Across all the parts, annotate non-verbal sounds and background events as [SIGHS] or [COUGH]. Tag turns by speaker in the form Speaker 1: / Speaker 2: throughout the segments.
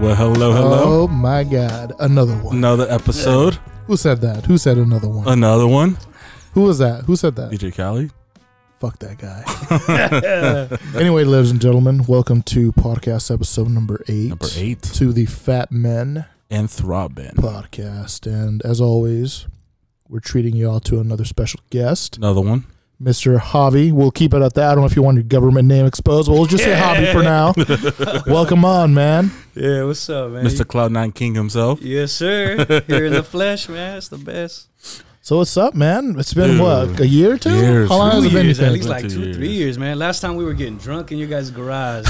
Speaker 1: Well, hello, hello. Mm.
Speaker 2: Oh my God! Another one.
Speaker 1: Another episode,
Speaker 2: Who said that? Who said another one?
Speaker 1: another one.
Speaker 2: Who was that? Who said that?
Speaker 1: DJ Cali.
Speaker 2: Fuck that
Speaker 1: [LAUGHS]
Speaker 2: guy. [LAUGHS] anyway, ladies and gentlemen, welcome to podcast episode number eight.
Speaker 1: Number eight.
Speaker 2: To the Fat Men
Speaker 1: And Throbbing.
Speaker 2: podcast, and as always, we're treating y'all to another special guest,
Speaker 1: Another one.
Speaker 2: Mr. Javi. We'll keep it at that. I don't know if you want your government name exposed, but we'll just say Javi for now.
Speaker 1: [LAUGHS]
Speaker 2: welcome on, man.
Speaker 3: Yeah, what's up, man?
Speaker 1: Mr. Cloud9 King himself.
Speaker 3: Yes, sir. Here
Speaker 2: [LAUGHS]
Speaker 3: in the flesh, man. It's the best.
Speaker 2: So what's up, man? It's been
Speaker 1: Dude.
Speaker 2: what a year or two.
Speaker 1: Years,
Speaker 2: How long
Speaker 1: man.
Speaker 2: has
Speaker 3: Two
Speaker 2: it been? you
Speaker 3: years, at
Speaker 2: think?
Speaker 3: least like
Speaker 1: Two
Speaker 3: two,
Speaker 1: years.
Speaker 3: three years, man. Last time we were getting drunk in your guys' garage.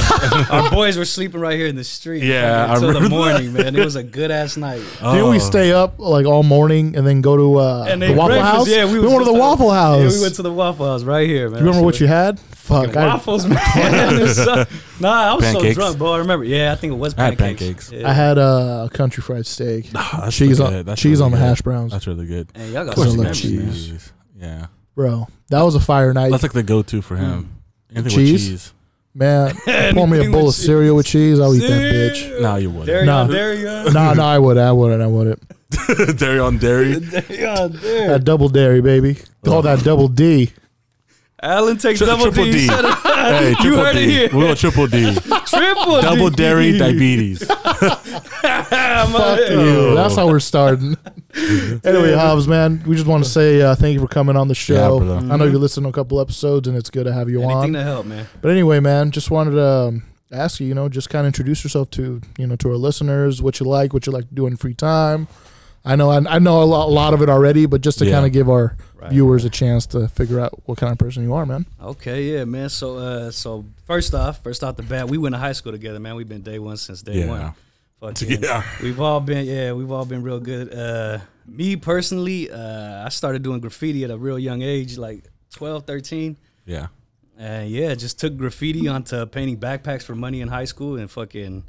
Speaker 2: [LAUGHS]
Speaker 3: Our boys were sleeping right here in the street.
Speaker 1: Yeah, I
Speaker 3: man, until the
Speaker 1: remember
Speaker 3: morning, man. It was a good
Speaker 2: [LAUGHS]
Speaker 3: ass night.
Speaker 2: Didn't we
Speaker 1: Oh,
Speaker 2: stay up like all morning and then go to uh,
Speaker 3: And
Speaker 2: the
Speaker 3: they
Speaker 2: Waffle
Speaker 3: breakfast,
Speaker 2: House?
Speaker 3: yeah, we
Speaker 2: we,
Speaker 3: was
Speaker 2: went to the
Speaker 3: just out-
Speaker 2: Waffle House.
Speaker 3: Yeah, we went to the Waffle House right here, man.
Speaker 2: you remember what you had? Fuck, I,
Speaker 3: Waffles, man.
Speaker 2: [LAUGHS]
Speaker 3: [LAUGHS] It was so- nah, I was
Speaker 1: Pancakes.
Speaker 3: so drunk, bro. I remember. Yeah, I think it was
Speaker 1: I had
Speaker 3: pancakes.
Speaker 1: pancakes.
Speaker 3: Yeah.
Speaker 2: I had a uh, country fried steak,
Speaker 1: ah, that's
Speaker 2: cheese
Speaker 1: really
Speaker 2: on
Speaker 1: good. That's
Speaker 2: cheese
Speaker 1: really
Speaker 2: on the
Speaker 1: good.
Speaker 2: hash browns,
Speaker 1: That's really good.
Speaker 3: And y'all
Speaker 1: Of
Speaker 3: got
Speaker 2: course
Speaker 3: some
Speaker 2: I love
Speaker 3: memories, man.
Speaker 2: cheese.
Speaker 1: Yeah.
Speaker 2: bro. That was a fire night,
Speaker 1: That's like the go to for him. Anything
Speaker 2: Mm. Cheese?
Speaker 1: with cheese. [LAUGHS]
Speaker 2: man. pour me a
Speaker 3: Anything
Speaker 2: bowl of
Speaker 3: with cheese.
Speaker 2: cereal with cheese, I'll eat that
Speaker 3: Cereal.
Speaker 1: Nah, you wouldn't.
Speaker 3: There
Speaker 2: Nah.
Speaker 3: y'all, there y'all.
Speaker 2: bitch. nah, nah, I would, I would, I would.
Speaker 1: [LAUGHS] dairy on dairy.
Speaker 3: [LAUGHS] There y'all, there.
Speaker 2: That double dairy, baby. Call that double D.
Speaker 3: Alan takes
Speaker 1: Tri-
Speaker 3: double
Speaker 1: triple D.
Speaker 3: D.
Speaker 1: Hey, triple
Speaker 3: heard
Speaker 1: D.
Speaker 3: it here. E.
Speaker 1: We go triple
Speaker 3: [LAUGHS]
Speaker 1: D.
Speaker 3: Triple
Speaker 1: Double
Speaker 3: D.
Speaker 1: dairy diabetes.
Speaker 3: I'm
Speaker 2: Fuck
Speaker 3: out.
Speaker 2: you. That's how we're starting.
Speaker 1: [LAUGHS]
Speaker 2: anyway, Hobbs, man, we just want to say uh, thank you for coming on the show.
Speaker 1: brother.
Speaker 2: I know you listened to a couple episodes, and it's good to have you on.
Speaker 3: Anything to help, man.
Speaker 2: But anyway, man, just wanted to um, ask you, you know, just kind of introduce yourself to, you know, to our listeners, what you like, what you like to do in free time. I know, I, I know a lot, a lot of it already, but just to
Speaker 1: Yeah.
Speaker 2: kind of give our
Speaker 3: Right.
Speaker 2: viewers a chance to figure out what kind of person you are, man.
Speaker 3: Okay, yeah, man. So, uh, so first off, first off the bat, we went to high school together, man. We've been day one since day
Speaker 1: Yeah.
Speaker 3: one. [LAUGHS] Fuck
Speaker 1: Yeah.
Speaker 3: We've all been, yeah, we've all been real good. Uh, me personally, uh, I started doing graffiti at a real young age, like 12, 13.
Speaker 1: Yeah.
Speaker 2: [LAUGHS]
Speaker 3: And yeah, just took graffiti onto painting backpacks for money in high school and fucking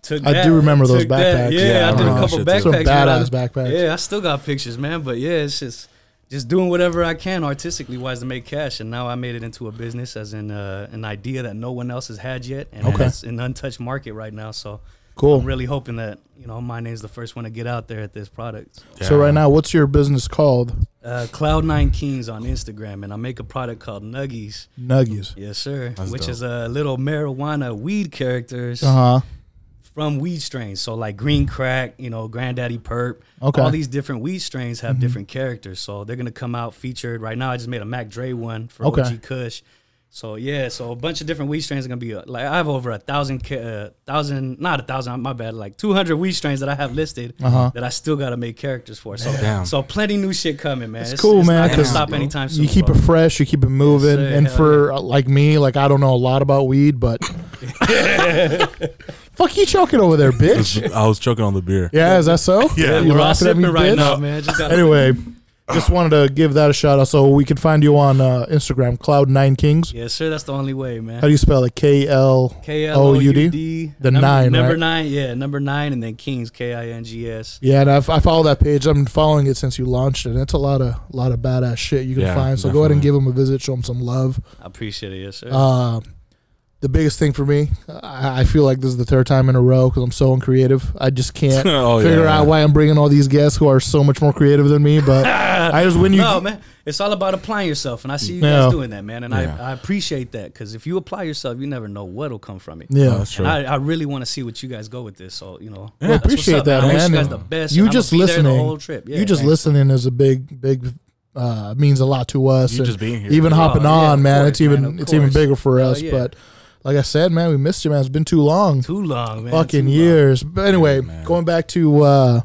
Speaker 3: took
Speaker 2: I
Speaker 3: that-
Speaker 2: do remember those
Speaker 3: took that.
Speaker 2: backpacks.
Speaker 3: Yeah,
Speaker 1: Yeah, I
Speaker 3: I did a
Speaker 1: remember
Speaker 3: couple
Speaker 1: that shit
Speaker 3: backpacks.
Speaker 1: too.
Speaker 2: Some
Speaker 3: man. I-
Speaker 2: badass backpacks.
Speaker 3: Yeah, I still got pictures, man. But yeah, it's just just doing whatever I can artistically wise to make cash. And now I made it into a business as in uh, an idea that no one else has had yet, and
Speaker 2: Okay.
Speaker 3: it's an untouched market right now. So
Speaker 2: Cool.
Speaker 3: I'm really hoping that you know my name's the first one to get out there at this product.
Speaker 2: So right now, what's your business called?
Speaker 3: Uh, Cloud Nine Kings on Instagram, and I make a product called Nuggies.
Speaker 2: Nuggies.
Speaker 3: Yes, sir.
Speaker 1: That's
Speaker 3: which
Speaker 1: dope.
Speaker 3: is a little marijuana weed characters
Speaker 2: Uh huh.
Speaker 3: from weed strains. So like green crack, you know, granddaddy perp.
Speaker 2: Okay. Mm-hmm.
Speaker 3: All these different weed strains have different characters. So they're gonna come out featured. Right now I just made a Mac Dre one for
Speaker 2: Okay.
Speaker 3: OG Kush. So yeah, so a bunch of different weed strains are gonna be uh, like I have over a thousand, ca- uh, thousand, not a thousand, my bad, like two hundred weed strains that I have listed
Speaker 2: Uh-huh.
Speaker 3: that I still gotta make characters for. So,
Speaker 1: Damn.
Speaker 3: so plenty new shit coming, man.
Speaker 2: It's cool, man,
Speaker 3: Not gonna
Speaker 2: 'cause
Speaker 3: stop
Speaker 1: you-
Speaker 3: anytime soon.
Speaker 2: You keep
Speaker 3: bro.
Speaker 2: it fresh. You keep it moving.
Speaker 3: sir,
Speaker 2: and
Speaker 3: hell
Speaker 2: for uh, like me, like I don't know a lot about weed,
Speaker 3: [LAUGHS]
Speaker 2: but fuck you, choking over there, bitch.
Speaker 1: [LAUGHS] I was choking on the beer.
Speaker 2: Yeah, is that so?
Speaker 1: Yeah.
Speaker 2: you
Speaker 3: We're all
Speaker 2: laughing at me,
Speaker 3: sipping right
Speaker 2: bitch?
Speaker 3: now, man. Just gotta
Speaker 2: Anyway, just wanted to give that a shout out. So we can find you on uh, Instagram, Cloud Nine Kings.
Speaker 3: Yes, sir. That's the only way, man.
Speaker 2: How do you spell it? K L
Speaker 3: K L
Speaker 2: O U D.
Speaker 3: D.
Speaker 2: The
Speaker 3: number,
Speaker 2: nine,
Speaker 3: Number
Speaker 2: right?
Speaker 3: nine, yeah, number nine, and then Kings, K I N G S.
Speaker 2: Yeah, and I've, I follow that page. I've been following it since you launched it. And it's a lot of lot of badass shit you can
Speaker 1: Yeah,
Speaker 2: find. So go ahead and
Speaker 1: definitely.
Speaker 2: give them a visit. Show them some love.
Speaker 3: I appreciate it, yes, sir.
Speaker 2: Uh, the biggest thing for me, I, I feel like this is the third time in a row because I'm so uncreative. I just can't
Speaker 1: [LAUGHS] Oh, yeah,
Speaker 2: figure
Speaker 1: yeah.
Speaker 2: out why I'm bringing all these guests who are so much more creative than
Speaker 1: [LAUGHS]
Speaker 2: me. But I just when you
Speaker 3: no, man, it's all about applying yourself, and I see you
Speaker 2: Yeah.
Speaker 3: guys doing that, man, and
Speaker 1: Yeah.
Speaker 3: I, I appreciate that because if you apply yourself, you never know what'll come from it.
Speaker 2: yeah,
Speaker 1: that's true.
Speaker 3: And I, I really want to see what you guys go with this. So you know,
Speaker 1: Yeah.
Speaker 2: I
Speaker 3: that's what's
Speaker 2: appreciate
Speaker 3: up,
Speaker 2: that,
Speaker 3: I wish
Speaker 2: man.
Speaker 3: you guys
Speaker 2: And
Speaker 3: the best.
Speaker 2: you
Speaker 3: and I'ma
Speaker 2: just
Speaker 3: be there
Speaker 2: listening.
Speaker 3: the whole trip. Yeah,
Speaker 2: you just
Speaker 3: man.
Speaker 2: listening is a big, big uh, means a lot to us.
Speaker 1: You
Speaker 2: and
Speaker 1: just being here.
Speaker 2: even
Speaker 3: Oh,
Speaker 2: hopping
Speaker 3: yeah,
Speaker 2: on,
Speaker 3: of
Speaker 2: man,
Speaker 3: course,
Speaker 2: it's even
Speaker 3: man, of
Speaker 2: it's even
Speaker 3: course.
Speaker 2: bigger for
Speaker 3: Hell
Speaker 2: us.
Speaker 3: yeah.
Speaker 2: But like I said, man, we missed you, man. It's been too long,
Speaker 3: too long, man.
Speaker 2: fucking
Speaker 3: too long. [LAUGHS]
Speaker 2: years. But anyway,
Speaker 1: Yeah, man.
Speaker 2: going back to uh,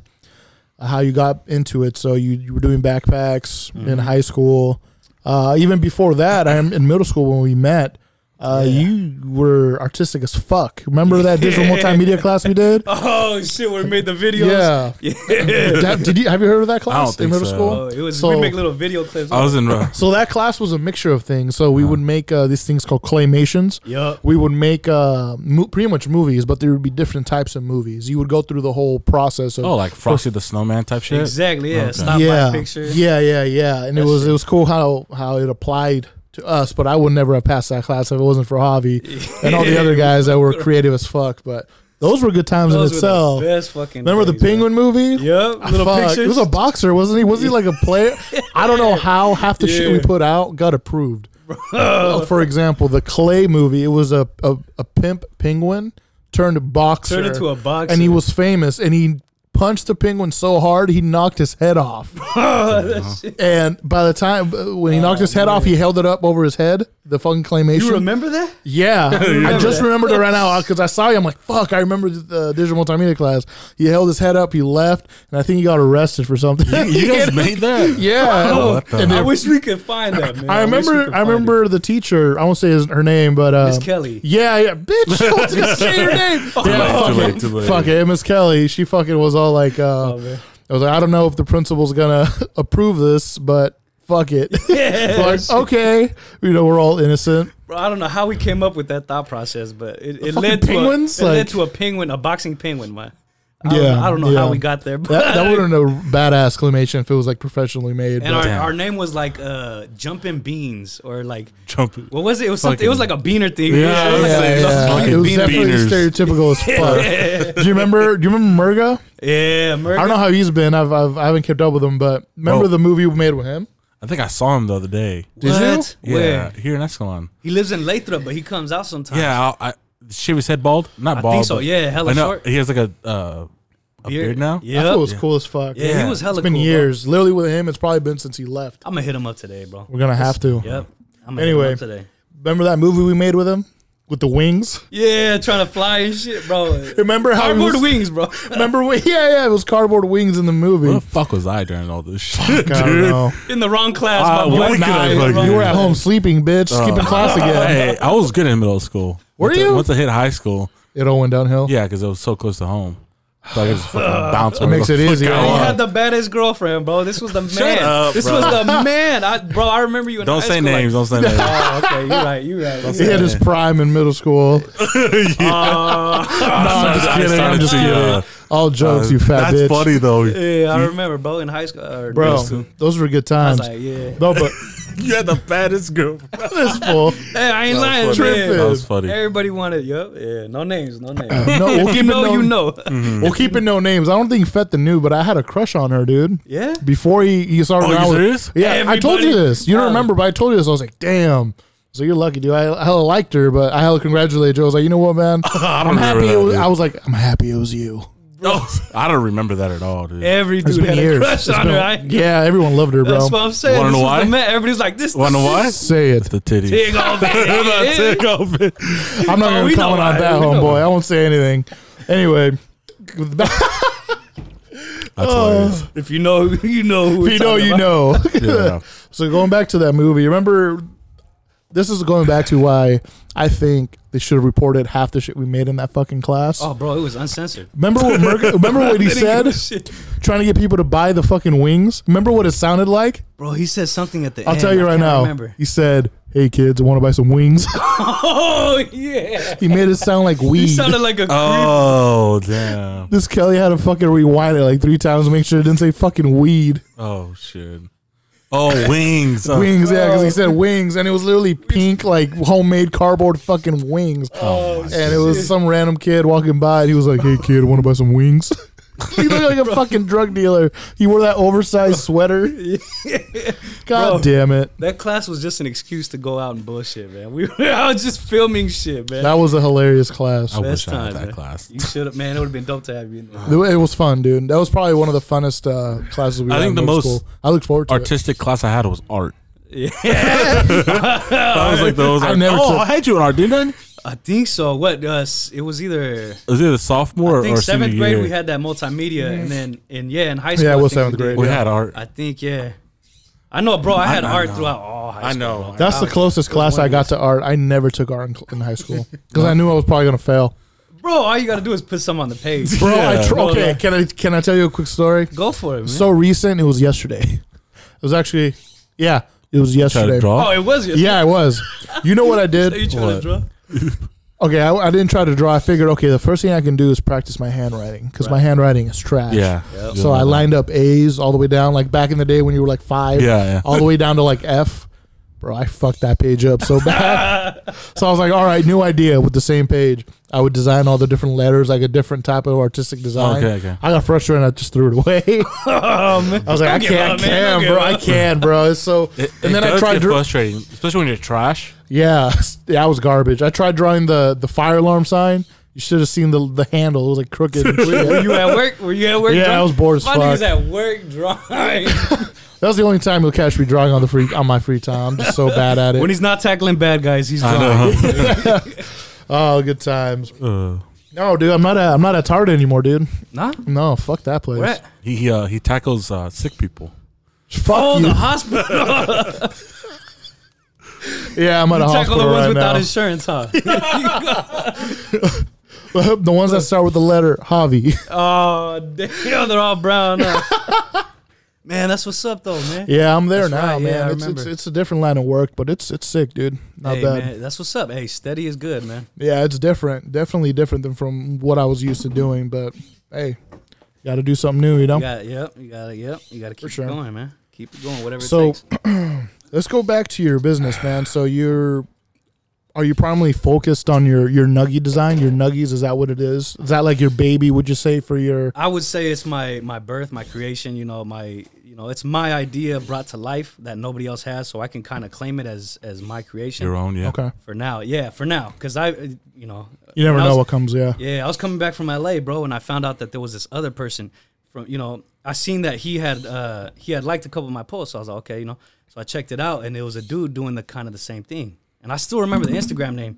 Speaker 2: how you got into it. So you, you were doing backpacks
Speaker 3: Mm-hmm.
Speaker 2: in high school. Uh, even before that, I'm in middle school when we met. Uh, You were artistic as fuck. Remember
Speaker 3: [LAUGHS]
Speaker 2: that digital multimedia class we did?
Speaker 3: Oh shit, we made the videos.
Speaker 2: Yeah. Did- Did you have you heard of that class
Speaker 1: think
Speaker 2: in middle
Speaker 1: so.
Speaker 2: school?
Speaker 3: Oh, it was
Speaker 2: So-
Speaker 3: we make little video clips.
Speaker 1: I was in.
Speaker 3: [LAUGHS]
Speaker 1: Uh,
Speaker 2: So that class was a mixture of things. So
Speaker 1: Uh-huh.
Speaker 2: we would make uh, these things called claymations.
Speaker 3: Yup.
Speaker 2: We would make uh, mo- pretty much movies, but there would be different types of movies. You would go through the whole process of
Speaker 1: oh, like Frosty the Snowman type shit.
Speaker 3: Exactly. Yeah.
Speaker 1: Okay.
Speaker 3: Stop
Speaker 2: yeah,
Speaker 3: by picture.
Speaker 2: yeah, yeah, yeah. And it was it was cool how how it applied to us.
Speaker 1: [LAUGHS]
Speaker 2: But I would never have passed that class if it wasn't for Javi and all the other guys that were creative as fuck. But Those were good times
Speaker 3: Those
Speaker 2: in
Speaker 3: were
Speaker 2: itself.
Speaker 3: the best fucking.
Speaker 2: Remember the
Speaker 3: days, man.
Speaker 2: Penguin movie?
Speaker 3: Yep, little
Speaker 2: Ah, Fuck,
Speaker 3: pictures.
Speaker 2: He was a boxer, wasn't he? Was he like a player?
Speaker 3: [LAUGHS]
Speaker 2: I don't know how half the shit we
Speaker 3: Yeah.
Speaker 2: put out got
Speaker 3: [LAUGHS]
Speaker 2: approved. Uh, for example, the Clay movie. It was a a, a pimp penguin turned boxer,
Speaker 3: Turned into a boxer.
Speaker 2: and he was famous. And he punched the penguin so hard he knocked his head
Speaker 3: [LAUGHS]
Speaker 2: off.
Speaker 3: Oh,
Speaker 1: Uh-huh.
Speaker 3: That shit.
Speaker 2: and by the time when he knocked his head off, he held it up over his head. The fucking claymation.
Speaker 3: Oh, You remember that? [LAUGHS]
Speaker 2: Yeah, I
Speaker 3: remember
Speaker 2: just
Speaker 3: that?
Speaker 2: remembered it right now because I saw you. I'm like, fuck! I remember the digital multimedia class. He held his head up. He left, and I think he got arrested for something. [LAUGHS]
Speaker 1: You guys made that?
Speaker 3: [LAUGHS] Oh,
Speaker 2: yeah,
Speaker 1: what the-
Speaker 2: Oh, and
Speaker 3: I
Speaker 2: then-
Speaker 3: wish we could find that, man.
Speaker 2: I
Speaker 3: wish we could
Speaker 2: remember. I
Speaker 3: find it.
Speaker 2: remember the teacher. I won't say his, her name, but uh,
Speaker 3: Miss Kelly.
Speaker 2: Yeah, yeah,
Speaker 3: [LAUGHS]
Speaker 2: bitch. I was gonna say her name. Yeah,
Speaker 1: Too
Speaker 2: fuck
Speaker 1: late,
Speaker 2: it.
Speaker 1: too late.
Speaker 2: Fuck it, Miss Kelly. She fucking was all like, uh,
Speaker 3: Oh, man.
Speaker 2: I was like, I don't know if the principal's gonna [LAUGHS] approve this, but fuck it. [LAUGHS]
Speaker 3: Yeah,
Speaker 2: like, oh.
Speaker 3: shit.
Speaker 2: okay, you know, we're all innocent.
Speaker 3: Bro, I don't know how we came up with that thought process, but it, it
Speaker 2: fucking
Speaker 3: led to
Speaker 2: penguins,
Speaker 3: a, it
Speaker 2: like-
Speaker 3: led to a penguin, a boxing penguin, man. I don't,
Speaker 2: Yeah,
Speaker 3: know- I don't know
Speaker 2: yeah.
Speaker 3: how we got there, but
Speaker 2: That,
Speaker 3: [LAUGHS]
Speaker 2: that would have been a badass claymation if it was like professionally made.
Speaker 3: and
Speaker 2: but-
Speaker 3: our,
Speaker 1: Damn.
Speaker 3: our name was like uh, jumping beans or like
Speaker 1: Jump.
Speaker 3: what was it? It was something. It
Speaker 1: Fucking-
Speaker 3: was like a beaner thing.
Speaker 1: Yeah,
Speaker 3: it was like
Speaker 2: yeah,
Speaker 1: yeah,
Speaker 3: a-
Speaker 1: yeah.
Speaker 3: fucking
Speaker 2: It was
Speaker 1: beaners.
Speaker 2: definitely
Speaker 1: Beaners.
Speaker 2: stereotypical as
Speaker 3: [LAUGHS]
Speaker 2: fuck. do you remember? Do you remember Murga?
Speaker 3: yeah. Murder.
Speaker 2: I don't know how he's been. I've, I've I haven't kept up with him, but remember
Speaker 1: Bro.
Speaker 2: the movie we made with him?
Speaker 1: I think I saw him the other day.
Speaker 3: What?
Speaker 1: Yeah,
Speaker 3: Where?
Speaker 1: here in Escalon.
Speaker 3: He lives in Lathrop, but he comes out sometimes.
Speaker 1: Yeah, I, I shave his head bald. Not
Speaker 3: I
Speaker 1: bald.
Speaker 3: think so.
Speaker 1: but-
Speaker 3: Yeah, hella
Speaker 1: I know,
Speaker 3: short.
Speaker 1: He has like a uh, a beard, now.
Speaker 2: I
Speaker 3: Yeah.
Speaker 2: thought it was cool as fuck.
Speaker 3: Yeah,
Speaker 1: Yeah.
Speaker 3: he was hella
Speaker 2: it's been
Speaker 3: cool, bro.
Speaker 2: years. Literally with him, it's probably been since he left.
Speaker 3: I'm gonna hit him up today, bro.
Speaker 2: We're gonna have to.
Speaker 3: Yep. I'm gonna
Speaker 2: Anyway.
Speaker 3: hit him up today.
Speaker 2: Remember that movie we made with him with the
Speaker 3: [LAUGHS]
Speaker 2: wings?
Speaker 3: Yeah, trying to fly and shit,
Speaker 1: [LAUGHS]
Speaker 3: bro.
Speaker 2: Remember how
Speaker 3: Cardboard
Speaker 2: we was,
Speaker 3: wings, bro.
Speaker 2: Remember we, [LAUGHS] yeah yeah it was cardboard wings in the movie.
Speaker 1: Where the fuck was I during all this shit,
Speaker 2: I don't
Speaker 1: dude?
Speaker 2: know.
Speaker 3: In the wrong class,
Speaker 1: Ah,
Speaker 3: my boy.
Speaker 1: what could I fucking
Speaker 3: Nah,
Speaker 1: Oh.
Speaker 3: wrong
Speaker 2: You were at
Speaker 3: class.
Speaker 2: home sleeping, bitch. Skipping class
Speaker 3: [LAUGHS]
Speaker 2: again.
Speaker 1: [LAUGHS] Hey, I was good in middle school.
Speaker 2: Were
Speaker 1: Once I-
Speaker 2: you?
Speaker 1: once I hit high school,
Speaker 2: It all went downhill.
Speaker 1: yeah, because it was so close to home. So I could [LAUGHS] just fucking bounce. It
Speaker 2: makes it easier.
Speaker 3: Bro, you
Speaker 2: Yeah.
Speaker 3: had the baddest girlfriend, bro. This was the man.
Speaker 1: up,
Speaker 3: this
Speaker 1: bro.
Speaker 3: was the man. I, bro, I remember you in
Speaker 1: Don't
Speaker 3: high
Speaker 1: say
Speaker 3: school,
Speaker 1: names.
Speaker 3: Like,
Speaker 1: Don't say [LAUGHS] names.
Speaker 3: [LAUGHS] oh, okay, you're right. You're right.
Speaker 2: He
Speaker 3: You're
Speaker 2: hit
Speaker 3: right.
Speaker 2: his prime in middle school. I'm [LAUGHS] just
Speaker 1: I
Speaker 2: kidding. I'm
Speaker 1: started
Speaker 2: just
Speaker 1: to,
Speaker 2: kidding.
Speaker 1: uh,
Speaker 2: All jokes, you
Speaker 1: [LAUGHS]
Speaker 2: fat
Speaker 1: That's
Speaker 2: bitch.
Speaker 1: funny though.
Speaker 3: Yeah, I remember, bro, in high school. Or
Speaker 2: Bro,
Speaker 3: middle school.
Speaker 2: those were good
Speaker 3: I
Speaker 2: times.
Speaker 3: was like, yeah.
Speaker 2: no,
Speaker 3: [LAUGHS]
Speaker 2: but
Speaker 1: [LAUGHS] You had the baddest girl.
Speaker 2: this fool.
Speaker 3: Hey, I ain't lying,
Speaker 2: Tripping.
Speaker 1: That
Speaker 3: man.
Speaker 1: was funny.
Speaker 3: Everybody wanted, yup, yeah. No names, no names.
Speaker 2: No, we'll
Speaker 3: if you
Speaker 2: keep it
Speaker 3: know, you
Speaker 2: known.
Speaker 3: know.
Speaker 1: Mm.
Speaker 2: Well, keeping no names. I don't think Feta knew, but I had a crush on her, dude.
Speaker 3: Yeah?
Speaker 2: Before he, he started
Speaker 1: Oh, you
Speaker 2: out with-
Speaker 1: serious?
Speaker 2: Yeah, I told you
Speaker 3: Everybody-
Speaker 2: this. You don't
Speaker 3: Oh.
Speaker 2: remember, but I told you this. I was like, damn. So you're lucky, dude. I I hella liked her, but I hella congratulated you. I was like, you know what, man?
Speaker 1: [LAUGHS] I don't
Speaker 2: I'm happy.
Speaker 1: remember
Speaker 2: it was,
Speaker 1: that,
Speaker 2: I was like, I'm happy it was you.
Speaker 1: dude. I don't remember that at all, dude.
Speaker 3: Every
Speaker 2: It's
Speaker 3: dude
Speaker 2: been
Speaker 3: had
Speaker 2: years.
Speaker 3: a
Speaker 2: It's
Speaker 3: crush on
Speaker 2: been-
Speaker 3: her, right?
Speaker 2: Yeah, everyone loved her, bro.
Speaker 3: That's what I'm saying.
Speaker 1: Wanna
Speaker 3: This
Speaker 1: know
Speaker 3: was the
Speaker 1: why?
Speaker 3: man. Everybody's like, this
Speaker 1: Wanna know
Speaker 3: this
Speaker 1: why?
Speaker 2: Say it.
Speaker 1: The titties. [LAUGHS]
Speaker 3: Big [LAUGHS] old
Speaker 1: The
Speaker 3: man.
Speaker 1: tick open.
Speaker 2: I'm not
Speaker 3: Oh,
Speaker 2: going
Speaker 3: we
Speaker 2: to
Speaker 3: know
Speaker 2: comment on
Speaker 3: why.
Speaker 2: that,
Speaker 3: We know
Speaker 2: homeboy. I won't say anything. Anyway,
Speaker 1: That's hilarious.
Speaker 3: If you know, you know who. we're
Speaker 2: [LAUGHS] you know,
Speaker 3: talking
Speaker 2: you
Speaker 3: about.
Speaker 2: know. [LAUGHS]
Speaker 1: Yeah.
Speaker 2: So going back to that movie, remember, this is going back to why I think they should have reported half the shit we made in that fucking class.
Speaker 3: Oh, bro, it was uncensored.
Speaker 2: Remember what
Speaker 3: [LAUGHS]
Speaker 2: Merc- remember [LAUGHS] what he
Speaker 3: They didn't
Speaker 2: said?
Speaker 3: give a shit.
Speaker 2: Trying to get people to buy the fucking wings. Remember what it sounded like?
Speaker 3: Bro, he said something at the
Speaker 2: I'll
Speaker 3: end.
Speaker 2: tell you
Speaker 3: I
Speaker 2: right
Speaker 3: can't
Speaker 2: now.
Speaker 3: Remember.
Speaker 2: He said, "Hey kids, want to buy some wings?"
Speaker 3: [LAUGHS]
Speaker 2: [LAUGHS]
Speaker 3: Oh yeah.
Speaker 2: he made it sound like
Speaker 3: He
Speaker 2: weed.
Speaker 3: sounded like a
Speaker 1: Oh damn.
Speaker 2: this Kelly had to fucking rewind it like three times to make sure it didn't say fucking weed
Speaker 1: Oh shit. Oh wings. Uh,
Speaker 2: [LAUGHS] wings. Yeah, because he said wings, and it was literally pink, like homemade cardboard fucking wings.
Speaker 1: Oh, my
Speaker 2: and it was some random kid walking by, and he was like, "Hey, kid, want to buy some wings?" [LAUGHS] he looked
Speaker 1: [LAUGHS]
Speaker 2: like a fucking drug dealer. He wore that oversized sweater. God
Speaker 3: Bro.
Speaker 2: damn it!
Speaker 3: That class was just an excuse to go out and bullshit, man. We were [LAUGHS] out just filming shit, man.
Speaker 2: That was a hilarious class.
Speaker 1: I wish
Speaker 3: Best
Speaker 1: I had
Speaker 3: time,
Speaker 1: that
Speaker 3: man.
Speaker 1: class.
Speaker 3: You should have, man. It would have been dope to have you. in there.
Speaker 2: It was fun, dude. That was probably one of the funnest uh, classes we.
Speaker 1: I
Speaker 2: had
Speaker 1: think
Speaker 2: in
Speaker 1: the
Speaker 2: middle
Speaker 1: most
Speaker 2: school. I looked forward to it.
Speaker 1: Artistic class I had was art. [LAUGHS]
Speaker 3: Yeah,
Speaker 1: I was like those.
Speaker 2: I
Speaker 1: Like,
Speaker 2: never
Speaker 1: oh,
Speaker 2: took-
Speaker 1: I had you in art, didn't I?
Speaker 3: I think so. What? Uh, s- it was either
Speaker 1: It was either sophomore
Speaker 3: I think
Speaker 1: or
Speaker 3: seventh
Speaker 1: senior
Speaker 3: grade
Speaker 1: year.
Speaker 3: we had that multimedia, and then and yeah, in high school.
Speaker 2: Yeah, it
Speaker 3: I
Speaker 2: was
Speaker 3: think we
Speaker 2: seventh
Speaker 3: did.
Speaker 2: grade.
Speaker 1: We
Speaker 2: Yeah.
Speaker 1: had art.
Speaker 3: I think yeah. I know, bro. I had
Speaker 1: I
Speaker 3: art
Speaker 1: know.
Speaker 3: throughout all high school.
Speaker 1: I know.
Speaker 3: bro.
Speaker 2: That's the closest class I got to art. I never took art in, cl- in
Speaker 1: [LAUGHS]
Speaker 2: high school because I knew I was probably gonna fail.
Speaker 3: Bro, all you gotta do is put some on
Speaker 2: [LAUGHS]
Speaker 3: the page.
Speaker 2: Bro, I
Speaker 1: Yeah.
Speaker 2: tr-
Speaker 3: Bro,
Speaker 2: okay.
Speaker 3: yeah.
Speaker 2: Can I can I tell you a quick story?
Speaker 3: Go for it, man.
Speaker 2: So recent, it was yesterday. [LAUGHS] It was actually, yeah, it was
Speaker 1: Try to
Speaker 2: yesterday.
Speaker 1: draw.
Speaker 3: oh, it was your.
Speaker 2: Yeah, I was. You know what I
Speaker 3: Are [LAUGHS] you
Speaker 2: did?
Speaker 3: trying to draw?
Speaker 2: Okay, I, I didn't try to draw. I figured, okay, the first thing I can do is practice my handwriting because my handwriting is trash.
Speaker 1: yeah.
Speaker 2: So I lined up A's all the way down, like back in the day when you were like five.
Speaker 1: Yeah, yeah.
Speaker 2: All the way down to like F. Bro, I fucked that page up so bad.
Speaker 3: [LAUGHS]
Speaker 2: so I was like, all right, new idea with the same page. I would design all the different letters, like a different type of artistic design.
Speaker 1: Okay, okay.
Speaker 2: I got frustrated and I just threw it away. [LAUGHS] I was like, I
Speaker 3: give
Speaker 2: can't, I
Speaker 3: up, man. Don't
Speaker 2: can,
Speaker 3: give
Speaker 2: bro.
Speaker 3: up.
Speaker 2: I can, bro. It's so,
Speaker 1: [LAUGHS] It,
Speaker 2: and then I
Speaker 1: does
Speaker 2: tried,
Speaker 1: get
Speaker 2: dra-
Speaker 1: frustrating, especially when you're trash.
Speaker 2: yeah, [LAUGHS] yeah, I was garbage. I tried drawing the the fire alarm sign. You should have seen the the handle. It was like crooked.
Speaker 3: [LAUGHS]
Speaker 2: and shit.
Speaker 3: Were you at work? Were you at work?
Speaker 2: Yeah,
Speaker 3: drunk?
Speaker 2: I was bored as
Speaker 3: My
Speaker 2: fuck.
Speaker 3: niggas at work drawing.
Speaker 2: That was the only time you'll catch me drawing on the free on my free time. I'm just so bad at
Speaker 3: [LAUGHS] when
Speaker 2: it.
Speaker 3: he's not tackling bad guys, he's
Speaker 1: I
Speaker 3: drawing.
Speaker 1: know.
Speaker 2: Oh, good times.
Speaker 1: huh?
Speaker 2: No, dude, I'm not at I'm not at Target anymore, dude.
Speaker 3: Nah,
Speaker 2: No, fuck that place.
Speaker 3: [LAUGHS] where at?
Speaker 1: he he, uh, he tackles uh, sick people.
Speaker 2: Fuck
Speaker 3: Oh,
Speaker 2: you.
Speaker 3: the hospital.
Speaker 2: [LAUGHS] yeah, I'm at a
Speaker 3: Tackle
Speaker 2: hospital
Speaker 3: the
Speaker 2: right
Speaker 3: ones without
Speaker 2: now.
Speaker 3: insurance,
Speaker 2: [LAUGHS]
Speaker 3: huh?
Speaker 2: the ones that start with the letter Javi. [LAUGHS]
Speaker 3: oh, damn, they're all brown.
Speaker 2: [LAUGHS]
Speaker 3: huh? man, that's what's up, though, man.
Speaker 2: yeah, I'm there
Speaker 3: That's
Speaker 2: now,
Speaker 3: right, yeah, I
Speaker 2: man. it's, it's
Speaker 3: remember.
Speaker 2: it's a different line of work, but it's it's sick, dude. Not
Speaker 3: hey,
Speaker 2: bad.
Speaker 3: man, that's what's up. Hey, steady is good, man.
Speaker 2: Yeah, it's different. Definitely different than from what I was used to doing. But hey, got to do something new, you know.
Speaker 3: You got, yep, you got, yep, you got to keep
Speaker 2: sure.
Speaker 3: it going, man. Keep it going, whatever
Speaker 2: So-
Speaker 3: it takes.
Speaker 2: Let's go back to your business, man. So you're are you primarily focused on your your nuggie design? Your nuggies is that what it is? Is that like your baby? Would you say for your
Speaker 3: I would say it's my my birth, my creation. You know, my you know, it's my idea brought to life that nobody else has, so I can kind of claim it as as my creation.
Speaker 1: Your own, yeah.
Speaker 2: okay?
Speaker 3: for now, yeah, for now, because I, uh, you know,
Speaker 2: You never
Speaker 3: when I
Speaker 2: know
Speaker 3: was-
Speaker 2: what comes. Yeah.
Speaker 3: Yeah, I was coming back from LA, bro, and I found out that there was this other person from, you know, I seen that he had uh he had liked a couple of my posts. So I was like, okay, you know. So I checked it out and it was a dude doing the kind of the same thing. And I still remember the Instagram name.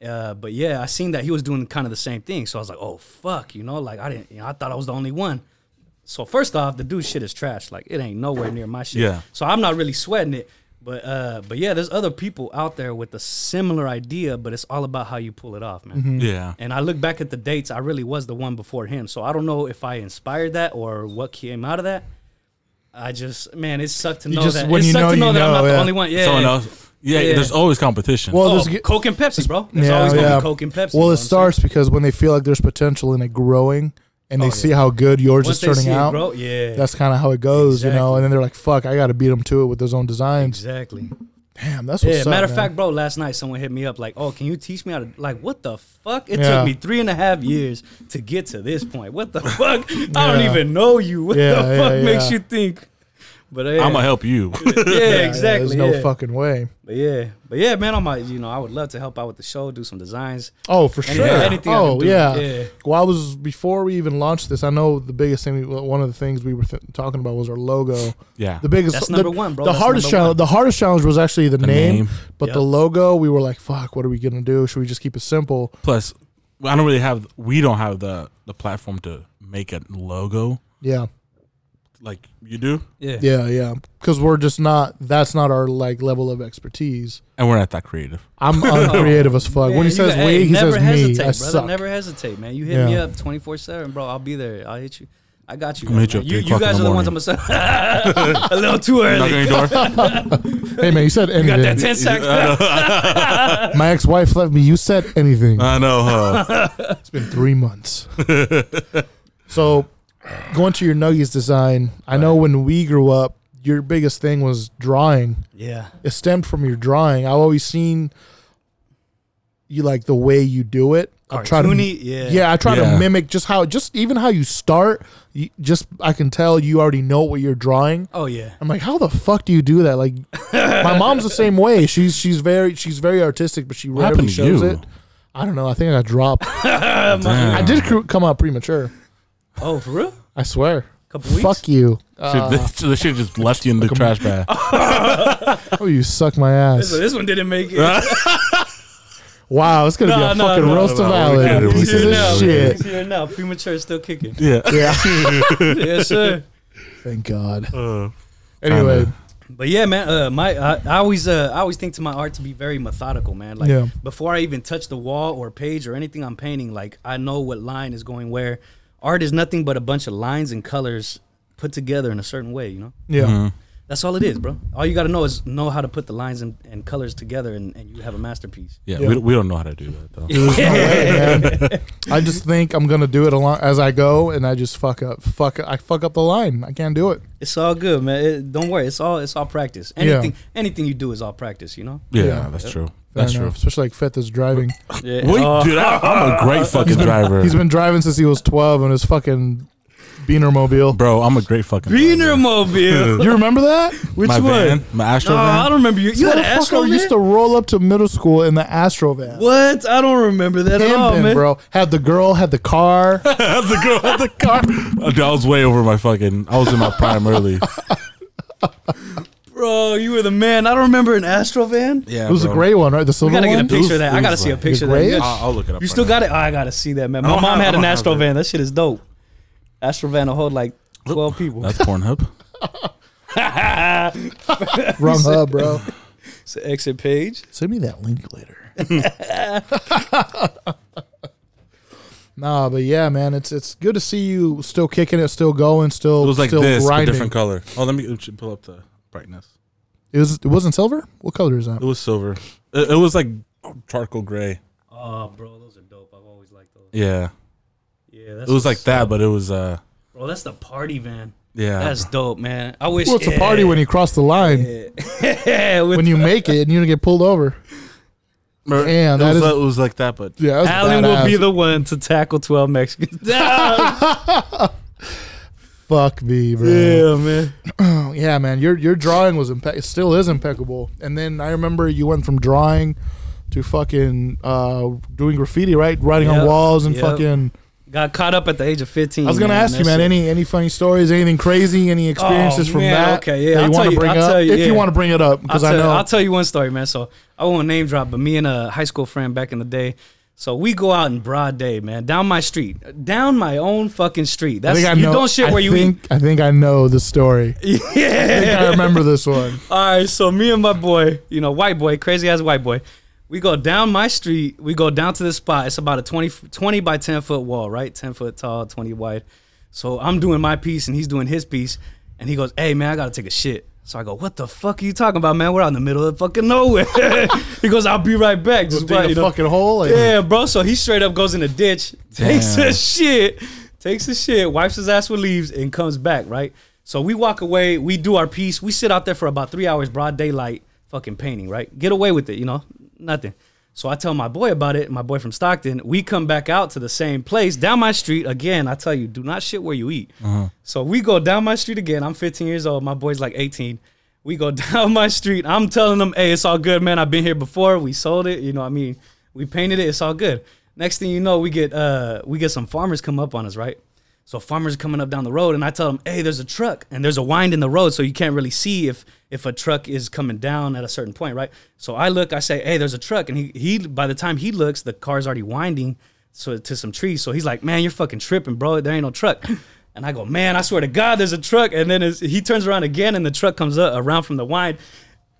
Speaker 3: Uh, but yeah, I seen that he was doing kind of the same thing. So I was like, oh fuck, you know, like I didn't you know, I thought I was the only one. So first off, the dude's shit is trash. Like it ain't nowhere near my shit.
Speaker 1: Yeah.
Speaker 3: So I'm not really sweating it. But uh, but yeah, there's other people out there with a similar idea, but it's all about how you pull it off, man.
Speaker 1: Yeah.
Speaker 3: And I look back at the dates, I really was the one before him. So I don't know if I inspired that or what came out of that. I just, man, it sucked to know
Speaker 2: just-
Speaker 3: that.
Speaker 2: when
Speaker 3: it
Speaker 2: you
Speaker 3: sucked
Speaker 2: know,
Speaker 3: to know
Speaker 2: you
Speaker 3: that I'm
Speaker 2: know,
Speaker 3: not
Speaker 2: yeah.
Speaker 3: the only one. Yeah.
Speaker 1: Someone else. Yeah,
Speaker 3: Yeah.
Speaker 1: There's always competition.
Speaker 2: Well,
Speaker 3: Oh,
Speaker 2: there's get-
Speaker 3: Coke and Pepsi, bro. There's
Speaker 2: Yeah,
Speaker 3: always going to
Speaker 2: yeah.
Speaker 3: be Coke and Pepsi. you know
Speaker 2: well,
Speaker 3: what
Speaker 2: it
Speaker 3: I'm
Speaker 2: starts because when they feel like there's potential in it growing, and they
Speaker 3: Oh,
Speaker 2: see how good yours
Speaker 3: saying? Once
Speaker 2: is
Speaker 3: they
Speaker 2: turning
Speaker 3: see it
Speaker 2: out.
Speaker 3: grow- yeah.
Speaker 2: That's kind of how it goes, you know.
Speaker 3: Exactly.
Speaker 2: And then they're like, "Fuck, I got to beat him to it with those own designs."
Speaker 3: exactly.
Speaker 2: Damn, that's what's
Speaker 3: Yeah.
Speaker 2: up,
Speaker 3: Matter of
Speaker 2: man.
Speaker 3: fact, bro, last night someone hit me up like, oh, can you teach me how to, like, what the fuck? It
Speaker 2: Yeah.
Speaker 3: took me three and a half years to get to this point. What the fuck? I don't
Speaker 2: Yeah.
Speaker 3: even know you. What
Speaker 2: Yeah,
Speaker 3: the
Speaker 2: yeah,
Speaker 3: fuck
Speaker 2: yeah.
Speaker 3: makes you think? But yeah.
Speaker 1: I'm gonna help you.
Speaker 3: yeah,
Speaker 2: Yeah, yeah,
Speaker 3: exactly.
Speaker 2: there's
Speaker 3: yeah.
Speaker 2: no fucking way.
Speaker 3: But yeah, but yeah, man, on my you know, I would love to help out with the show, do some designs.
Speaker 2: Oh, for
Speaker 3: Any-
Speaker 2: sure.
Speaker 3: anything I can
Speaker 2: oh,
Speaker 3: do,
Speaker 2: yeah.
Speaker 3: yeah.
Speaker 2: Well, I was before we even launched this. I know the biggest thing. we- One of the things we were th- talking about was our logo.
Speaker 1: yeah.
Speaker 2: The biggest.
Speaker 3: That's
Speaker 2: the-
Speaker 3: number one, bro.
Speaker 2: The
Speaker 3: That's
Speaker 2: hardest
Speaker 3: number
Speaker 2: challenge.
Speaker 3: one.
Speaker 2: The hardest challenge was actually the, name,
Speaker 1: name.
Speaker 2: but the
Speaker 3: Yep.
Speaker 2: logo. We were like, "Fuck, what are we gonna do? Should we just keep it simple?"
Speaker 1: Plus, I don't really have. We don't have the the platform to make a logo
Speaker 2: Yeah,
Speaker 1: like you do,
Speaker 3: Yeah,
Speaker 2: yeah, yeah. Because we're just not. That's not our like level of expertise.
Speaker 1: and we're not that creative.
Speaker 3: [LAUGHS]
Speaker 2: I'm uncreative as fuck.
Speaker 3: Oh, Man,
Speaker 2: when he
Speaker 3: you
Speaker 2: says
Speaker 3: got-
Speaker 2: we,
Speaker 3: hey,
Speaker 2: he
Speaker 3: never
Speaker 2: says
Speaker 3: hesitate,
Speaker 2: me. I
Speaker 3: brother.
Speaker 2: suck.
Speaker 3: Never hesitate, man. You hit
Speaker 2: Yeah.
Speaker 3: me up twenty four seven, bro. I'll be there. I'll hit you. I got you.
Speaker 1: I'm gonna hit you
Speaker 3: man.
Speaker 1: up
Speaker 3: you,
Speaker 1: three o'clock
Speaker 3: guys
Speaker 1: in
Speaker 3: are
Speaker 1: the
Speaker 3: the ones I'm gonna
Speaker 1: [LAUGHS]
Speaker 3: say [LAUGHS] a little too
Speaker 1: Knock
Speaker 3: early.
Speaker 1: on your door.
Speaker 2: hey man, you
Speaker 3: [LAUGHS]
Speaker 2: said
Speaker 3: Got that
Speaker 2: anything.
Speaker 3: ten
Speaker 1: [LAUGHS]
Speaker 3: seconds. [LAUGHS]
Speaker 2: My ex-wife left me. You said anything.
Speaker 3: Oh,
Speaker 1: I know. Huh?
Speaker 2: It's been three months. [LAUGHS] so, going to your Nuggies design, I know when we grew up, your biggest thing was drawing.
Speaker 3: yeah,
Speaker 2: It stemmed from your drawing. I've always seen you like the way you do it. I try to,
Speaker 3: Cartoony, yeah.
Speaker 2: yeah, I try
Speaker 1: Yeah.
Speaker 2: to mimic just how, just even how you start. You, just I can tell you already know what you're drawing.
Speaker 3: Oh yeah.
Speaker 2: I'm like, how the fuck do you do that?
Speaker 3: [LAUGHS]
Speaker 2: Like, my mom's the same way. She's she's very she's very artistic, but she rarely
Speaker 1: happened to
Speaker 2: shows
Speaker 1: you?
Speaker 2: it. I don't know. I think I got dropped.
Speaker 1: Damn.
Speaker 2: I did cr- come out premature.
Speaker 3: Oh for real?
Speaker 2: I swear.
Speaker 3: Couple weeks.
Speaker 2: Fuck you.
Speaker 1: Shit, this, this shit just left you in the trash [LAUGHS] bag.
Speaker 2: Oh, you suck my
Speaker 3: This
Speaker 2: ass.
Speaker 3: one, this one didn't make
Speaker 1: [LAUGHS]
Speaker 3: it.
Speaker 2: Wow, it's gonna be a
Speaker 3: No, no,
Speaker 2: fucking
Speaker 3: no,
Speaker 2: roast
Speaker 1: no,
Speaker 2: of
Speaker 1: no,
Speaker 2: Alan.
Speaker 1: we can't do it, we
Speaker 2: Pieces
Speaker 1: can't
Speaker 2: of
Speaker 1: do it, we
Speaker 2: shit.
Speaker 3: He's here now. Premature,
Speaker 1: [LAUGHS]
Speaker 3: still kicking.
Speaker 1: Yeah.
Speaker 3: yes, sir.
Speaker 2: Thank God.
Speaker 1: Uh,
Speaker 2: Anyway,
Speaker 3: But yeah, man, uh, my I, I always uh, I always think to my art to be very methodical, man. Like
Speaker 2: Yeah.
Speaker 3: before I even touch the wall or page or anything I'm painting, like I know what line is going where. Art is nothing but a bunch of lines and colors put together in a certain way, you know.
Speaker 2: yeah,
Speaker 1: Mm-hmm.
Speaker 3: That's all it is, bro. All you got to know is know how to put the lines and, and colors together, and, and you have a masterpiece.
Speaker 1: yeah.
Speaker 2: Yeah.
Speaker 1: We, we don't know how to do that though.
Speaker 3: [LAUGHS]
Speaker 2: I just think I'm gonna do it along as I go, and I just fuck up. Fuck, I fuck up the line. I can't do it.
Speaker 3: It's all good, man. It- don't worry. It's all it's all practice.
Speaker 2: Yeah.
Speaker 3: Anything anything you do is all practice, you know.
Speaker 1: Yeah,
Speaker 2: Yeah.
Speaker 1: that's true. That's true.
Speaker 2: Especially like Feth is driving.
Speaker 3: Yeah.
Speaker 1: Wait,
Speaker 3: Oh,
Speaker 1: dude, I, I'm a great fucking driver,
Speaker 2: He's been driving since he was 12 in his fucking Beaner mobile.
Speaker 1: bro. I'm a great fucking
Speaker 3: Beaner
Speaker 1: driver.
Speaker 2: [LAUGHS]
Speaker 3: Mobile.
Speaker 2: You remember that?
Speaker 3: Which
Speaker 1: my
Speaker 3: one?
Speaker 1: van, my Astro
Speaker 3: No, I
Speaker 1: van.
Speaker 3: don't remember you. You had an
Speaker 2: Motherfucker
Speaker 3: Astro
Speaker 2: used to
Speaker 3: van?
Speaker 2: roll up to middle school in the Astro van.
Speaker 3: What? I don't remember that at all,
Speaker 2: Pimping,
Speaker 3: man.
Speaker 2: bro. Had the girl, had the
Speaker 3: [LAUGHS]
Speaker 2: car.
Speaker 1: That's the girl at the car. Dude, I was way over my fucking. I was in my prime early.
Speaker 3: Bro, you were the man. I don't remember an Astro van.
Speaker 1: [LAUGHS] Yeah,
Speaker 2: It was a gray one, right? The
Speaker 3: We
Speaker 2: silver
Speaker 3: gotta get a
Speaker 2: one.
Speaker 1: It was-
Speaker 3: picture of that.
Speaker 1: it
Speaker 3: I gotta
Speaker 1: was
Speaker 3: see a
Speaker 1: like-
Speaker 3: picture of
Speaker 2: You're
Speaker 3: that.
Speaker 2: great?
Speaker 1: I'll,
Speaker 3: Yeah.
Speaker 1: I'll look it up.
Speaker 3: You still got it? Oh, I gotta see that, man.
Speaker 1: I
Speaker 3: My
Speaker 1: don't
Speaker 3: mom
Speaker 1: have- I
Speaker 3: had
Speaker 1: don't
Speaker 3: an
Speaker 1: have
Speaker 3: Astro
Speaker 1: it.
Speaker 3: van. That shit is dope. Astro van will hold like twelve people.
Speaker 1: That's Pornhub.
Speaker 2: Wrong
Speaker 3: [LAUGHS]
Speaker 2: hub, bro.
Speaker 3: It's an exit page.
Speaker 2: Send me that link later. [LAUGHS] nah, but yeah, man, it's it's good to see you still kicking it, still going, still
Speaker 1: It was like
Speaker 2: still
Speaker 1: this, but
Speaker 2: grinding.
Speaker 1: different color. Oh, let me let me pull up the brightness.
Speaker 2: It was it wasn't silver. What color is that?
Speaker 1: It was silver. It, it was like charcoal gray.
Speaker 3: Oh, bro, those are dope. I've always liked those.
Speaker 1: Yeah,
Speaker 3: Yeah, that's
Speaker 1: it was like that, but it was uh,
Speaker 3: Bro, that's the party van.
Speaker 1: yeah.
Speaker 3: That's dope, man. I wish.
Speaker 2: Well, it's a party when you cross the line.
Speaker 3: Yeah, with
Speaker 2: When you make it and you don't get pulled over.
Speaker 1: Mer-
Speaker 2: Damn,
Speaker 1: it
Speaker 2: that
Speaker 1: was,
Speaker 2: is-
Speaker 1: uh, it was like that, but
Speaker 2: Yeah, that's
Speaker 3: Alan will be
Speaker 2: badass.
Speaker 3: the one to tackle twelve Mexicans. [LAUGHS]
Speaker 2: [LAUGHS]
Speaker 3: Damn,
Speaker 2: fuck me, bro.
Speaker 3: man.
Speaker 2: Oh, yeah, man, your your drawing was impe- it still is impeccable. And then I remember you went from drawing to fucking uh, doing graffiti, right? Writing
Speaker 3: Yep,
Speaker 2: on walls and
Speaker 3: yep.
Speaker 2: fucking.
Speaker 3: Got caught up at the age of fifteen.
Speaker 2: I was gonna ask you,
Speaker 3: that's
Speaker 2: man.
Speaker 3: it.
Speaker 2: Any any funny stories? Anything crazy? Any experiences from
Speaker 3: man,
Speaker 2: that?
Speaker 3: okay, yeah,
Speaker 2: that you
Speaker 3: I'll
Speaker 2: want
Speaker 3: tell
Speaker 2: to
Speaker 3: you-
Speaker 2: bring
Speaker 3: I'll
Speaker 2: up
Speaker 3: tell you,
Speaker 2: if you
Speaker 3: yeah.
Speaker 2: want to bring it up because
Speaker 3: I'll
Speaker 2: I
Speaker 3: tell,
Speaker 2: know
Speaker 3: I'll tell you one story, man. So I won't name drop, but me and a high school friend back in the day. So we go out in broad day, man, down my street, down my own fucking street.
Speaker 2: I
Speaker 3: That's
Speaker 2: think I
Speaker 3: you
Speaker 2: know-
Speaker 3: don't shit
Speaker 2: I
Speaker 3: where you
Speaker 2: think, I think I know the
Speaker 3: [LAUGHS]
Speaker 2: story.
Speaker 3: eat.
Speaker 2: I think I
Speaker 3: yeah.
Speaker 2: remember this one.
Speaker 3: All right. So me and my boy, you know, white boy, crazy ass white boy, we go down my street. We go down to this spot. It's about a 20, 20 by ten foot wall, right? Ten foot tall, twenty wide. So I'm doing my piece and he's doing his piece, and he goes, "Hey man, I gotta take a shit." So I go, "What the fuck are you talking about, man? We're out in the middle of fucking nowhere." [LAUGHS] he goes, "I'll be right back." [LAUGHS] Just
Speaker 2: Just dig
Speaker 3: right,
Speaker 2: a
Speaker 3: you know?
Speaker 2: fucking hole. Like,
Speaker 3: Yeah, bro. So he straight up goes in the ditch, takes
Speaker 1: Damn.
Speaker 3: his shit, takes his shit, wipes his ass with leaves, and comes back, right? So we walk away, we do our piece, we sit out there for about three hours, broad daylight, fucking painting, right? Get away with it, you know? Nothing. So I tell my boy about it, my boy from Stockton. We come back out to the same place, down my street again. I tell you, do not shit where you eat. So we go down my street again. I'm 15 years old. My boy's like 18. We go [LAUGHS] down my street. I'm telling them, hey, it's all good, man. I've been here before. We sold it. You know what I mean? We painted it. It's all good. Next thing you know, we get uh we get some farmers come up on us, right? So farmers are coming up down the road, and I tell them, hey, there's a truck, and there's a wind in the road, so you can't really see if if a truck is coming down at a certain point, right? So I look, I say, hey, there's a truck, and he he by the time he looks, the car's already winding so to some trees. So he's like, man, you're fucking tripping, bro. There ain't
Speaker 2: [LAUGHS]
Speaker 3: no truck. And I go, man, I swear to God, there's a truck. And then it's, he turns around again, and the truck comes up around from the wind.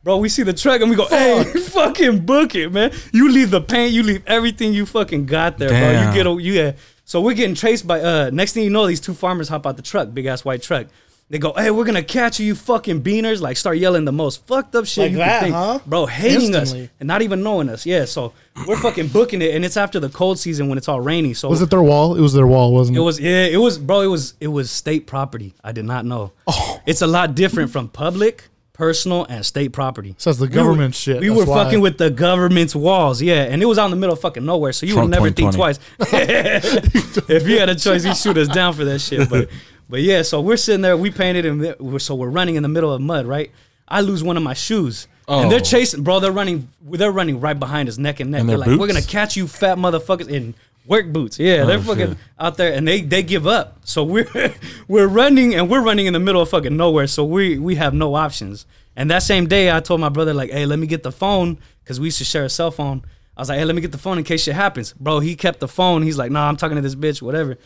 Speaker 3: Bro, we see the truck and we go, hey, [LAUGHS] fucking book it, man. You leave the paint, you leave everything you fucking got there, bro.
Speaker 1: Damn.
Speaker 3: You get a, you yeah. So we're getting traced by uh next thing you know, these two farmers hop out the truck, big ass white truck. They go, hey, we're gonna catch you, you fucking beaners. Like start yelling the most fucked up shit
Speaker 2: Like
Speaker 3: you
Speaker 2: that,
Speaker 3: can think.
Speaker 2: huh?
Speaker 3: Bro, hating
Speaker 2: Instantly.
Speaker 3: us and not even knowing us. Yeah, so we're fucking booking it, and it's after the cold season when it's all rainy. So
Speaker 2: Was it their wall? It was their wall, wasn't
Speaker 3: it
Speaker 2: it?
Speaker 3: was yeah, it was bro, it was it was state property. I did not know. Oh. It's a lot different from public, personal, and state property.
Speaker 2: So it's the
Speaker 3: We were-
Speaker 2: government shit,
Speaker 3: We
Speaker 2: that's
Speaker 3: were
Speaker 2: why.
Speaker 3: fucking with the government's walls, yeah. And it was out in the middle of fucking nowhere, so you
Speaker 1: Trump
Speaker 3: would never think
Speaker 1: 2020.
Speaker 3: twice. [LAUGHS] if you had a choice, he'd shoot us down for that shit. But but yeah, so we're sitting there, we painted and th- we're- so we're running in the middle of mud, right? I lose one of my shoes. And they're
Speaker 1: Oh.
Speaker 3: chasing, bro. They're running. They're running right behind us, neck and neck.
Speaker 1: In
Speaker 3: they're
Speaker 1: their
Speaker 3: like, "We're
Speaker 1: boots?
Speaker 3: gonna catch you, fat motherfuckers!" In work boots, yeah. they're
Speaker 1: Oh,
Speaker 3: fucking
Speaker 1: shit.
Speaker 3: out there and they they give up. So we're [LAUGHS] we're running and we're running in the middle of fucking nowhere. So we we have no options. And that same day, I told my brother like, "Hey, let me get the phone because we used to share a cell phone." I was like, "Hey, let me get the phone in case shit happens." Bro, he kept the phone. He's like, "Nah, I'm talking to this bitch,
Speaker 1: [LAUGHS]
Speaker 3: whatever."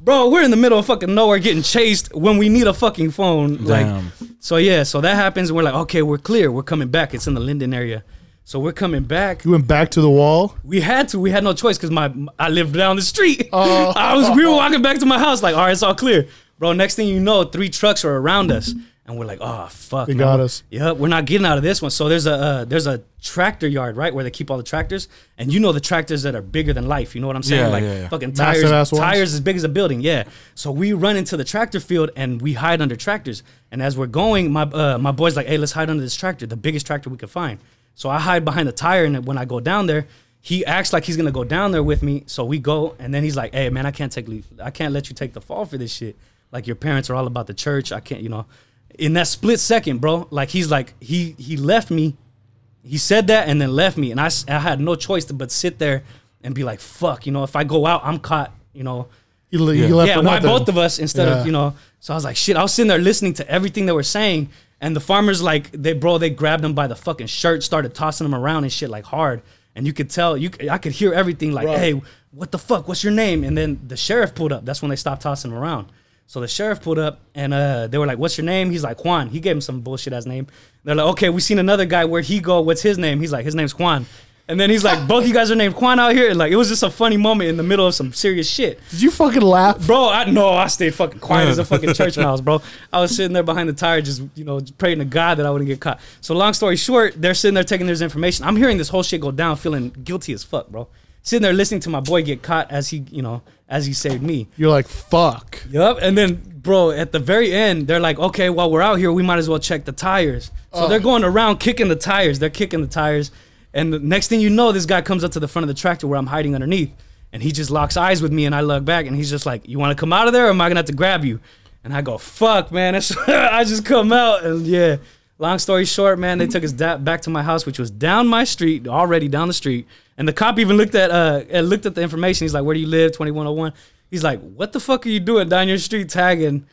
Speaker 3: Bro, we're in the middle of fucking nowhere getting chased when we need a fucking
Speaker 1: Damn.
Speaker 3: phone. Like, so yeah, so that happens. And we're like, okay, we're clear. We're coming back. It's in the Linden area. So we're coming back.
Speaker 2: You went back to the wall.
Speaker 3: We had to. We had no choice because my I lived down the street. [LAUGHS] I was. We were walking back to my house. Like, all right, it's all clear, bro. Next thing you know, three trucks are around us, and we're like, oh fuck,
Speaker 2: They
Speaker 3: man.
Speaker 2: got us.
Speaker 3: Yep, we're not getting out of this one. So there's a uh, there's a tractor yard right where they keep all the tractors, and you know the tractors that are bigger than life. You know what I'm saying?
Speaker 1: Yeah,
Speaker 3: like
Speaker 1: yeah, yeah.
Speaker 3: fucking
Speaker 2: Massive
Speaker 3: tires,
Speaker 2: ass ones.
Speaker 3: tires as big as a building. Yeah. So we run into the tractor field and we hide under tractors. And as we're going, my uh, my boy's like, hey, let's hide under this tractor, the biggest tractor we could find. So I hide behind the tire, and when I go down there, he acts like he's gonna go down there with me. So we go, and then he's like, "Hey, man, I can't take, leave. I can't let you take the fall for this shit. Like your parents are all about the church. I can't, you know." In that split second, bro, like he's like he he left me. He said that and then left me, and I s- I had no choice to but sit there and be like, "Fuck," you know. If I go out, I'm caught, you know
Speaker 2: He, le- he
Speaker 1: Yeah.
Speaker 2: left
Speaker 3: yeah,
Speaker 2: for
Speaker 3: why
Speaker 2: nothing.
Speaker 3: both of us instead
Speaker 2: Yeah.
Speaker 3: of you know? So I was like, shit. I was sitting there listening to everything they were saying, and the farmers like they bro, they grabbed him by the fucking shirt, started tossing him around and shit like hard, and you could tell you, c- I could hear everything like,
Speaker 2: Right.
Speaker 3: hey, what the fuck? What's your name? And then the sheriff pulled up. That's when they stopped tossing him around. So the sheriff pulled up and uh, they were like, "What's your name?" He's like Juan. He gave him some bullshit ass name. They're like, "Okay, we seen another guy. Where'd he go? What's his name?" He's like, "His name's Juan." And then he's like, "Both you guys are named Juan out here." And, like it was just a funny moment in the middle of some serious shit.
Speaker 2: Did you fucking laugh?
Speaker 3: Bro, I know I stayed fucking quiet as a fucking church mouse, bro. I was sitting there behind the tire, just you know, just praying to God that I wouldn't get caught. So long story short, they're sitting there taking this information. I'm hearing this whole shit go down, feeling guilty as fuck, bro. Sitting there listening to my boy get caught as he, you know, as he saved me.
Speaker 2: You're like fuck.
Speaker 3: Yup. And then, bro, at the very end, they're like, okay, while we're out here, we might as well check the tires. So they're going around kicking the tires. They're kicking the tires. And the next thing you know, this guy comes up to the front of the tractor where I'm hiding underneath. And he just locks eyes with me and I look back and he's just like, you want to come out of there or am I going to have to grab you? And I go, fuck, man. That's [LAUGHS] I just come out. And yeah, long story short, man, they took us da- back to my house, which was down my street, already down the street. And the cop even looked at uh, and looked at the information. He's like, where do you live? 2101. He's like, "What the fuck are you doing down your street tagging?"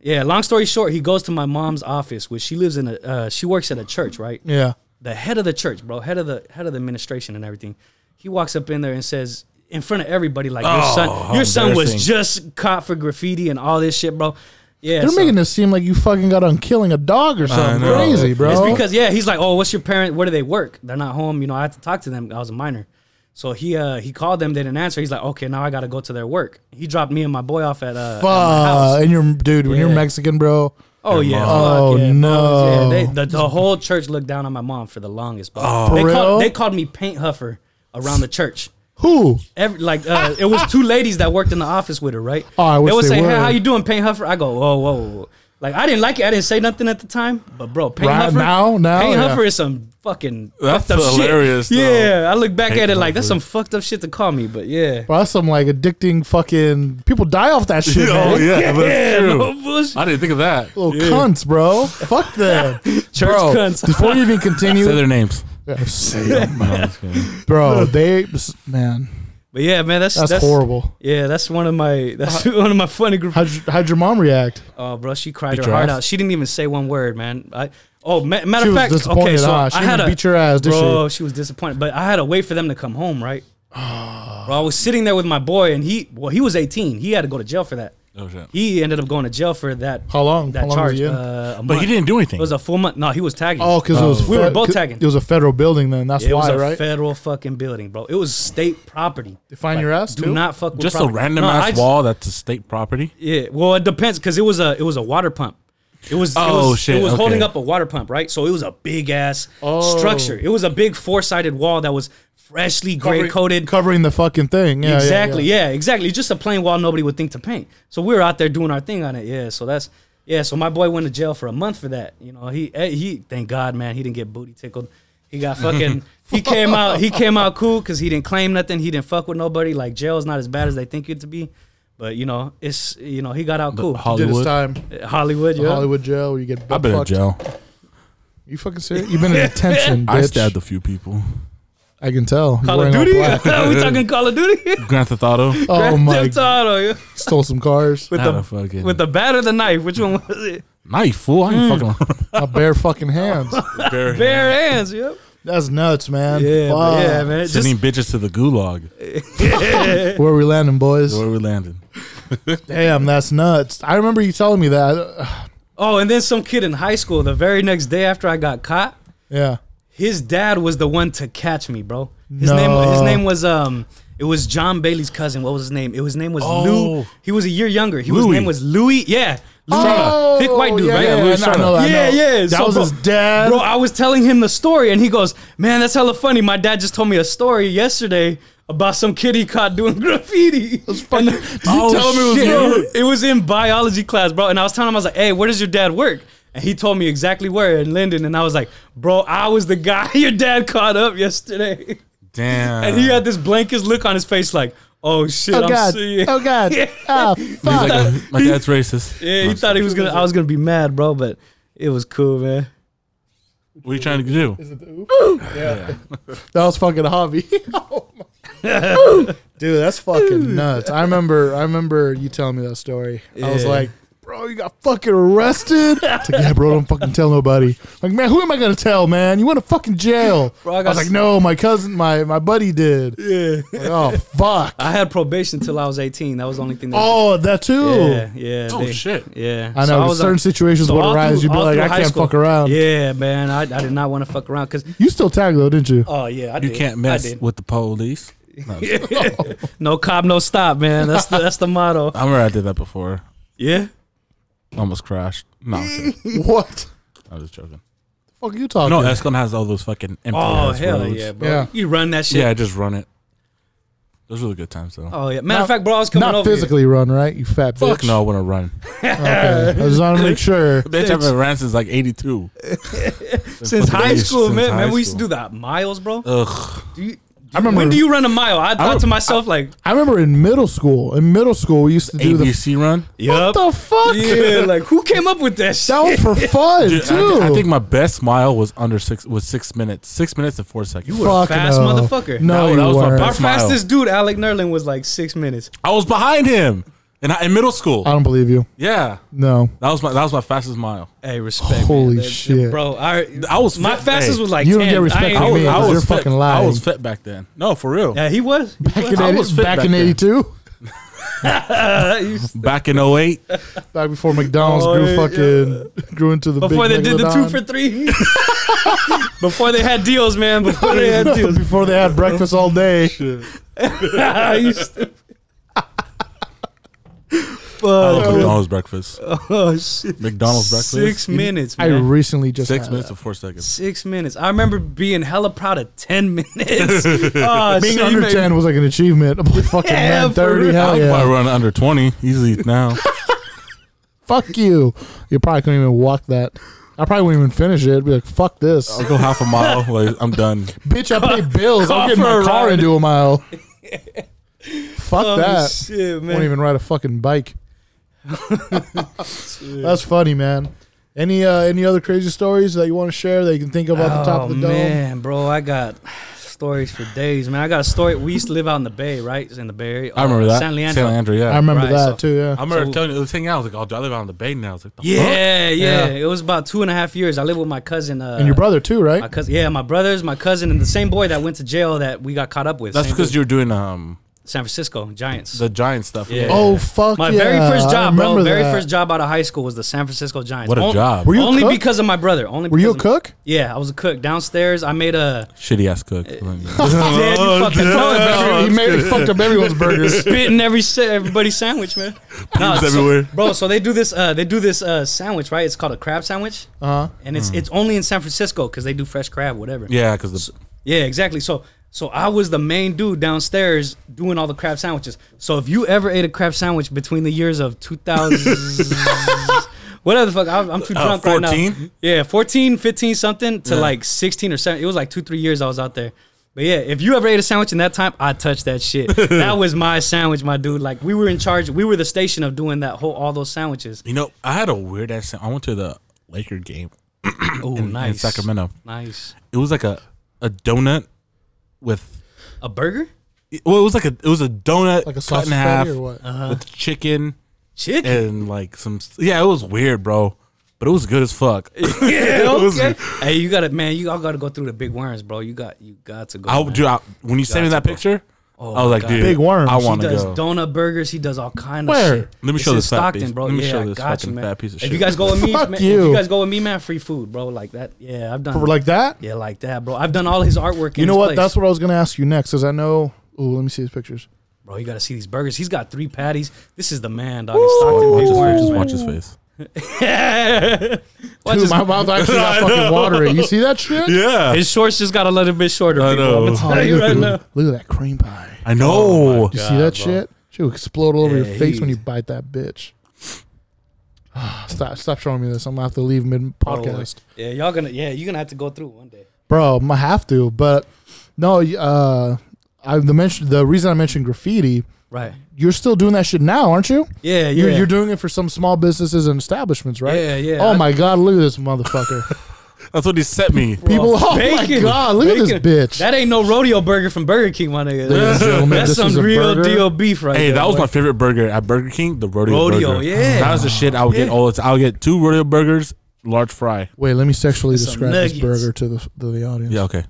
Speaker 3: Yeah. Long story short, he goes to my mom's office, which she lives in a. Uh, she works at a church, right?
Speaker 2: Yeah.
Speaker 3: The head of the church, bro, head of the head of the administration and everything. He walks up in there and says, in front of everybody, like, "Your
Speaker 1: Oh,
Speaker 3: son,
Speaker 1: how
Speaker 3: your son was
Speaker 1: embarrassing.
Speaker 3: just caught for graffiti and all this shit, bro." Yeah.
Speaker 2: They're
Speaker 3: so-
Speaker 2: making this seem like you fucking got on killing a dog or something
Speaker 1: know.
Speaker 2: crazy, bro.
Speaker 3: It's because yeah, he's like, oh, what's your parent? Where do they work? They're not home. You know, I had to talk to them. I was a minor, so he uh he called them. They didn't answer. He's like, okay, now I got to go to their work. He dropped me and my boy off at uh at my house.
Speaker 2: Fuck. And you're dude, when you're
Speaker 3: Yeah.
Speaker 2: Mexican, bro.
Speaker 3: Oh yeah.
Speaker 1: mom.
Speaker 3: fuck
Speaker 2: Oh,
Speaker 3: yeah.
Speaker 2: no.
Speaker 3: Yeah, they, the, the whole church looked down on my mom for the longest. Bro.
Speaker 1: Oh.
Speaker 3: they
Speaker 2: For real?
Speaker 3: called they called me paint huffer around the church.
Speaker 2: Who?
Speaker 3: Every, like uh, it was two ladies that worked in the office with her, right?
Speaker 2: Oh, I wish
Speaker 3: they would
Speaker 2: they
Speaker 3: say,
Speaker 2: were.
Speaker 3: "Hey, how you doing, Paint Huffer?" I go, "Whoa, whoa, whoa!" Like I didn't like it. I didn't say nothing at the time, but bro, Paint
Speaker 2: Right
Speaker 3: Huffer
Speaker 2: now- now,
Speaker 3: Paint
Speaker 2: yeah.
Speaker 3: Huffer is some fucking
Speaker 1: That's
Speaker 3: fucked up
Speaker 1: hilarious, though.
Speaker 3: shit. Yeah, I look back
Speaker 1: Paint
Speaker 3: at it like that's
Speaker 1: Huffer.
Speaker 3: some fucked up shit to call me, but yeah,
Speaker 2: Bro, that's some like addicting fucking people die off that
Speaker 3: [LAUGHS]
Speaker 2: shit.
Speaker 1: oh [LAUGHS]
Speaker 2: man.
Speaker 1: yeah, that's true.
Speaker 3: no bullshit.
Speaker 1: I didn't think of that.
Speaker 2: Little cunts, bro. Fuck them.
Speaker 3: [LAUGHS] Church
Speaker 2: bro,
Speaker 3: cunts.
Speaker 2: Before you even
Speaker 3: [LAUGHS]
Speaker 2: continue,
Speaker 1: Say their names.
Speaker 2: Yeah, say them.
Speaker 1: No, I'm just kidding.
Speaker 2: bro, they man,
Speaker 3: But yeah, man, that's
Speaker 2: that's, horrible.
Speaker 3: Yeah, that's one of my that's [LAUGHS] one of my funny group
Speaker 2: How'd, you- how'd your mom react?
Speaker 3: Oh, bro, she cried
Speaker 1: Beat
Speaker 3: her
Speaker 1: your
Speaker 3: heart
Speaker 1: ass?
Speaker 3: out. She didn't even say one word, man. I oh, ma- matter
Speaker 2: She
Speaker 3: of
Speaker 2: was
Speaker 3: fact,
Speaker 2: disappointed,
Speaker 3: okay, so
Speaker 2: huh? She
Speaker 3: I
Speaker 2: didn't
Speaker 3: had a
Speaker 2: beat your ass, did she?
Speaker 3: bro. She was disappointed, but I had to wait for them to come
Speaker 2: [SIGHS]
Speaker 3: home, right? bro, I was sitting there with my boy, and he well, he was 18. He had to go to jail for that.
Speaker 1: Oh, shit.
Speaker 3: He ended up going to jail for that.
Speaker 2: How long?
Speaker 3: That
Speaker 2: How long was
Speaker 3: charge.
Speaker 2: he in?
Speaker 3: uh, a
Speaker 1: But
Speaker 3: month.
Speaker 1: he didn't do anything.
Speaker 3: It was a full month. No, he was tagging.
Speaker 2: Oh, because it was
Speaker 3: We were both
Speaker 2: c-
Speaker 3: tagging.
Speaker 2: It was a federal building then. That's
Speaker 3: it was
Speaker 2: why,
Speaker 3: a
Speaker 2: right?
Speaker 3: federal fucking building, bro. It was state property.
Speaker 2: They find your ass
Speaker 3: Do
Speaker 2: too.
Speaker 3: not fuck with
Speaker 1: just a
Speaker 3: property.
Speaker 1: random
Speaker 3: No, I
Speaker 1: ass
Speaker 3: just-
Speaker 1: wall that's a state property.
Speaker 3: Yeah, well, it depends because it was a it was a water pump. It was it
Speaker 1: Oh,
Speaker 3: was,
Speaker 1: shit,
Speaker 3: It was
Speaker 1: okay.
Speaker 3: holding up a water pump, right? So it was a big ass
Speaker 2: Oh.
Speaker 3: structure. It was a big four sided wall that was freshly gray coated.
Speaker 2: covering the fucking thing. Yeah, yeah,
Speaker 3: exactly,
Speaker 2: Yeah,
Speaker 3: yeah. exactly. Just a plain wall nobody would think to paint. So we were out there doing our thing on it. Yeah, so that's yeah. So my boy went to jail for a month for that. You know, he eh, he thank God, man, he didn't get booty tickled. He got fucking. he came out. He came out cool because he didn't claim nothing. He didn't fuck with nobody. Like jail's not as bad as they think it to be. But you know, it's you know he got out cool.
Speaker 2: Did his
Speaker 1: Hollywood.
Speaker 2: time.
Speaker 3: Hollywood,
Speaker 2: The
Speaker 3: yeah.
Speaker 2: Hollywood jail. Where you get.
Speaker 1: I've been in
Speaker 2: fucked.
Speaker 1: jail.
Speaker 2: You fucking serious? You've been
Speaker 3: [LAUGHS]
Speaker 2: in detention, bitch.
Speaker 1: I stabbed a few people.
Speaker 2: I can tell. You're
Speaker 3: Call of
Speaker 2: wearing all
Speaker 3: Duty?
Speaker 2: black.
Speaker 3: [LAUGHS] we talking Call of Duty?
Speaker 1: Grand Theft Auto.
Speaker 2: [LAUGHS] Oh
Speaker 3: Grand
Speaker 2: my!
Speaker 3: Theft Auto, yeah.
Speaker 2: Stole some cars.
Speaker 3: With
Speaker 1: Not
Speaker 3: the
Speaker 1: a fucking-
Speaker 3: with the Mm. bat or the knife? Which one was it?
Speaker 1: Nah, you fool. I ain't fucking
Speaker 3: [LAUGHS]
Speaker 2: My bare fucking hands.
Speaker 1: around.
Speaker 3: Bare hands, yep.
Speaker 2: That's nuts, man.
Speaker 3: Yeah, but
Speaker 2: Fuck.
Speaker 3: yeah, man. Just
Speaker 1: Sending bitches to the gulag.
Speaker 2: Where we landing, boys?
Speaker 1: Where we landed.
Speaker 2: Damn, that's nuts. I remember you telling me that. [SIGHS] Uh,
Speaker 3: oh, and then some kid in high school. The very next day after I got caught,
Speaker 2: Yeah.
Speaker 3: his dad was the one to catch me, bro. His name his
Speaker 2: No.
Speaker 3: name was um it was John Bailey's cousin. What was his name? It was his name was
Speaker 1: Oh.
Speaker 3: Lou. He was a year younger. He was, his
Speaker 1: Louis.
Speaker 3: name was Louis. Yeah. Louis.
Speaker 2: Oh,
Speaker 3: Thick white dude,
Speaker 2: yeah,
Speaker 3: right?
Speaker 2: Yeah,
Speaker 1: Louis
Speaker 2: I know- I know that. I
Speaker 3: Yeah,
Speaker 2: know.
Speaker 3: yeah.
Speaker 2: That
Speaker 3: So,
Speaker 2: was
Speaker 3: bro-
Speaker 2: his dad.
Speaker 3: Bro, I was telling him the story, and he goes, "Man, that's hella funny." My dad just told me a story yesterday about some kid he caught doing [LAUGHS] graffiti. [LAUGHS] And the-
Speaker 1: Oh,
Speaker 2: tell him it was
Speaker 1: shit.
Speaker 2: you?
Speaker 3: Bro, it was in biology class, bro. And I was telling him, I was like, "Hey, where does your dad work?" And he told me exactly where in Linden, and I was like, "Bro, I was the guy [LAUGHS] your dad caught up yesterday."
Speaker 1: Damn.
Speaker 3: And he had this blankest look on his face, like, "Oh shit,
Speaker 2: Uh. Oh
Speaker 3: I'm
Speaker 2: god.
Speaker 3: seeing." [LAUGHS]
Speaker 2: Oh god.
Speaker 3: Yeah.
Speaker 2: Oh
Speaker 1: He's
Speaker 2: fuck.
Speaker 1: like, "Oh, my dad's racist.
Speaker 3: Yeah,
Speaker 2: Oh,
Speaker 3: he thought he was gonna. I was gonna be mad, bro, but it was cool, man.
Speaker 1: What are you trying to do?
Speaker 2: That was fucking hobby.
Speaker 3: [LAUGHS]
Speaker 2: Oh, my- [LAUGHS] Dude, that's fucking nuts. I remember I remember you telling me that story. I was
Speaker 3: Yeah.
Speaker 2: like, bro, you got fucking
Speaker 3: [LAUGHS]
Speaker 2: arrested. It's like, yeah, bro, don't fucking tell nobody. Like, man, who am I gonna tell, man? You went to fucking jail.
Speaker 3: [LAUGHS] Bro, I
Speaker 2: I,
Speaker 3: got
Speaker 2: was like,
Speaker 3: s-
Speaker 2: no, my cousin, my my buddy did.
Speaker 3: Yeah.
Speaker 2: Like, oh
Speaker 3: [LAUGHS]
Speaker 2: fuck.
Speaker 3: I had probation until I was 18. That was the only thing. That
Speaker 2: Oh, that too.
Speaker 3: yeah, yeah.
Speaker 1: Oh, shit.
Speaker 3: Yeah.
Speaker 2: I know.
Speaker 3: So
Speaker 2: 'cause
Speaker 3: was
Speaker 2: certain
Speaker 3: on-
Speaker 2: situations
Speaker 3: so
Speaker 2: would
Speaker 3: all
Speaker 2: arise.
Speaker 3: through-
Speaker 2: You'd be
Speaker 3: all
Speaker 2: like,
Speaker 3: through
Speaker 2: I
Speaker 3: high
Speaker 2: can't
Speaker 3: school.
Speaker 2: fuck around.
Speaker 3: Yeah, man. I, I did not want to fuck around because
Speaker 2: You still tag though, didn't
Speaker 3: [LAUGHS]
Speaker 2: you?
Speaker 3: oh yeah, I
Speaker 1: You
Speaker 3: did.
Speaker 1: can't
Speaker 3: I
Speaker 1: mess
Speaker 3: did.
Speaker 1: with the police.
Speaker 3: [LAUGHS]
Speaker 1: No,
Speaker 3: No cop, no stop, man. That's the that's the motto.
Speaker 1: I remember I did that before.
Speaker 3: [LAUGHS] Yeah.
Speaker 1: Almost crashed. No, I'm
Speaker 3: [LAUGHS]
Speaker 1: kidding.
Speaker 2: what?
Speaker 1: I was joking.
Speaker 2: Fuck you talking?
Speaker 1: No, Escalon has all those fucking empty
Speaker 3: Oh
Speaker 1: ass
Speaker 3: hell
Speaker 1: roads.
Speaker 3: yeah, bro.
Speaker 2: Yeah.
Speaker 3: You run that shit.
Speaker 1: Yeah, I just run it. It was really good times though.
Speaker 3: Oh yeah. Matter
Speaker 2: Not-
Speaker 3: of fact, bro, I was coming
Speaker 2: not
Speaker 3: over. here.
Speaker 2: physically run, right? You fat bitch.
Speaker 1: Fuck no, I want to
Speaker 3: [LAUGHS]
Speaker 1: run.
Speaker 2: Okay. I just want to make sure.
Speaker 1: Bitch, I've been ran since like '82.
Speaker 3: Since high school, man. man, we used to do
Speaker 1: that.
Speaker 3: that miles, bro.
Speaker 1: Ugh.
Speaker 3: Do you, do you-
Speaker 2: remember-
Speaker 3: when do you run a mile? I thought to
Speaker 1: rem-
Speaker 3: myself like,
Speaker 2: I remember in middle school. In middle school, we used to do the.
Speaker 1: ABC run.
Speaker 3: yup.
Speaker 2: What the fuck?
Speaker 3: Yeah, like who came up with that
Speaker 2: [LAUGHS]
Speaker 3: shit?
Speaker 2: That was for fun
Speaker 1: Dude,
Speaker 2: too.
Speaker 1: I, I think my best mile was under six was six minutes, six minutes and four seconds.
Speaker 2: you were
Speaker 3: fast motherfucker.
Speaker 2: No,
Speaker 1: No,
Speaker 2: you
Speaker 1: that was my
Speaker 2: weren't.
Speaker 3: Our
Speaker 1: best- mile.
Speaker 3: fastest dude, Alec Nerlin, was like six minutes.
Speaker 1: I was behind him in, hi- in middle school.
Speaker 2: I don't believe you.
Speaker 1: yeah,
Speaker 2: No,
Speaker 1: that was my that was my fastest mile.
Speaker 3: Hey, respect.
Speaker 2: Holy
Speaker 3: man. That-
Speaker 2: shit.
Speaker 3: bro! I,
Speaker 1: I was
Speaker 3: my
Speaker 1: fit-
Speaker 3: fastest
Speaker 1: hey,
Speaker 3: was like
Speaker 2: you don't
Speaker 3: 10.
Speaker 2: get respect
Speaker 3: I ain't
Speaker 2: from
Speaker 3: even-
Speaker 2: me.
Speaker 1: I
Speaker 2: you're
Speaker 1: was
Speaker 2: fucking
Speaker 1: I
Speaker 2: lying.
Speaker 1: was fit back then. No, for real.
Speaker 3: Yeah, he was. He
Speaker 2: back
Speaker 3: was.
Speaker 2: in
Speaker 1: I was
Speaker 2: 80,
Speaker 1: fit
Speaker 2: back
Speaker 1: back
Speaker 2: in
Speaker 1: then.
Speaker 2: '82,
Speaker 1: Back in 08.
Speaker 2: back before McDonald's
Speaker 3: Oh,
Speaker 2: grew
Speaker 3: yeah.
Speaker 2: fucking grew into the
Speaker 3: before they
Speaker 2: big
Speaker 3: did the two
Speaker 2: megalodon. [LAUGHS]
Speaker 3: for three. before they had deals, man. Before they had deals.
Speaker 2: [LAUGHS] before they
Speaker 3: [LAUGHS]
Speaker 2: had breakfast all day.
Speaker 3: I used to-
Speaker 1: I
Speaker 3: [LAUGHS]
Speaker 2: Oh,
Speaker 3: Fuck.
Speaker 1: was McDonald's breakfast.
Speaker 3: Oh shit.
Speaker 1: McDonald's breakfast.
Speaker 3: Six
Speaker 1: You-
Speaker 3: minutes,
Speaker 2: I
Speaker 3: man.
Speaker 2: recently just
Speaker 1: Six
Speaker 2: had
Speaker 1: minutes
Speaker 2: that.
Speaker 1: and four seconds.
Speaker 3: Six minutes. I remember being hella proud of
Speaker 2: [LAUGHS]
Speaker 3: ten [LAUGHS] minutes. oh,
Speaker 2: Being
Speaker 3: shit, you
Speaker 2: under
Speaker 3: made-
Speaker 2: ten was like an achievement. [LAUGHS] I'm like, fucking
Speaker 3: Yeah,
Speaker 2: man,
Speaker 3: for
Speaker 2: thirty.
Speaker 3: real.
Speaker 1: I
Speaker 2: Hell
Speaker 1: could
Speaker 2: yeah.
Speaker 1: probably run under 20 easily now.
Speaker 2: fuck you. You probably couldn't even walk that. I probably wouldn't even finish it. Be like, fuck this,
Speaker 1: I'll go half a mile. Like, I'm done.
Speaker 2: bitch. I pay bills.
Speaker 3: Call
Speaker 2: I'm getting
Speaker 3: for
Speaker 2: my
Speaker 3: a
Speaker 2: car
Speaker 3: ride.
Speaker 2: into a
Speaker 3: [LAUGHS]
Speaker 2: mile. fuck
Speaker 3: Oh,
Speaker 2: that.
Speaker 3: shit, man.
Speaker 2: Won't even ride a fucking
Speaker 3: [LAUGHS]
Speaker 2: bike. That's funny, man. Any uh, any other crazy stories that you want to share that you can think of off the top of the dome?
Speaker 3: Oh, man, bro, I got stories for days, man. I got a story. We used to live out in the Bay, right? In the Bay Area. Uh,
Speaker 1: I remember that.
Speaker 3: San Leandro.
Speaker 1: San Leandro, yeah.
Speaker 2: I remember
Speaker 3: Right,
Speaker 2: that
Speaker 3: so-
Speaker 2: too. Yeah.
Speaker 1: I remember
Speaker 3: So-
Speaker 1: telling you the thing. I was like, "Oh, I live out on the bay now." I was like, the fuck?
Speaker 3: Yeah, yeah,
Speaker 2: Yeah.
Speaker 3: It was about two and a half years. I lived with my cousin. Uh,
Speaker 2: and your brother too, right?
Speaker 3: My cousin, yeah, my brothers, my cousin, and the same boy that went to jail that we got caught up with.
Speaker 1: That's
Speaker 3: Same
Speaker 1: because
Speaker 3: dude.
Speaker 1: you're doing um
Speaker 3: San Francisco Giants.
Speaker 1: the giant stuff.
Speaker 3: Yeah.
Speaker 2: oh fuck
Speaker 3: my
Speaker 2: yeah!
Speaker 3: very first
Speaker 2: I
Speaker 3: job, bro.
Speaker 2: remember
Speaker 3: Very
Speaker 2: that.
Speaker 3: first job out of high school was the San Francisco Giants.
Speaker 1: What a
Speaker 3: On-
Speaker 1: job.
Speaker 2: Were you a
Speaker 3: only
Speaker 2: cook?
Speaker 3: because of my brother. Only
Speaker 2: Were you a
Speaker 3: because of- [LAUGHS]
Speaker 2: cook?
Speaker 3: Yeah, I was a cook downstairs. I
Speaker 2: [LAUGHS]
Speaker 3: made a
Speaker 1: Shitty ass cook.
Speaker 2: Eh. Oh,
Speaker 3: Dad, you fucking throw it, bro.
Speaker 2: [LAUGHS] he made he fucked up everyone's
Speaker 3: [LAUGHS]
Speaker 2: burgers.
Speaker 3: spitting every sa- everybody's sandwich,
Speaker 1: [LAUGHS]
Speaker 3: man. Nah, so-
Speaker 1: everywhere.
Speaker 3: bro. So they do this. Uh, they do this uh, sandwich, right? It's called a crab sandwich,
Speaker 2: Uh huh.
Speaker 3: and
Speaker 1: Mm.
Speaker 3: it's it's only in San Francisco because they do fresh crab, whatever.
Speaker 1: [LAUGHS] yeah, because
Speaker 3: Yeah, exactly. So so I was the main dude downstairs doing all the crab sandwiches. So if you ever ate a crab sandwich between the years of 2000 [LAUGHS] whatever the fuck I'm, I'm too
Speaker 1: Uh,
Speaker 3: drunk right
Speaker 1: 14?
Speaker 3: now. Yeah, 14, 15 something to like 16 or 7. It was like 2-3 years I was out there. But yeah, if you ever ate a sandwich in that time, I touched that
Speaker 1: [LAUGHS]
Speaker 3: shit. that was my sandwich, my dude. Like we were in charge. We were the station of doing that whole all those sandwiches.
Speaker 1: you know I had a weird ass. I went to the Laker game
Speaker 3: Oh,
Speaker 1: in,
Speaker 3: nice.
Speaker 1: in Sacramento.
Speaker 3: Nice.
Speaker 1: It was like a a donut with
Speaker 3: A burger?
Speaker 1: it- well, it was like a it was a donut
Speaker 2: Like a
Speaker 1: cut
Speaker 2: sausage
Speaker 1: in half
Speaker 2: patty or what? Uh-huh.
Speaker 1: with chicken
Speaker 3: Chicken.
Speaker 1: and like some. Yeah, it was weird, bro. But it was good as
Speaker 2: [LAUGHS]
Speaker 1: fuck.
Speaker 3: Yeah,
Speaker 1: [LAUGHS] It was-
Speaker 3: okay. hey, you gotta man, you all gotta go through the big worms, bro. You got you got to go.
Speaker 1: I
Speaker 3: man.
Speaker 1: dude, I, when you sent me
Speaker 3: Gotcha,
Speaker 1: that
Speaker 3: bro.
Speaker 1: picture,
Speaker 3: Oh
Speaker 1: I was
Speaker 3: my
Speaker 1: like,
Speaker 3: God.
Speaker 1: dude,
Speaker 2: Big worms.
Speaker 1: I
Speaker 2: He
Speaker 1: want
Speaker 3: he
Speaker 1: to
Speaker 3: does
Speaker 1: go.
Speaker 3: donut burgers. He does all kind of
Speaker 2: Where?
Speaker 3: shit.
Speaker 1: Let me
Speaker 3: It's
Speaker 1: show
Speaker 3: in
Speaker 1: this fat
Speaker 3: Stockton,
Speaker 1: piece.
Speaker 3: bro.
Speaker 1: Let me
Speaker 3: yeah,
Speaker 1: show
Speaker 3: I
Speaker 1: this
Speaker 3: got
Speaker 1: fucking
Speaker 3: you, man.
Speaker 1: fat piece of
Speaker 3: if
Speaker 1: shit.
Speaker 3: you guys go with me,
Speaker 2: Fuck
Speaker 3: man, if
Speaker 2: you.
Speaker 3: you guys go with me, man, free food, bro. Like that. Yeah, I've done.
Speaker 2: For like that.
Speaker 3: yeah, like that, bro. I've done all his artwork.
Speaker 2: You
Speaker 3: in
Speaker 2: know
Speaker 3: his
Speaker 2: what?
Speaker 3: Place.
Speaker 2: That's what I was gonna ask you next, because I know. Oh, let me see his pictures.
Speaker 3: bro. You gotta see these burgers. He's got three patties. This is the man, dog. in Stockton,
Speaker 1: Watch
Speaker 3: big
Speaker 1: his face.
Speaker 3: worms.
Speaker 1: Just
Speaker 3: man.
Speaker 1: watch his face.
Speaker 3: [LAUGHS] Watch
Speaker 2: Dude,
Speaker 3: his-
Speaker 2: my
Speaker 3: [LAUGHS]
Speaker 2: mouth actually got fucking watering. You see that shit?
Speaker 1: Yeah,
Speaker 3: his shorts just got a little bit shorter.
Speaker 1: I
Speaker 3: people. I'm
Speaker 1: know.
Speaker 3: gonna
Speaker 2: Oh,
Speaker 3: tell you
Speaker 2: look,
Speaker 3: right now.
Speaker 2: look at that cream pie.
Speaker 1: I know.
Speaker 2: You see
Speaker 3: God,
Speaker 2: that
Speaker 3: bro.
Speaker 2: shit? She'll explode all over
Speaker 3: Yeah,
Speaker 2: your face when you
Speaker 3: he's-
Speaker 2: bite that bitch. [SIGHS] Stop, stop showing me this. I'm gonna have to leave mid podcast,
Speaker 3: Yeah, y'all gonna yeah, you're gonna have to go through one day.
Speaker 2: bro. I'm gonna have to. But no, uh, I the mention the reason I mentioned graffiti.
Speaker 3: Right.
Speaker 2: You're still doing that shit now, aren't you?
Speaker 3: Yeah, yeah.
Speaker 2: You're, you're doing it for some small businesses and establishments, right?
Speaker 3: Yeah, yeah.
Speaker 2: Oh
Speaker 3: I-
Speaker 2: my god, look at this
Speaker 3: [LAUGHS]
Speaker 2: motherfucker.
Speaker 1: That's what he sent
Speaker 2: [LAUGHS]
Speaker 1: me.
Speaker 2: People, oh my
Speaker 3: Bacon.
Speaker 2: god, look at
Speaker 3: Bacon.
Speaker 2: this bitch.
Speaker 3: That ain't no rodeo burger from Burger King, my nigga.
Speaker 2: Ladies and gentlemen,
Speaker 3: That's
Speaker 2: this
Speaker 3: some
Speaker 2: is a
Speaker 3: real
Speaker 2: burger.
Speaker 3: deal beef right
Speaker 1: Hey,
Speaker 3: there.
Speaker 1: that was
Speaker 3: boy.
Speaker 1: my favorite burger at Burger King, the rodeo,
Speaker 3: Rodeo,
Speaker 1: burger.
Speaker 3: yeah.
Speaker 1: That was the shit I would get
Speaker 3: Yeah.
Speaker 1: all the time. I'll get two rodeo burgers, large fry.
Speaker 2: Wait, let me sexually
Speaker 3: Some
Speaker 2: describe this
Speaker 3: nuggets.
Speaker 2: burger to the to the audience.
Speaker 1: Yeah, okay.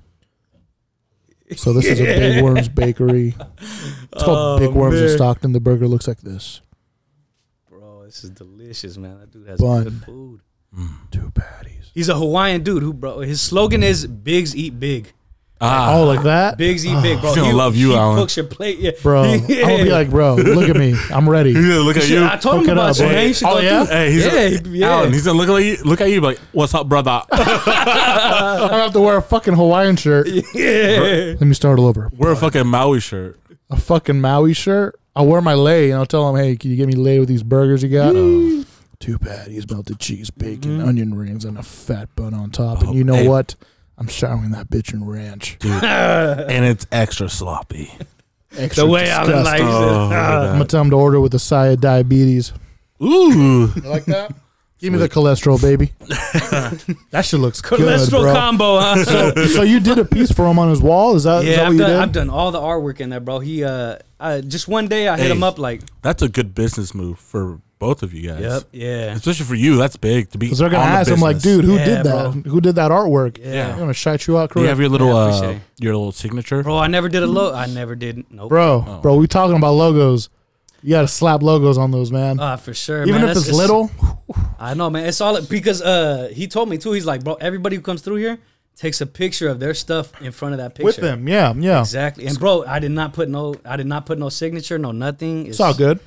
Speaker 2: So this is a Big Worms Bakery. It's called
Speaker 3: Oh,
Speaker 2: Big Worms in
Speaker 3: man.
Speaker 2: Stockton. The burger looks like this.
Speaker 3: Bro, this is delicious, man. That dude has
Speaker 2: Bun.
Speaker 3: good food.
Speaker 2: Two patties.
Speaker 3: He's a Hawaiian dude who, bro, his slogan is "Bigs eat big,
Speaker 1: Ah,
Speaker 2: Oh, like that,
Speaker 3: bigs eat big."
Speaker 1: [SIGHS]
Speaker 3: Bro,
Speaker 1: He's gonna love you,
Speaker 3: he
Speaker 1: Alan.
Speaker 3: Cooks your plate, yeah. [LAUGHS]
Speaker 2: bro. I'm gonna be like, bro, look at me. I'm ready.
Speaker 1: He's gonna look at
Speaker 3: Shit,
Speaker 1: you.
Speaker 3: I told
Speaker 2: hook
Speaker 3: him
Speaker 2: it
Speaker 3: about
Speaker 2: up,
Speaker 3: you.
Speaker 2: boy.
Speaker 3: man. You should
Speaker 2: Oh,
Speaker 3: go
Speaker 2: yeah?
Speaker 3: through-
Speaker 1: Hey, he's
Speaker 3: yeah,
Speaker 1: gonna,
Speaker 3: yeah.
Speaker 1: Alan, he's gonna look at you, look at you, like, "What's up,
Speaker 3: [LAUGHS]
Speaker 1: brother?
Speaker 2: I don't have to wear a fucking Hawaiian shirt.
Speaker 3: [LAUGHS] yeah.
Speaker 2: Let me start all over.
Speaker 1: Wear a fucking Maui shirt."
Speaker 2: A fucking Maui shirt. I'll wear my lei and I'll tell them, hey, can you get me lei with these burgers you got? Two patties, melted cheese,
Speaker 3: Mm.
Speaker 2: bacon, onion rings, and a fat bun on top.
Speaker 1: Oh,
Speaker 2: and you know
Speaker 1: hey.
Speaker 2: what? I'm showering that bitch in ranch.
Speaker 1: and it's extra
Speaker 3: [LAUGHS]
Speaker 1: sloppy.
Speaker 2: Extra
Speaker 3: The way Alan
Speaker 2: disgusting.
Speaker 3: likes
Speaker 1: Oh,
Speaker 3: it. Ah.
Speaker 2: I'm gonna tell him to order with a side of diabetes.
Speaker 1: Ooh,
Speaker 2: You like that? [LAUGHS] Give me the cholesterol,
Speaker 3: [LAUGHS]
Speaker 2: baby. that shit looks good,
Speaker 3: Cholesterol
Speaker 2: bro. [LAUGHS]
Speaker 3: combo, huh?
Speaker 2: so, so you did a piece for him on his wall? Is that, is that
Speaker 3: yeah,
Speaker 2: what
Speaker 3: I've
Speaker 2: you
Speaker 3: done,
Speaker 2: did?
Speaker 3: I've done all the artwork in there, bro. He, uh, I, just one day I hit
Speaker 1: Hey.
Speaker 3: him up like,
Speaker 1: that's a good business move for both of you guys.
Speaker 3: "Yep, yeah,
Speaker 1: Especially for you, that's big to be.
Speaker 2: Because they're gonna
Speaker 1: on the
Speaker 2: ask him like,
Speaker 1: business.
Speaker 2: dude, who
Speaker 3: Yeah,
Speaker 2: did that? Who did that artwork?
Speaker 3: Yeah.
Speaker 2: I'm gonna shout you out,
Speaker 1: do you
Speaker 2: correct,
Speaker 1: have your little
Speaker 3: Yeah, I appreciate
Speaker 1: uh,
Speaker 3: it.
Speaker 1: your little signature?
Speaker 3: bro. I never did a low. I never did. Nope.
Speaker 2: bro.
Speaker 1: Oh.
Speaker 2: Bro, we talking about logos. You gotta slap logos on those, man.
Speaker 3: Uh, for sure.
Speaker 2: Even
Speaker 3: man.
Speaker 2: if
Speaker 3: That's-
Speaker 2: it's, little,
Speaker 3: I know, man. It's all because uh, he told me too. He's like, bro, everybody who comes through here takes a picture of their stuff in front of that picture
Speaker 2: with them, yeah, yeah.
Speaker 3: Exactly. And bro, I did not put no, I did not put no signature, no nothing.
Speaker 2: It's all good.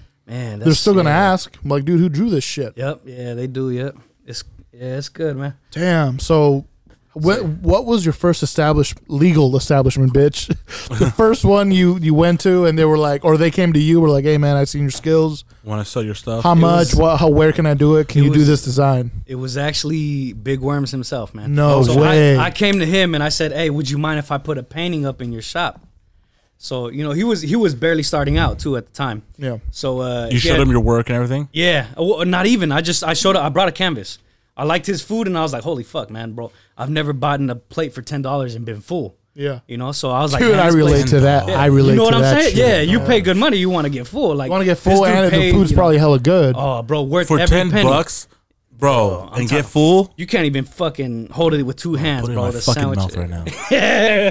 Speaker 2: They're
Speaker 3: man. that's-
Speaker 2: still gonna
Speaker 3: yeah.
Speaker 2: ask, I'm like, dude, who drew this shit?
Speaker 3: Yep. Yeah, they do. Yep. It's yeah, it's good, man.
Speaker 2: Damn. So, what what was your first established legal establishment, bitch? [LAUGHS] the first one you you went to, and they were like, or they came to you, were like, hey man, I seen your skills.
Speaker 1: Want to sell your stuff?
Speaker 2: How much?
Speaker 3: was-
Speaker 2: what? How? Where can I do it? Can
Speaker 3: it
Speaker 2: you do
Speaker 3: was-
Speaker 2: this design?
Speaker 3: It was actually Big Worms himself, man.
Speaker 2: No
Speaker 3: so
Speaker 2: way.
Speaker 3: I, I came to him and I said, "Hey, would you mind if I put a painting up in your shop?" So you know, he was he was barely starting out too at the time.
Speaker 2: Yeah.
Speaker 3: So uh,
Speaker 1: You
Speaker 3: he
Speaker 1: showed
Speaker 3: had-
Speaker 1: him your work and everything.
Speaker 3: Yeah, well, not even. I just I showed up. I brought a canvas. I liked his food, and I was like, "Holy fuck, man, bro! I've never bought a plate for ten dollars and been full."
Speaker 2: Yeah.
Speaker 3: you know. So I was like,
Speaker 2: Dude,
Speaker 3: "Man,
Speaker 2: I
Speaker 3: this place-
Speaker 2: relate to that.
Speaker 1: Yeah.
Speaker 2: I relate.
Speaker 3: You know what
Speaker 2: to
Speaker 3: I'm
Speaker 2: that
Speaker 3: saying?
Speaker 2: shit.
Speaker 3: Yeah, you pay good money, you want to get full.
Speaker 2: I
Speaker 3: Like,
Speaker 2: want to get
Speaker 3: this
Speaker 2: full,
Speaker 3: dude
Speaker 2: and the
Speaker 3: paid,
Speaker 2: food's
Speaker 3: you know,
Speaker 2: probably hella good.
Speaker 3: oh, bro, worth
Speaker 1: for
Speaker 3: every
Speaker 1: ten
Speaker 3: penny.
Speaker 1: bucks, bro,
Speaker 3: I'm
Speaker 1: and get
Speaker 3: talking-
Speaker 1: full.
Speaker 3: You can't even fucking hold it with two hands,
Speaker 1: Put it in
Speaker 3: bro.
Speaker 1: my
Speaker 3: The
Speaker 1: fucking
Speaker 3: sandwich.
Speaker 1: mouth right now.
Speaker 3: [LAUGHS]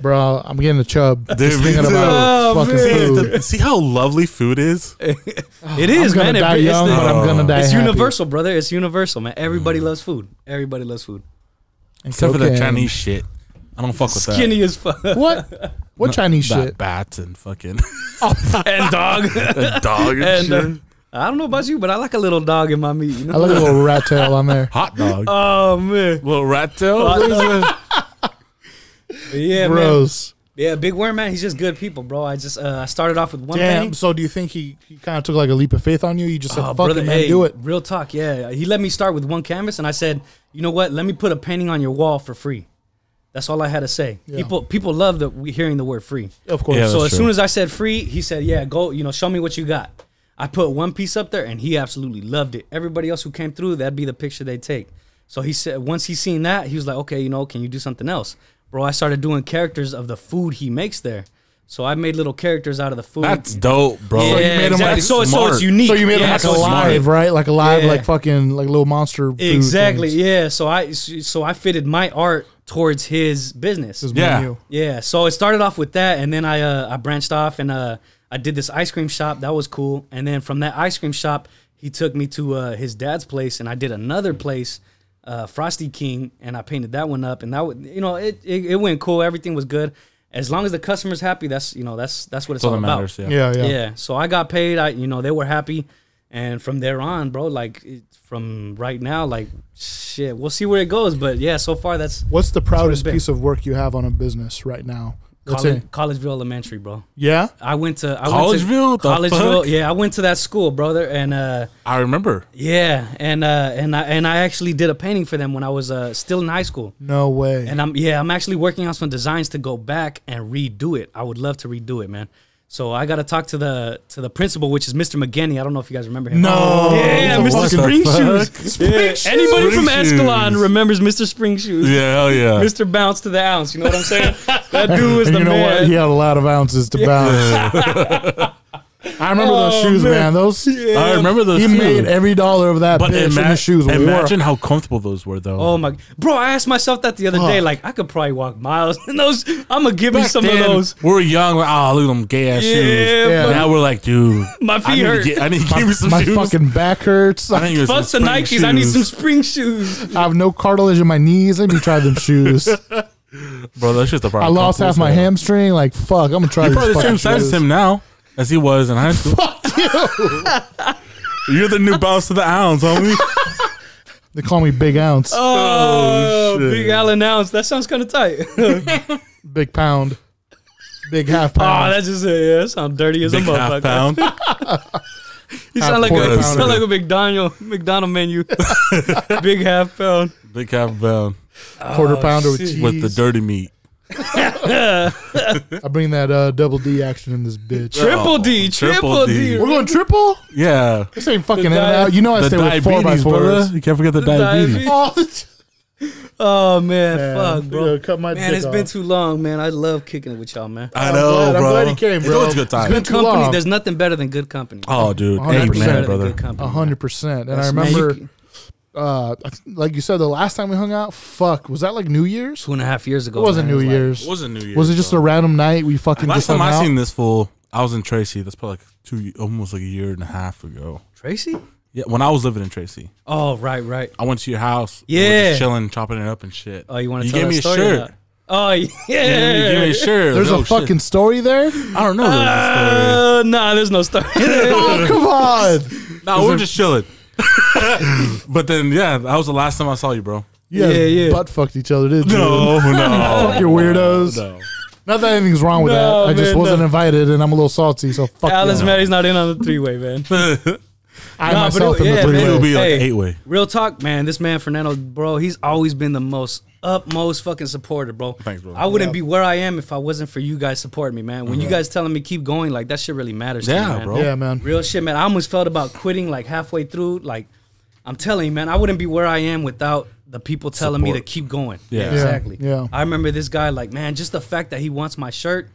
Speaker 2: bro. I'm getting a chub. just
Speaker 1: me
Speaker 2: thinking
Speaker 1: too.
Speaker 2: about
Speaker 3: Oh,
Speaker 2: fucking
Speaker 1: See,
Speaker 2: food.
Speaker 1: the- see how lovely food is.
Speaker 3: It is,
Speaker 2: I'm gonna
Speaker 3: man. It-
Speaker 2: die
Speaker 3: it's
Speaker 2: young,
Speaker 3: the-
Speaker 2: but I'm gonna die
Speaker 3: it's
Speaker 2: happy. Mm.
Speaker 3: universal, brother. It's universal, man. Everybody loves food. Everybody loves food.
Speaker 2: And
Speaker 1: Except for that
Speaker 2: cocaine.
Speaker 1: Chinese shit. I don't fuck with
Speaker 3: Skinny as
Speaker 2: [LAUGHS]
Speaker 3: fuck.
Speaker 2: What? What Chinese
Speaker 1: that.
Speaker 2: shit?
Speaker 1: That bats and fucking [LAUGHS]
Speaker 3: and
Speaker 2: [LAUGHS]
Speaker 3: dog.
Speaker 1: and dog and,
Speaker 3: and uh,
Speaker 1: shit.
Speaker 3: I don't know about you, but I like a little dog in my meat. You
Speaker 2: I
Speaker 3: know?
Speaker 2: look at a little rat tail on
Speaker 3: [LAUGHS]
Speaker 2: there.
Speaker 1: Hot dog.
Speaker 3: Oh man,
Speaker 1: Little rat tail. What is that?
Speaker 3: But yeah, man.
Speaker 2: Gross.
Speaker 3: Yeah, Big Worm man, he's just good people, bro. I just uh, I started off with one
Speaker 2: Damn.
Speaker 3: painting.
Speaker 2: um, So do you think he, he kind of took like a leap of faith on you? You just said, "Fuck it, man,
Speaker 3: Oh, hey,
Speaker 2: do it."
Speaker 3: Real talk, yeah. He let me start with one canvas, and I said, you know what? Let me put a painting on your wall for free. That's all I had to say.
Speaker 2: Yeah.
Speaker 3: People people love the we hearing the word free.
Speaker 2: Of course.
Speaker 1: Yeah,
Speaker 3: so
Speaker 1: that's
Speaker 3: as
Speaker 1: true.
Speaker 3: soon as I said free, he said, "Yeah, go. You know, show me what you got." I put one piece up there, and he absolutely loved it. Everybody else who came through, that'd be the picture they take. So he said, once he seen that, he was like, "Okay, you know, can you do something else, bro?" I started doing characters of the food he makes there. So I made little characters out of the food.
Speaker 1: That's dope, bro.
Speaker 3: yeah,
Speaker 1: So you
Speaker 2: made 'em,
Speaker 3: exactly.
Speaker 2: like,
Speaker 3: so, it's- so
Speaker 1: smart.
Speaker 3: it's unique.
Speaker 2: So you made
Speaker 3: Yeah,
Speaker 2: him like
Speaker 3: so it's
Speaker 2: alive,
Speaker 3: smart.
Speaker 2: right? Like alive,
Speaker 3: Yeah.
Speaker 2: like fucking like little monster. food
Speaker 3: Exactly.
Speaker 2: things.
Speaker 3: Yeah. So I so I fitted my art towards his business.
Speaker 2: His
Speaker 1: Yeah.
Speaker 2: menu.
Speaker 3: Yeah, so it started off with that, and then I uh, I branched off and uh, I did this ice cream shop. That was cool. And then from that ice cream shop, he took me to uh, his dad's place, and I did another place, uh, Frosty King, and I painted that one up. And that would you know it, it it went cool. Everything was good. As long as the customer's happy, that's you know that's that's what it's
Speaker 1: That's all
Speaker 3: all
Speaker 1: that matters.
Speaker 3: about.
Speaker 1: Yeah.
Speaker 2: Yeah, yeah.
Speaker 3: Yeah. So I got paid. I you know they were happy, and from there on, bro, like it, from right now, like shit, we'll see where it goes. But yeah, so far that's
Speaker 2: What's the proudest
Speaker 3: been.
Speaker 2: piece of work you have on a business right now That's
Speaker 3: College,
Speaker 2: it.
Speaker 3: Collegeville Elementary, bro.
Speaker 2: Yeah.
Speaker 3: I went to I
Speaker 1: Collegeville?
Speaker 3: Went to
Speaker 1: The fuck?
Speaker 3: yeah, I went to that school, brother, and uh,
Speaker 1: I remember.
Speaker 3: yeah, and uh, and I and I actually did a painting for them when I was uh, still in high school.
Speaker 2: No way.
Speaker 3: And I'm yeah, I'm actually working on some designs to go back and redo it. I would love to redo it, man. So I got to talk to the to the principal, which is Mr. McGinney. I don't know if you guys remember him.
Speaker 1: No.
Speaker 2: Oh,
Speaker 3: yeah,
Speaker 1: What
Speaker 3: Mr.
Speaker 1: the
Speaker 3: Spring Shoes.
Speaker 1: fuck?
Speaker 3: Yeah,
Speaker 1: Spring
Speaker 3: Anybody from Escalon
Speaker 1: Shoes.
Speaker 3: remembers Mr. Spring Shoes.
Speaker 1: Yeah, hell yeah.
Speaker 3: Mr. Bounce to the ounce. You know what I'm [LAUGHS] saying? that dude was
Speaker 2: And
Speaker 3: the
Speaker 2: you know
Speaker 3: man.
Speaker 2: what? He had a lot of ounces to bounce.
Speaker 3: [LAUGHS]
Speaker 2: I remember those
Speaker 3: Oh,
Speaker 2: shoes,
Speaker 3: man.
Speaker 2: man. Those
Speaker 1: I remember those.
Speaker 2: he
Speaker 1: shoes.
Speaker 2: made every dollar of that
Speaker 1: But
Speaker 2: bitch
Speaker 1: ima-
Speaker 2: and the shoes were
Speaker 1: imagine how comfortable those were, though.
Speaker 3: Oh my, bro! I asked myself that the other day.
Speaker 2: Fuck.
Speaker 3: Like, I could probably walk miles in those. I'm gonna give me
Speaker 1: Back
Speaker 3: some
Speaker 1: then,
Speaker 3: of those.
Speaker 1: We were young. We're, oh, look at them gay ass
Speaker 3: Yeah,
Speaker 1: shoes.
Speaker 2: Yeah.
Speaker 3: fuck-
Speaker 1: Now we're like, dude,
Speaker 3: My
Speaker 1: I
Speaker 3: feet
Speaker 1: need
Speaker 3: hurt.
Speaker 1: To get, I need to give me some
Speaker 2: my
Speaker 1: shoes.
Speaker 2: fucking back hurts.
Speaker 1: I need to get
Speaker 3: Fuck the
Speaker 1: some
Speaker 3: Nikes.
Speaker 1: spring
Speaker 3: I need
Speaker 1: shoes.
Speaker 3: some spring
Speaker 1: [LAUGHS]
Speaker 3: shoes.
Speaker 2: I have no cartilage in my knees. Let me try them shoes.
Speaker 1: Bro, that's just the
Speaker 2: I
Speaker 1: problem.
Speaker 2: lost half my hamstring. Like fuck, I'm gonna try.
Speaker 1: You're
Speaker 2: these
Speaker 1: probably the same
Speaker 2: fucking
Speaker 1: size
Speaker 2: shoes.
Speaker 1: as him now as he was in high school.
Speaker 2: Fuck
Speaker 1: [LAUGHS]
Speaker 2: you.
Speaker 1: You're the new boss of the ounce, [LAUGHS] homie.
Speaker 2: They call me Big Ounce,
Speaker 3: Oh,
Speaker 1: shit.
Speaker 3: Big Allen ounce. That sounds kind of tight. [LAUGHS]
Speaker 1: [LAUGHS]
Speaker 3: oh,
Speaker 2: Big Pound, Big Half Pound.
Speaker 3: Ah, that's just it. Yeah, that sounds dirty as
Speaker 1: Big
Speaker 3: a motherfucker.
Speaker 1: half pound.
Speaker 3: You sound like
Speaker 2: Half
Speaker 3: a you
Speaker 2: quarter
Speaker 3: sound
Speaker 2: pounder.
Speaker 3: like a McDonald McDonald
Speaker 1: [LAUGHS]
Speaker 3: menu. Big half pound.
Speaker 1: Big half pound
Speaker 2: quarter pounder with
Speaker 3: shit.
Speaker 2: cheese.
Speaker 1: with the dirty meat.
Speaker 2: I bring that uh, double D action in this bitch.
Speaker 3: Triple D, triple D.
Speaker 2: We're going triple.
Speaker 1: Yeah.
Speaker 2: This ain't fucking in
Speaker 3: The
Speaker 2: and
Speaker 3: di-
Speaker 2: out. You know I
Speaker 1: The
Speaker 2: stay with four by
Speaker 1: diabetes, brother.
Speaker 2: fours. [LAUGHS]
Speaker 1: You can't forget the, diabetes.
Speaker 3: diabetes.
Speaker 2: All the
Speaker 3: Oh man, fuck, bro.
Speaker 2: Yeah, cut my
Speaker 3: Man,
Speaker 2: dick
Speaker 3: it's been
Speaker 2: off.
Speaker 3: too long, man. I love kicking it with y'all, man.
Speaker 1: I
Speaker 2: I'm
Speaker 1: know,
Speaker 2: glad- I'm
Speaker 1: bro.
Speaker 2: glad he came,
Speaker 1: It's
Speaker 2: bro.
Speaker 1: always a good time.
Speaker 2: It's been-
Speaker 3: Good
Speaker 2: too
Speaker 3: company.
Speaker 2: long.
Speaker 3: There's nothing better than good company.
Speaker 1: oh, dude.
Speaker 2: 100%.
Speaker 1: Amen,
Speaker 3: better than
Speaker 1: brother.
Speaker 3: good company.
Speaker 2: A hundred percent. And I
Speaker 3: That's
Speaker 2: remember,
Speaker 3: magic.
Speaker 2: uh, I th- like you said, the last time we hung out, fuck, was that like New Year's?
Speaker 3: two and a half years ago.
Speaker 2: It wasn't
Speaker 3: man.
Speaker 2: New
Speaker 3: was like-
Speaker 2: Year's.
Speaker 1: a New Year's.
Speaker 2: Was it just a random night we fucking
Speaker 1: Last
Speaker 2: just
Speaker 1: time
Speaker 2: hung
Speaker 1: I
Speaker 2: out?
Speaker 1: seen this fool, I was in Tracy. That's probably like two, almost like a year and a half ago.
Speaker 3: Tracy?
Speaker 1: Yeah, when I was living in Tracy,
Speaker 3: Oh, right, right.
Speaker 1: I went to your house. and
Speaker 3: Yeah.
Speaker 1: we're just chilling, chopping it up and shit.
Speaker 3: Oh, you want to
Speaker 1: You
Speaker 3: tell
Speaker 1: gave
Speaker 3: that
Speaker 1: me a
Speaker 3: story or
Speaker 1: shirt.
Speaker 3: not? Oh [LAUGHS] yeah.
Speaker 1: You gave me- you gave me a
Speaker 3: [LAUGHS]
Speaker 1: shirt.
Speaker 2: There's
Speaker 1: Oh,
Speaker 2: a
Speaker 1: shit.
Speaker 2: fucking story [LAUGHS] there.
Speaker 1: I don't know. the
Speaker 3: Uh, nah, there's
Speaker 1: [LAUGHS]
Speaker 3: no story.
Speaker 2: oh come on!
Speaker 1: story. No, we [LAUGHS] we're just chilling. [LAUGHS] but then, yeah, that was the last time I saw you, bro.
Speaker 2: You guys
Speaker 3: Yeah, yeah.
Speaker 2: Butt fucked each other, didn't you? [LAUGHS]
Speaker 1: No,
Speaker 2: Fuck
Speaker 1: no.
Speaker 2: your weirdos.
Speaker 1: no.
Speaker 2: Not that anything's wrong with
Speaker 3: No,
Speaker 2: that. I just
Speaker 3: man,
Speaker 2: wasn't
Speaker 3: no.
Speaker 2: invited, and I'm a little salty. So fuck.
Speaker 3: Alice
Speaker 2: y'all.
Speaker 3: Mary's not in on the three way, man.
Speaker 2: I
Speaker 3: Nah, but
Speaker 2: myself
Speaker 3: it-
Speaker 2: in
Speaker 3: yeah,
Speaker 2: the
Speaker 3: man.
Speaker 1: It
Speaker 2: three
Speaker 1: would
Speaker 2: way.
Speaker 1: be like
Speaker 3: Hey.
Speaker 1: eight way.
Speaker 3: Real talk, man. This man Fernando, bro, he's always been the most utmost fucking supporter, bro.
Speaker 1: Thanks, brother.
Speaker 3: I wouldn't be where I am if I wasn't for you guys supporting me, man. When you guys telling me keep going, like that shit really matters. to me,
Speaker 1: Yeah,
Speaker 3: man.
Speaker 1: bro.
Speaker 2: Yeah, man.
Speaker 3: Real shit, man. I almost felt about quitting like halfway through. Like, I'm telling you, man, I wouldn't be where I am without the people telling me to
Speaker 1: Support.
Speaker 3: keep going.
Speaker 1: Yeah. Yeah,
Speaker 3: exactly.
Speaker 2: yeah.
Speaker 3: I remember this guy, like, man, just the fact that he wants my shirt,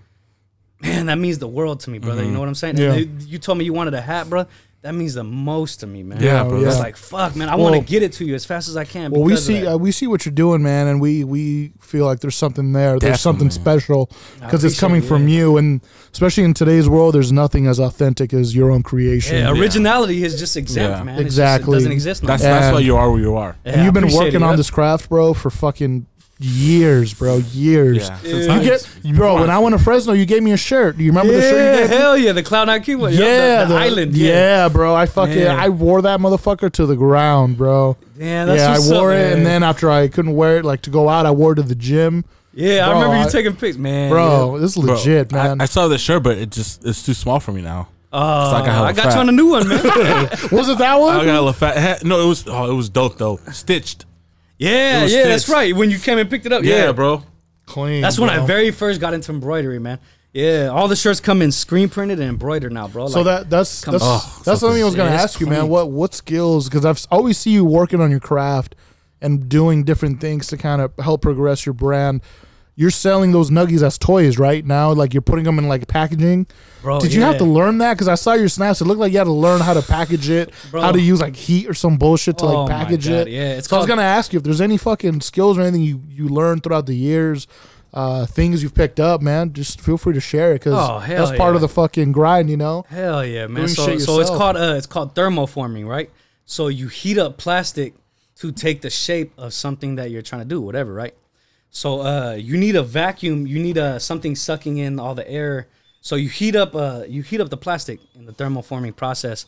Speaker 3: man, that means the world to me, brother.
Speaker 1: Mm-hmm.
Speaker 3: You know what I'm saying?
Speaker 2: Yeah.
Speaker 3: And you told me you wanted a hat, bro. That means the most to me, man.
Speaker 1: Yeah,
Speaker 2: No,
Speaker 1: bro.
Speaker 2: yeah.
Speaker 1: that's-
Speaker 3: It's like fuck, man. I
Speaker 2: Well-
Speaker 3: want to get it to you as fast as I can.
Speaker 2: Well, we
Speaker 3: because of
Speaker 2: see
Speaker 3: that.
Speaker 2: uh, we see what you're doing, man, and we we feel like there's something there. There's something special because it's
Speaker 3: appreciate
Speaker 2: coming
Speaker 3: it,
Speaker 2: from
Speaker 3: yeah.
Speaker 2: you, and especially in today's world, there's nothing as authentic as your own creation.
Speaker 3: yeah, originality is just exempt,
Speaker 1: Yeah.
Speaker 3: man. It's just-
Speaker 2: Exactly.
Speaker 3: it doesn't exist. No
Speaker 1: That's,
Speaker 3: more.
Speaker 1: that's why
Speaker 2: And-
Speaker 1: you are where you are.
Speaker 3: Yeah,
Speaker 2: And
Speaker 3: I
Speaker 2: you've been
Speaker 3: appreciate
Speaker 2: working
Speaker 3: it,
Speaker 2: on
Speaker 3: yeah.
Speaker 2: this craft, bro, for fucking years, bro, years.
Speaker 1: Yeah.
Speaker 3: Yeah.
Speaker 1: Since
Speaker 2: You get, bro. When I went to Fresno, you gave me a shirt. Do you remember the shirt? You
Speaker 3: Yeah,
Speaker 2: gave me?
Speaker 3: hell yeah, the Cloud Nine Cuba. Yeah, the, the island.
Speaker 2: Yeah.
Speaker 3: Yeah,
Speaker 2: bro. I fucking
Speaker 3: Yeah.
Speaker 2: I wore that motherfucker to the ground, bro.
Speaker 3: Damn, that's
Speaker 2: yeah, I
Speaker 3: what's
Speaker 2: wore
Speaker 3: up,
Speaker 2: it,
Speaker 3: man.
Speaker 2: and then after I couldn't wear it, like to go out, I wore it to the gym,
Speaker 3: yeah. I
Speaker 2: Bro,
Speaker 3: remember you
Speaker 2: I-
Speaker 3: taking pics, man.
Speaker 2: bro. This is
Speaker 1: Bro,
Speaker 2: legit,
Speaker 1: I-
Speaker 2: man.
Speaker 1: I, saw the shirt, but it just it's too small for me now.
Speaker 3: Uh,
Speaker 1: like I have
Speaker 3: I
Speaker 1: a
Speaker 3: got
Speaker 1: fat-
Speaker 3: you on a new
Speaker 2: [LAUGHS]
Speaker 3: one, man.
Speaker 2: was it that one?
Speaker 1: I got a little fat hat. No, it was oh, it was dope though. Stitched. It
Speaker 3: yeah, yeah,
Speaker 1: was
Speaker 3: that's
Speaker 1: stitched.
Speaker 3: right. When you came and picked it up,
Speaker 1: Yeah,
Speaker 3: yeah,
Speaker 1: bro.
Speaker 2: Clean.
Speaker 3: That's when I
Speaker 2: bro.
Speaker 3: very first got into embroidery, man. Yeah, all the shirts come in screen printed and embroidered now, bro.
Speaker 2: So
Speaker 3: Like,
Speaker 2: that that's
Speaker 3: Come
Speaker 2: that's,
Speaker 3: on.
Speaker 1: Oh,
Speaker 2: that's something I was gonna
Speaker 3: Yeah, it's
Speaker 2: ask you, man.
Speaker 3: clean.
Speaker 2: What what skills? Because I've s- always see you working on your craft and doing different things to kind of help progress your brand. You're selling those nuggies as toys right now, like you're putting them in like packaging.
Speaker 3: Bro,
Speaker 2: Did you have
Speaker 3: yeah.
Speaker 2: to learn that? Because I saw your snaps. It looked like you had to learn how to package it,
Speaker 3: Bro.
Speaker 2: how to use like heat or some bullshit to
Speaker 3: Oh
Speaker 2: like
Speaker 3: my
Speaker 2: package
Speaker 3: God,
Speaker 2: it.
Speaker 3: yeah, it's
Speaker 2: so I was
Speaker 3: called-
Speaker 2: gonna ask you if there's any fucking skills or anything you you learned throughout the years. Uh, things you've picked up, man. Just feel free to share it because
Speaker 3: Oh, hell
Speaker 2: that's part
Speaker 3: yeah.
Speaker 2: of the fucking grind, you know.
Speaker 3: Hell yeah, man!
Speaker 2: Doing
Speaker 3: So,
Speaker 2: shit
Speaker 3: so it's
Speaker 2: yourself.
Speaker 3: called uh, it's called thermoforming, right? So you heat up plastic to take the shape of something that you're trying to do, whatever, right? So uh, you need a vacuum, you need uh, something sucking in all the air. So you heat up uh, you heat up the plastic in the thermoforming process,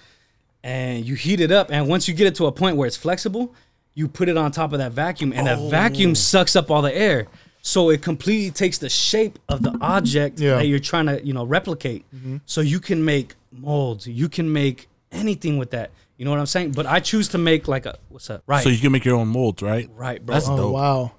Speaker 3: and you heat it up, and once you get it to
Speaker 2: Oh.
Speaker 3: a point where it's flexible, you put it on top of that vacuum, and that vacuum sucks up all the air. So it completely takes the shape of the object
Speaker 2: Yeah.
Speaker 3: that you're trying to, you know, replicate.
Speaker 1: Mm-hmm.
Speaker 3: So you can make molds. You can make anything with that. You know what I'm saying? But I choose to make like a what's up? Right.
Speaker 1: So you can make your own molds, right?
Speaker 3: right, bro.
Speaker 1: That's
Speaker 2: Oh
Speaker 1: dope.
Speaker 2: wow.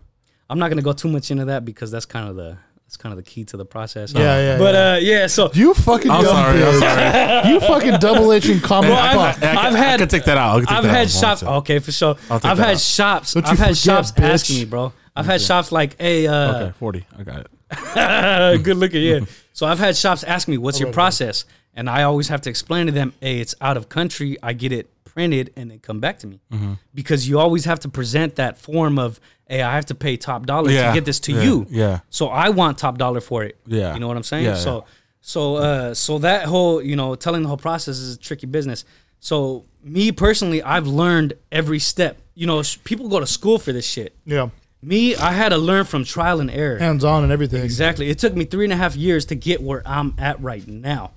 Speaker 3: I'm not gonna go too much into that because that's kind of the that's kind of the key to the process.
Speaker 2: Yeah, yeah,
Speaker 3: But
Speaker 2: yeah.
Speaker 3: uh, yeah. So
Speaker 2: You fucking
Speaker 1: I'm
Speaker 2: dumb
Speaker 1: sorry. I'm
Speaker 2: bitch.
Speaker 1: sorry.
Speaker 2: [LAUGHS] You fucking double [LAUGHS] edging comic
Speaker 3: I've-
Speaker 2: fuck.
Speaker 1: I, have had.
Speaker 3: I've
Speaker 1: I
Speaker 3: had-
Speaker 1: could take that out. I could take
Speaker 3: I've
Speaker 1: that out
Speaker 3: had
Speaker 1: if I
Speaker 3: shops.
Speaker 1: want
Speaker 3: Okay, for sure.
Speaker 1: I'll take
Speaker 3: I've
Speaker 1: that
Speaker 3: had
Speaker 1: out.
Speaker 3: shops.
Speaker 2: Don't you
Speaker 3: I've had
Speaker 2: forget,
Speaker 3: shops
Speaker 2: bitch.
Speaker 3: asking me, bro. I've had shops like, hey,
Speaker 1: to.
Speaker 3: uh,
Speaker 1: okay, forty. I got it.
Speaker 3: [LAUGHS] good
Speaker 1: [LAUGHS]
Speaker 3: looking, yeah. So I've had shops ask me, "What's your process?" And I always have to explain to them, "Hey, it's out of country. I get it printed and then come back to me,"
Speaker 1: Mm-hmm.
Speaker 3: because you always have to present that form of, "Hey, I have to pay top dollar
Speaker 1: Yeah,
Speaker 3: to get this to
Speaker 1: yeah,
Speaker 3: you."
Speaker 1: yeah.
Speaker 3: So I want top dollar for it.
Speaker 1: Yeah.
Speaker 3: You know what I'm saying?
Speaker 1: Yeah,
Speaker 3: so,
Speaker 1: yeah.
Speaker 3: so, uh, so that whole, you know, telling the whole process is a tricky business. So me personally, I've learned every step. You know, sh- people go to school for this shit.
Speaker 2: Yeah.
Speaker 3: Me, I had to learn from trial and error.
Speaker 2: Hands on and everything.
Speaker 3: Exactly. It took me three and a half years to get where I'm at right now.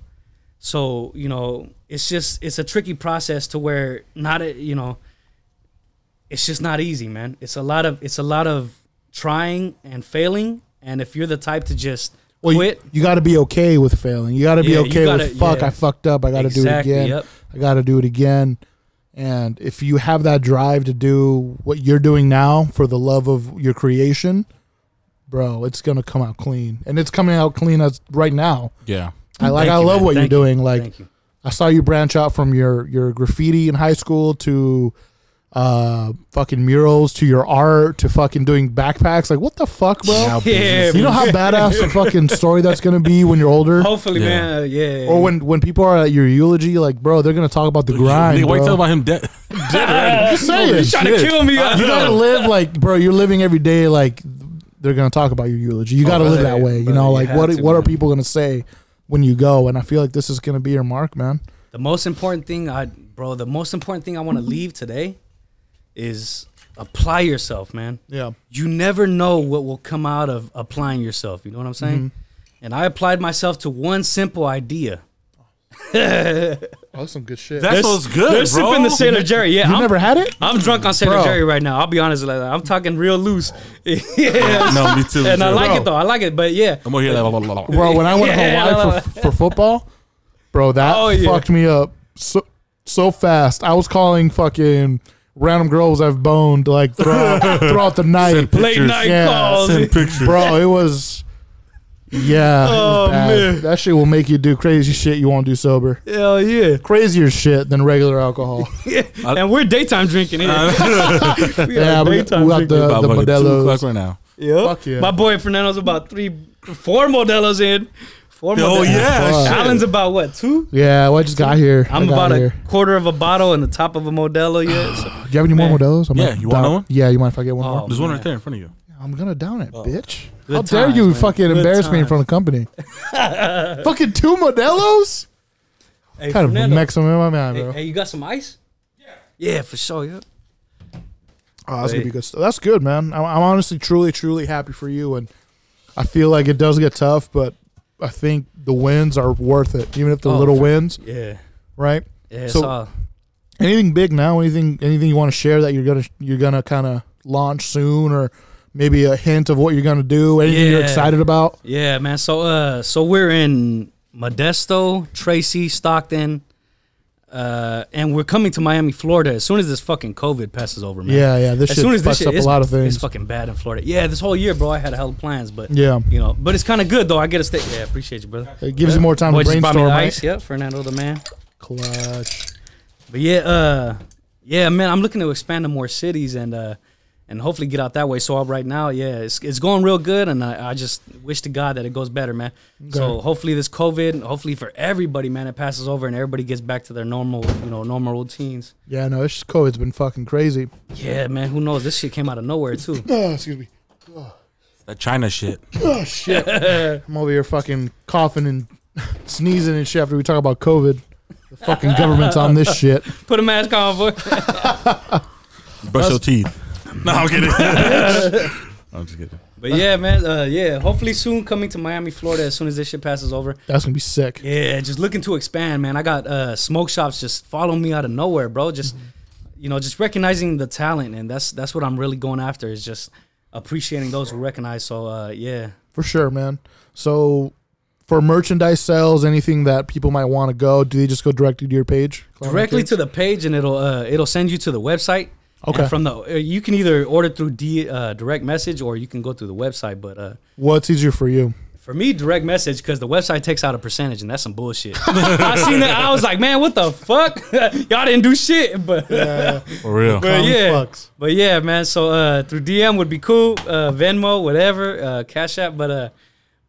Speaker 3: So, you know, it's just, it's a tricky process to where not, a, you know, it's just not easy, man. It's a lot of, it's a lot of trying and failing. And if you're the type to just
Speaker 2: Well, you-
Speaker 3: quit,
Speaker 2: you, got to be okay with failing. You got to be
Speaker 3: Yeah, you
Speaker 2: okay
Speaker 3: gotta-
Speaker 2: with fuck.
Speaker 3: yeah.
Speaker 2: I fucked up. I got to
Speaker 3: Exactly,
Speaker 2: do it again.
Speaker 3: yep.
Speaker 2: I got to do it again. And if you have that drive to do what you're doing now for the love of your creation, bro, it's gonna come out clean, and it's coming out clean as right now.
Speaker 1: Yeah.
Speaker 2: I like.
Speaker 3: Thank
Speaker 2: I
Speaker 3: you,
Speaker 2: love
Speaker 3: man.
Speaker 2: what
Speaker 3: Thank
Speaker 2: you're
Speaker 3: you.
Speaker 2: doing. Like,
Speaker 3: thank you.
Speaker 2: I saw you branch out from your your graffiti in high school to uh fucking murals to your art to fucking doing backpacks like what the fuck bro
Speaker 1: Now
Speaker 3: Yeah,
Speaker 2: you know how badass the fucking story that's gonna be when you're older
Speaker 3: hopefully,
Speaker 1: Yeah.
Speaker 3: man. uh, yeah.
Speaker 2: or when when people are at your eulogy, like, bro, they're gonna talk about the grind.
Speaker 1: Nigga, why you talking
Speaker 2: bro.
Speaker 1: about him dead? [LAUGHS]
Speaker 2: I'm just saying.
Speaker 3: he's trying to
Speaker 1: shit.
Speaker 3: kill me. uh,
Speaker 2: you gotta live like, bro. You're living every day like they're gonna talk about your eulogy. You gotta live
Speaker 3: brother,
Speaker 2: that way. You
Speaker 3: brother,
Speaker 2: know,
Speaker 3: Oh, you
Speaker 2: like
Speaker 3: have
Speaker 2: what
Speaker 3: to,
Speaker 2: what are
Speaker 3: man.
Speaker 2: people gonna say when you go? And I feel like this is gonna be your mark, man.
Speaker 3: the most important thing I bro, the most important thing I want to leave today is apply yourself, man.
Speaker 2: Yeah.
Speaker 3: You never know what will come out of applying yourself. You know what I'm saying? And I applied myself to one simple idea.
Speaker 2: Oh, that's some good shit.
Speaker 1: That was good,
Speaker 3: They're
Speaker 1: bro.
Speaker 3: sipping the Sailor Jerry. Yeah,
Speaker 2: you
Speaker 3: I'm,
Speaker 2: never had it?
Speaker 3: I'm drunk on
Speaker 2: Bro.
Speaker 3: Sailor Jerry right now. I'll be honest with you. I'm talking real loose. [LAUGHS] yeah.
Speaker 1: no, me too. me
Speaker 3: [LAUGHS] And I
Speaker 1: too.
Speaker 3: like
Speaker 1: Bro.
Speaker 3: it though. I like it. But yeah,
Speaker 1: I'm over here like blah, blah, blah, blah.
Speaker 2: Bro, when I went
Speaker 3: [LAUGHS] Yeah,
Speaker 2: to
Speaker 3: no,
Speaker 2: Hawaii
Speaker 3: no,
Speaker 2: for, for football, bro, that
Speaker 3: Oh, yeah.
Speaker 2: fucked me up so so fast. I was calling fucking random girls I've boned like
Speaker 3: [LAUGHS]
Speaker 2: throughout, throughout the night.
Speaker 3: late
Speaker 1: Pictures.
Speaker 3: night
Speaker 2: Yeah,
Speaker 3: calls.
Speaker 1: Send pictures.
Speaker 2: bro. It was, yeah. it was
Speaker 3: Oh,
Speaker 2: bad.
Speaker 3: man.
Speaker 2: that shit will make you do crazy shit you won't do sober.
Speaker 3: [LAUGHS] Hell yeah.
Speaker 2: Crazier shit than regular
Speaker 3: [LAUGHS]
Speaker 2: alcohol.
Speaker 3: and we're daytime drinking here. [LAUGHS] we
Speaker 2: Yeah,
Speaker 3: are
Speaker 2: we-
Speaker 3: daytime
Speaker 2: we got
Speaker 3: drinking.
Speaker 2: the-
Speaker 1: About fucking two
Speaker 2: Modelos.
Speaker 1: o'clock right now.
Speaker 3: Yep.
Speaker 2: Fuck yeah.
Speaker 3: My boy Fernando's about three, four Modelos in. Four
Speaker 1: Oh
Speaker 3: Modelos.
Speaker 1: yeah,
Speaker 2: Fuck.
Speaker 1: shit.
Speaker 3: Alan's about what, two?
Speaker 2: Yeah, well, I just got here. I
Speaker 3: I'm
Speaker 2: got
Speaker 3: about
Speaker 2: here.
Speaker 3: a quarter of a bottle and the top of a Modelo
Speaker 2: [SIGHS]
Speaker 3: yet. So.
Speaker 2: Do you have any more
Speaker 3: man.
Speaker 2: Modelos? I'm
Speaker 1: Yeah,
Speaker 2: gonna
Speaker 1: you want
Speaker 2: down-
Speaker 1: one?
Speaker 2: Yeah, you mind if I get one more?
Speaker 1: There's one
Speaker 3: man.
Speaker 1: right there in front of you.
Speaker 2: I'm gonna down it, bitch.
Speaker 3: Good
Speaker 2: How dare
Speaker 3: times,
Speaker 2: you
Speaker 3: man.
Speaker 2: fucking
Speaker 3: Good
Speaker 2: embarrass me in
Speaker 3: times.
Speaker 2: front of company?
Speaker 3: [LAUGHS]
Speaker 2: fucking two Modelos?
Speaker 3: Hey,
Speaker 2: Kind of
Speaker 3: Fernando,
Speaker 2: mix 'em in my mind,
Speaker 3: hey,
Speaker 2: bro.
Speaker 3: hey, you got some ice? Yeah. Yeah, for sure. Yeah.
Speaker 2: Oh, that's gonna be good stuff. That's good, man. I'm, I'm honestly, truly, truly happy for you, and I feel like it does get tough, but I think the wins are worth it, even if the
Speaker 3: Oh,
Speaker 2: little
Speaker 3: for-
Speaker 2: wins,
Speaker 3: Yeah.
Speaker 2: right?
Speaker 3: Yeah, it's
Speaker 2: So-
Speaker 3: all.
Speaker 2: Anything big now? Anything? Anything you want to share that you're gonna you're gonna kind of launch soon, or maybe a hint of what you're gonna do? Anything you're
Speaker 3: Yeah.
Speaker 2: excited about?
Speaker 3: Yeah, man. So, uh, so we're in Modesto, Tracy, Stockton, uh, and we're coming to Miami, Florida as soon as this fucking COVID passes over, man.
Speaker 2: Yeah, yeah. This
Speaker 3: as
Speaker 2: shit
Speaker 3: soon as
Speaker 2: fucks
Speaker 3: this shit
Speaker 2: up a
Speaker 3: it's-
Speaker 2: lot of
Speaker 3: It's
Speaker 2: things.
Speaker 3: fucking bad in Florida. Yeah, this whole year, bro, I had a hell of plans, but
Speaker 2: Yeah.
Speaker 3: you know, but it's kind of good though. I get to stay. Yeah, appreciate you, brother.
Speaker 2: It gives you more time to
Speaker 3: Boy, just bought me
Speaker 2: brainstorm.
Speaker 3: the
Speaker 2: right?
Speaker 3: ice. Yep, Fernando the man.
Speaker 2: Clutch.
Speaker 3: But yeah, uh, yeah, man, I'm looking to expand to more cities and uh, and hopefully get out that way. So uh, right now, yeah, it's, it's going real good, and I, I just wish to God that it goes better, man. So hopefully this COVID, and hopefully for everybody, man, it passes over and everybody gets back to their normal, you know, normal routines.
Speaker 2: Yeah, no, it's just COVID's been fucking crazy.
Speaker 3: Yeah, man, who knows? This shit came out of nowhere too.
Speaker 2: Oh, [SIGHS] excuse me.
Speaker 1: That China
Speaker 3: [LAUGHS]
Speaker 1: shit.
Speaker 2: Oh shit. I'm over here fucking coughing and [LAUGHS] sneezing and shit after we talk about COVID. The fucking government's on [LAUGHS] this shit.
Speaker 3: Put a mask on, boy.
Speaker 1: Brush your teeth.
Speaker 3: [LAUGHS]
Speaker 1: No, I'm kidding. [LAUGHS] I'm just kidding.
Speaker 3: But yeah, man, uh, yeah. Hopefully soon, coming to Miami, Florida, as soon as this shit passes over.
Speaker 2: That's gonna be sick.
Speaker 3: Yeah, just looking to expand, man. I got uh, smoke shops just following me out of nowhere, bro. Just you know, just recognizing the talent, and that's that's what I'm really going after. Is just appreciating those who recognize. So uh, yeah,
Speaker 2: For sure, man. So for merchandise sales, anything that people might want to go, do they just go directly to your page? Clown
Speaker 3: directly
Speaker 2: Arcades?
Speaker 3: to the page, and it'll uh, it'll send you to the website. And
Speaker 2: Okay.
Speaker 3: from the uh, you can either order through D, uh, direct message or you can go through the website. But uh,
Speaker 2: What's easier for you?
Speaker 3: for me, direct message because the website takes out a percentage, and that's some bullshit. I seen that. I was like, man, what the fuck? [LAUGHS] Y'all didn't do shit. But
Speaker 1: For real.
Speaker 3: But
Speaker 2: Clown
Speaker 3: yeah,
Speaker 2: fucks.
Speaker 3: but yeah, man. So uh, through DM would be cool. Uh, Venmo, whatever, uh, Cash App. But uh,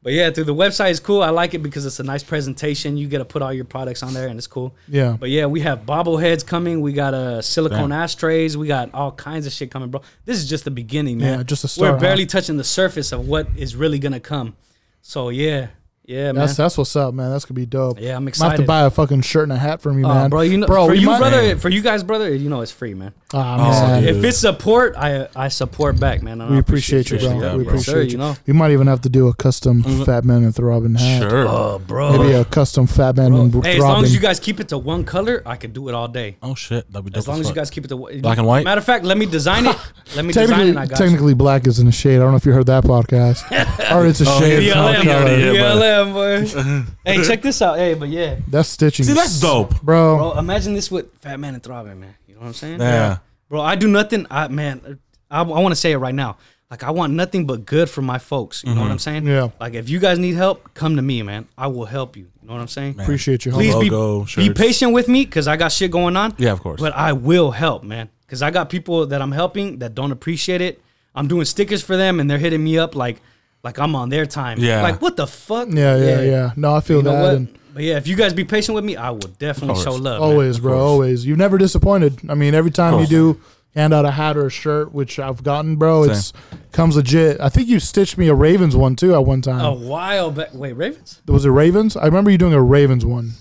Speaker 3: but yeah, through the website is cool. I like it because it's a nice presentation. You get to put all your products on there, and it's cool.
Speaker 2: Yeah.
Speaker 3: But yeah, we have bobbleheads coming. We got uh, silicone
Speaker 1: Damn.
Speaker 3: ashtrays. We got all kinds of shit coming, bro. This is just the beginning, man.
Speaker 2: Yeah, just a
Speaker 3: We're
Speaker 2: start, huh?
Speaker 3: barely touching the surface of what is really gonna come. So yeah, yeah, man.
Speaker 2: That's that's what's up, man. That's gonna be dope.
Speaker 3: Yeah,
Speaker 2: I'm
Speaker 3: I'm
Speaker 2: gonna have to
Speaker 3: excited.
Speaker 2: buy a fucking shirt and a hat for me,
Speaker 3: Uh,
Speaker 2: man.
Speaker 3: bro, you know, for
Speaker 2: we
Speaker 3: you,
Speaker 2: might-
Speaker 3: brother, Oh, for you guys, brother, you know it's free, man.
Speaker 2: Ah, man.
Speaker 1: dude.
Speaker 3: If it's support, I I support back, man. and I
Speaker 2: We appreciate you,
Speaker 1: Appreciate
Speaker 2: bro.
Speaker 1: that,
Speaker 2: we
Speaker 1: bro.
Speaker 2: appreciate
Speaker 3: Sure,
Speaker 2: you.
Speaker 3: you know. Mm-hmm.
Speaker 2: We might even have to do a custom Fat Man and Throbbing hat.
Speaker 1: Sure.
Speaker 3: Oh, bro.
Speaker 2: Maybe um, a custom Fat Man and
Speaker 3: Hey, as long
Speaker 2: Throbbing.
Speaker 3: as you guys keep it to one color, I could do it all day.
Speaker 1: oh shit, that'd be dope.
Speaker 3: As long as you
Speaker 1: fuck.
Speaker 3: guys keep it to one-
Speaker 1: Black and white?
Speaker 3: Matter of fact, let me
Speaker 2: [LAUGHS]
Speaker 3: design it. Let me design it.
Speaker 2: Technically,
Speaker 3: And I got you.
Speaker 2: technically black is in the shade. I don't know if you heard that podcast.
Speaker 3: [LAUGHS]
Speaker 2: or it's a
Speaker 3: Oh,
Speaker 2: shade. it's not a
Speaker 3: BLM,
Speaker 2: color.
Speaker 1: yeah,
Speaker 3: BLM,
Speaker 1: [LAUGHS]
Speaker 3: boy. hey, check this out. Hey, but yeah,
Speaker 2: That's stitching.
Speaker 1: See, that's dope.
Speaker 2: Bro,
Speaker 3: bro. Imagine this with Fat Man and Throbbing, man. You know what I'm saying?
Speaker 1: Yeah.
Speaker 3: Bro, I do nothing. I man, I, I want to say it right now. Like I want nothing but good for my folks. You know what I'm
Speaker 1: Mm-hmm.
Speaker 3: saying?
Speaker 2: Yeah.
Speaker 3: Like if you guys need help, come to me, man. I will help you. You know what I'm saying?
Speaker 2: appreciate you.
Speaker 3: Please
Speaker 2: homie.
Speaker 3: be,
Speaker 1: Logo,
Speaker 3: be
Speaker 1: shirts.
Speaker 3: patient with me because I got shit going on.
Speaker 1: Yeah, of course.
Speaker 3: But I will help, man. Because I got people that I'm helping that don't appreciate it. I'm doing stickers for them and they're hitting me up like like I'm on their time.
Speaker 1: Yeah.
Speaker 3: Like, what the fuck?
Speaker 2: Yeah, yeah, yeah. No, I feel
Speaker 3: You know
Speaker 2: that.
Speaker 3: what?
Speaker 2: And
Speaker 3: But yeah, if you guys be patient with me, I will definitely
Speaker 1: course.
Speaker 3: show love. man.
Speaker 2: always, bro. Always. You've never disappointed. I mean, every time you
Speaker 1: course.
Speaker 2: do hand out a hat or a shirt, which I've gotten, bro, it's
Speaker 1: Same.
Speaker 2: comes legit. I think you stitched me a Ravens one too at one time.
Speaker 3: A while back. Wait, Ravens?
Speaker 2: Was it Ravens? I remember you doing a Ravens one.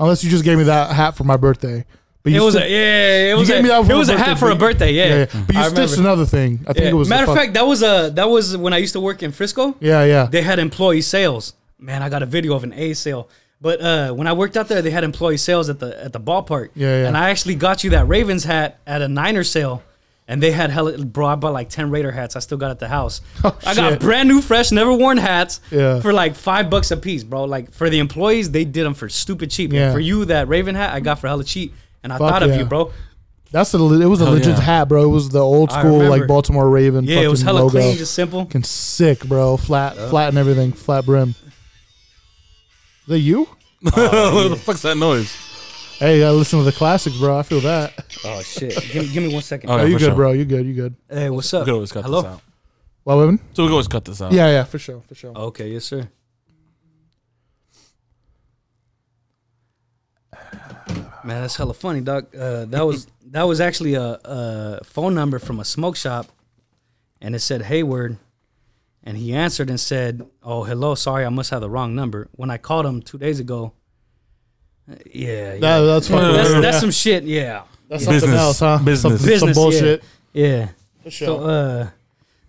Speaker 2: Unless you just gave me that hat for my birthday. But
Speaker 3: It
Speaker 2: you
Speaker 3: was
Speaker 2: sti-
Speaker 3: a yeah. It
Speaker 2: you
Speaker 3: was
Speaker 2: gave
Speaker 3: a,
Speaker 2: me that for
Speaker 3: it was
Speaker 2: my
Speaker 3: a hat
Speaker 2: birthday,
Speaker 3: for a
Speaker 2: but-
Speaker 3: birthday. Yeah,
Speaker 2: yeah, yeah. But
Speaker 3: I
Speaker 2: you
Speaker 3: remember.
Speaker 2: stitched another thing. I think
Speaker 3: Yeah.
Speaker 2: it was a
Speaker 3: Matter of
Speaker 2: fuck-
Speaker 3: fact, that was a that was when I used to work in Frisco.
Speaker 2: Yeah, yeah.
Speaker 3: they had employee sales. Man, I got a video of an A sale. But uh, when I worked out there, they had employee sales at the at the ballpark.
Speaker 2: Yeah, yeah.
Speaker 3: And I actually got you that Ravens hat at a Niner sale, and they had hella, bro. I bought like ten Raider hats. I still got at the
Speaker 2: [LAUGHS]
Speaker 3: house. I
Speaker 2: Oh, shit.
Speaker 3: got brand new, fresh, never worn hats.
Speaker 2: Yeah.
Speaker 3: For like five bucks a piece, bro. Like for the employees, they did them for stupid cheap.
Speaker 2: Yeah.
Speaker 3: And for you, that Raven hat I got for hella cheap, and I
Speaker 2: Fuck
Speaker 3: thought of
Speaker 2: yeah.
Speaker 3: you, bro.
Speaker 2: That's a le- it was a
Speaker 1: Hell
Speaker 2: legit
Speaker 1: yeah.
Speaker 2: hat, bro. It was the old
Speaker 3: I
Speaker 2: school like
Speaker 3: remember.
Speaker 2: Baltimore Raven.
Speaker 3: Yeah, it was
Speaker 2: fucking
Speaker 3: hella
Speaker 2: logo.
Speaker 3: clean, just simple.
Speaker 2: Fucking sick, bro. Flat, flat, and everything. Flat brim. Is that you?
Speaker 1: [LAUGHS]
Speaker 3: Oh,
Speaker 1: what the fuck's that noise?
Speaker 2: Hey, I listen to the classic, bro. I feel that.
Speaker 3: Oh shit! give, me, give me one second.
Speaker 1: Oh,
Speaker 2: Oh,
Speaker 1: yeah,
Speaker 2: you
Speaker 1: for
Speaker 2: good,
Speaker 1: sure.
Speaker 2: bro? You good? You good?
Speaker 3: Hey, what's up?
Speaker 1: We could always cut
Speaker 3: Hello.
Speaker 1: this out.
Speaker 2: Well, women?
Speaker 1: So we could always cut this out.
Speaker 2: Yeah, yeah, for sure, for sure.
Speaker 3: Okay, yes sir. Man, that's hella funny, doc. Uh, that was [LAUGHS] that was actually a, a phone number from a smoke shop, and it said Hayward, and he answered and said, "Oh, hello, sorry, I must have the wrong number." When I called him two days ago, Uh, yeah, yeah.
Speaker 2: That- that's fucking.
Speaker 3: that's,
Speaker 2: yeah.
Speaker 3: that's some shit. Yeah,
Speaker 2: That's
Speaker 3: yeah.
Speaker 2: something
Speaker 1: Business.
Speaker 2: else, huh?
Speaker 1: Business.
Speaker 2: Some, some
Speaker 3: Business, yeah.
Speaker 2: bullshit.
Speaker 3: yeah.
Speaker 2: For
Speaker 3: So,
Speaker 2: sure.
Speaker 3: uh,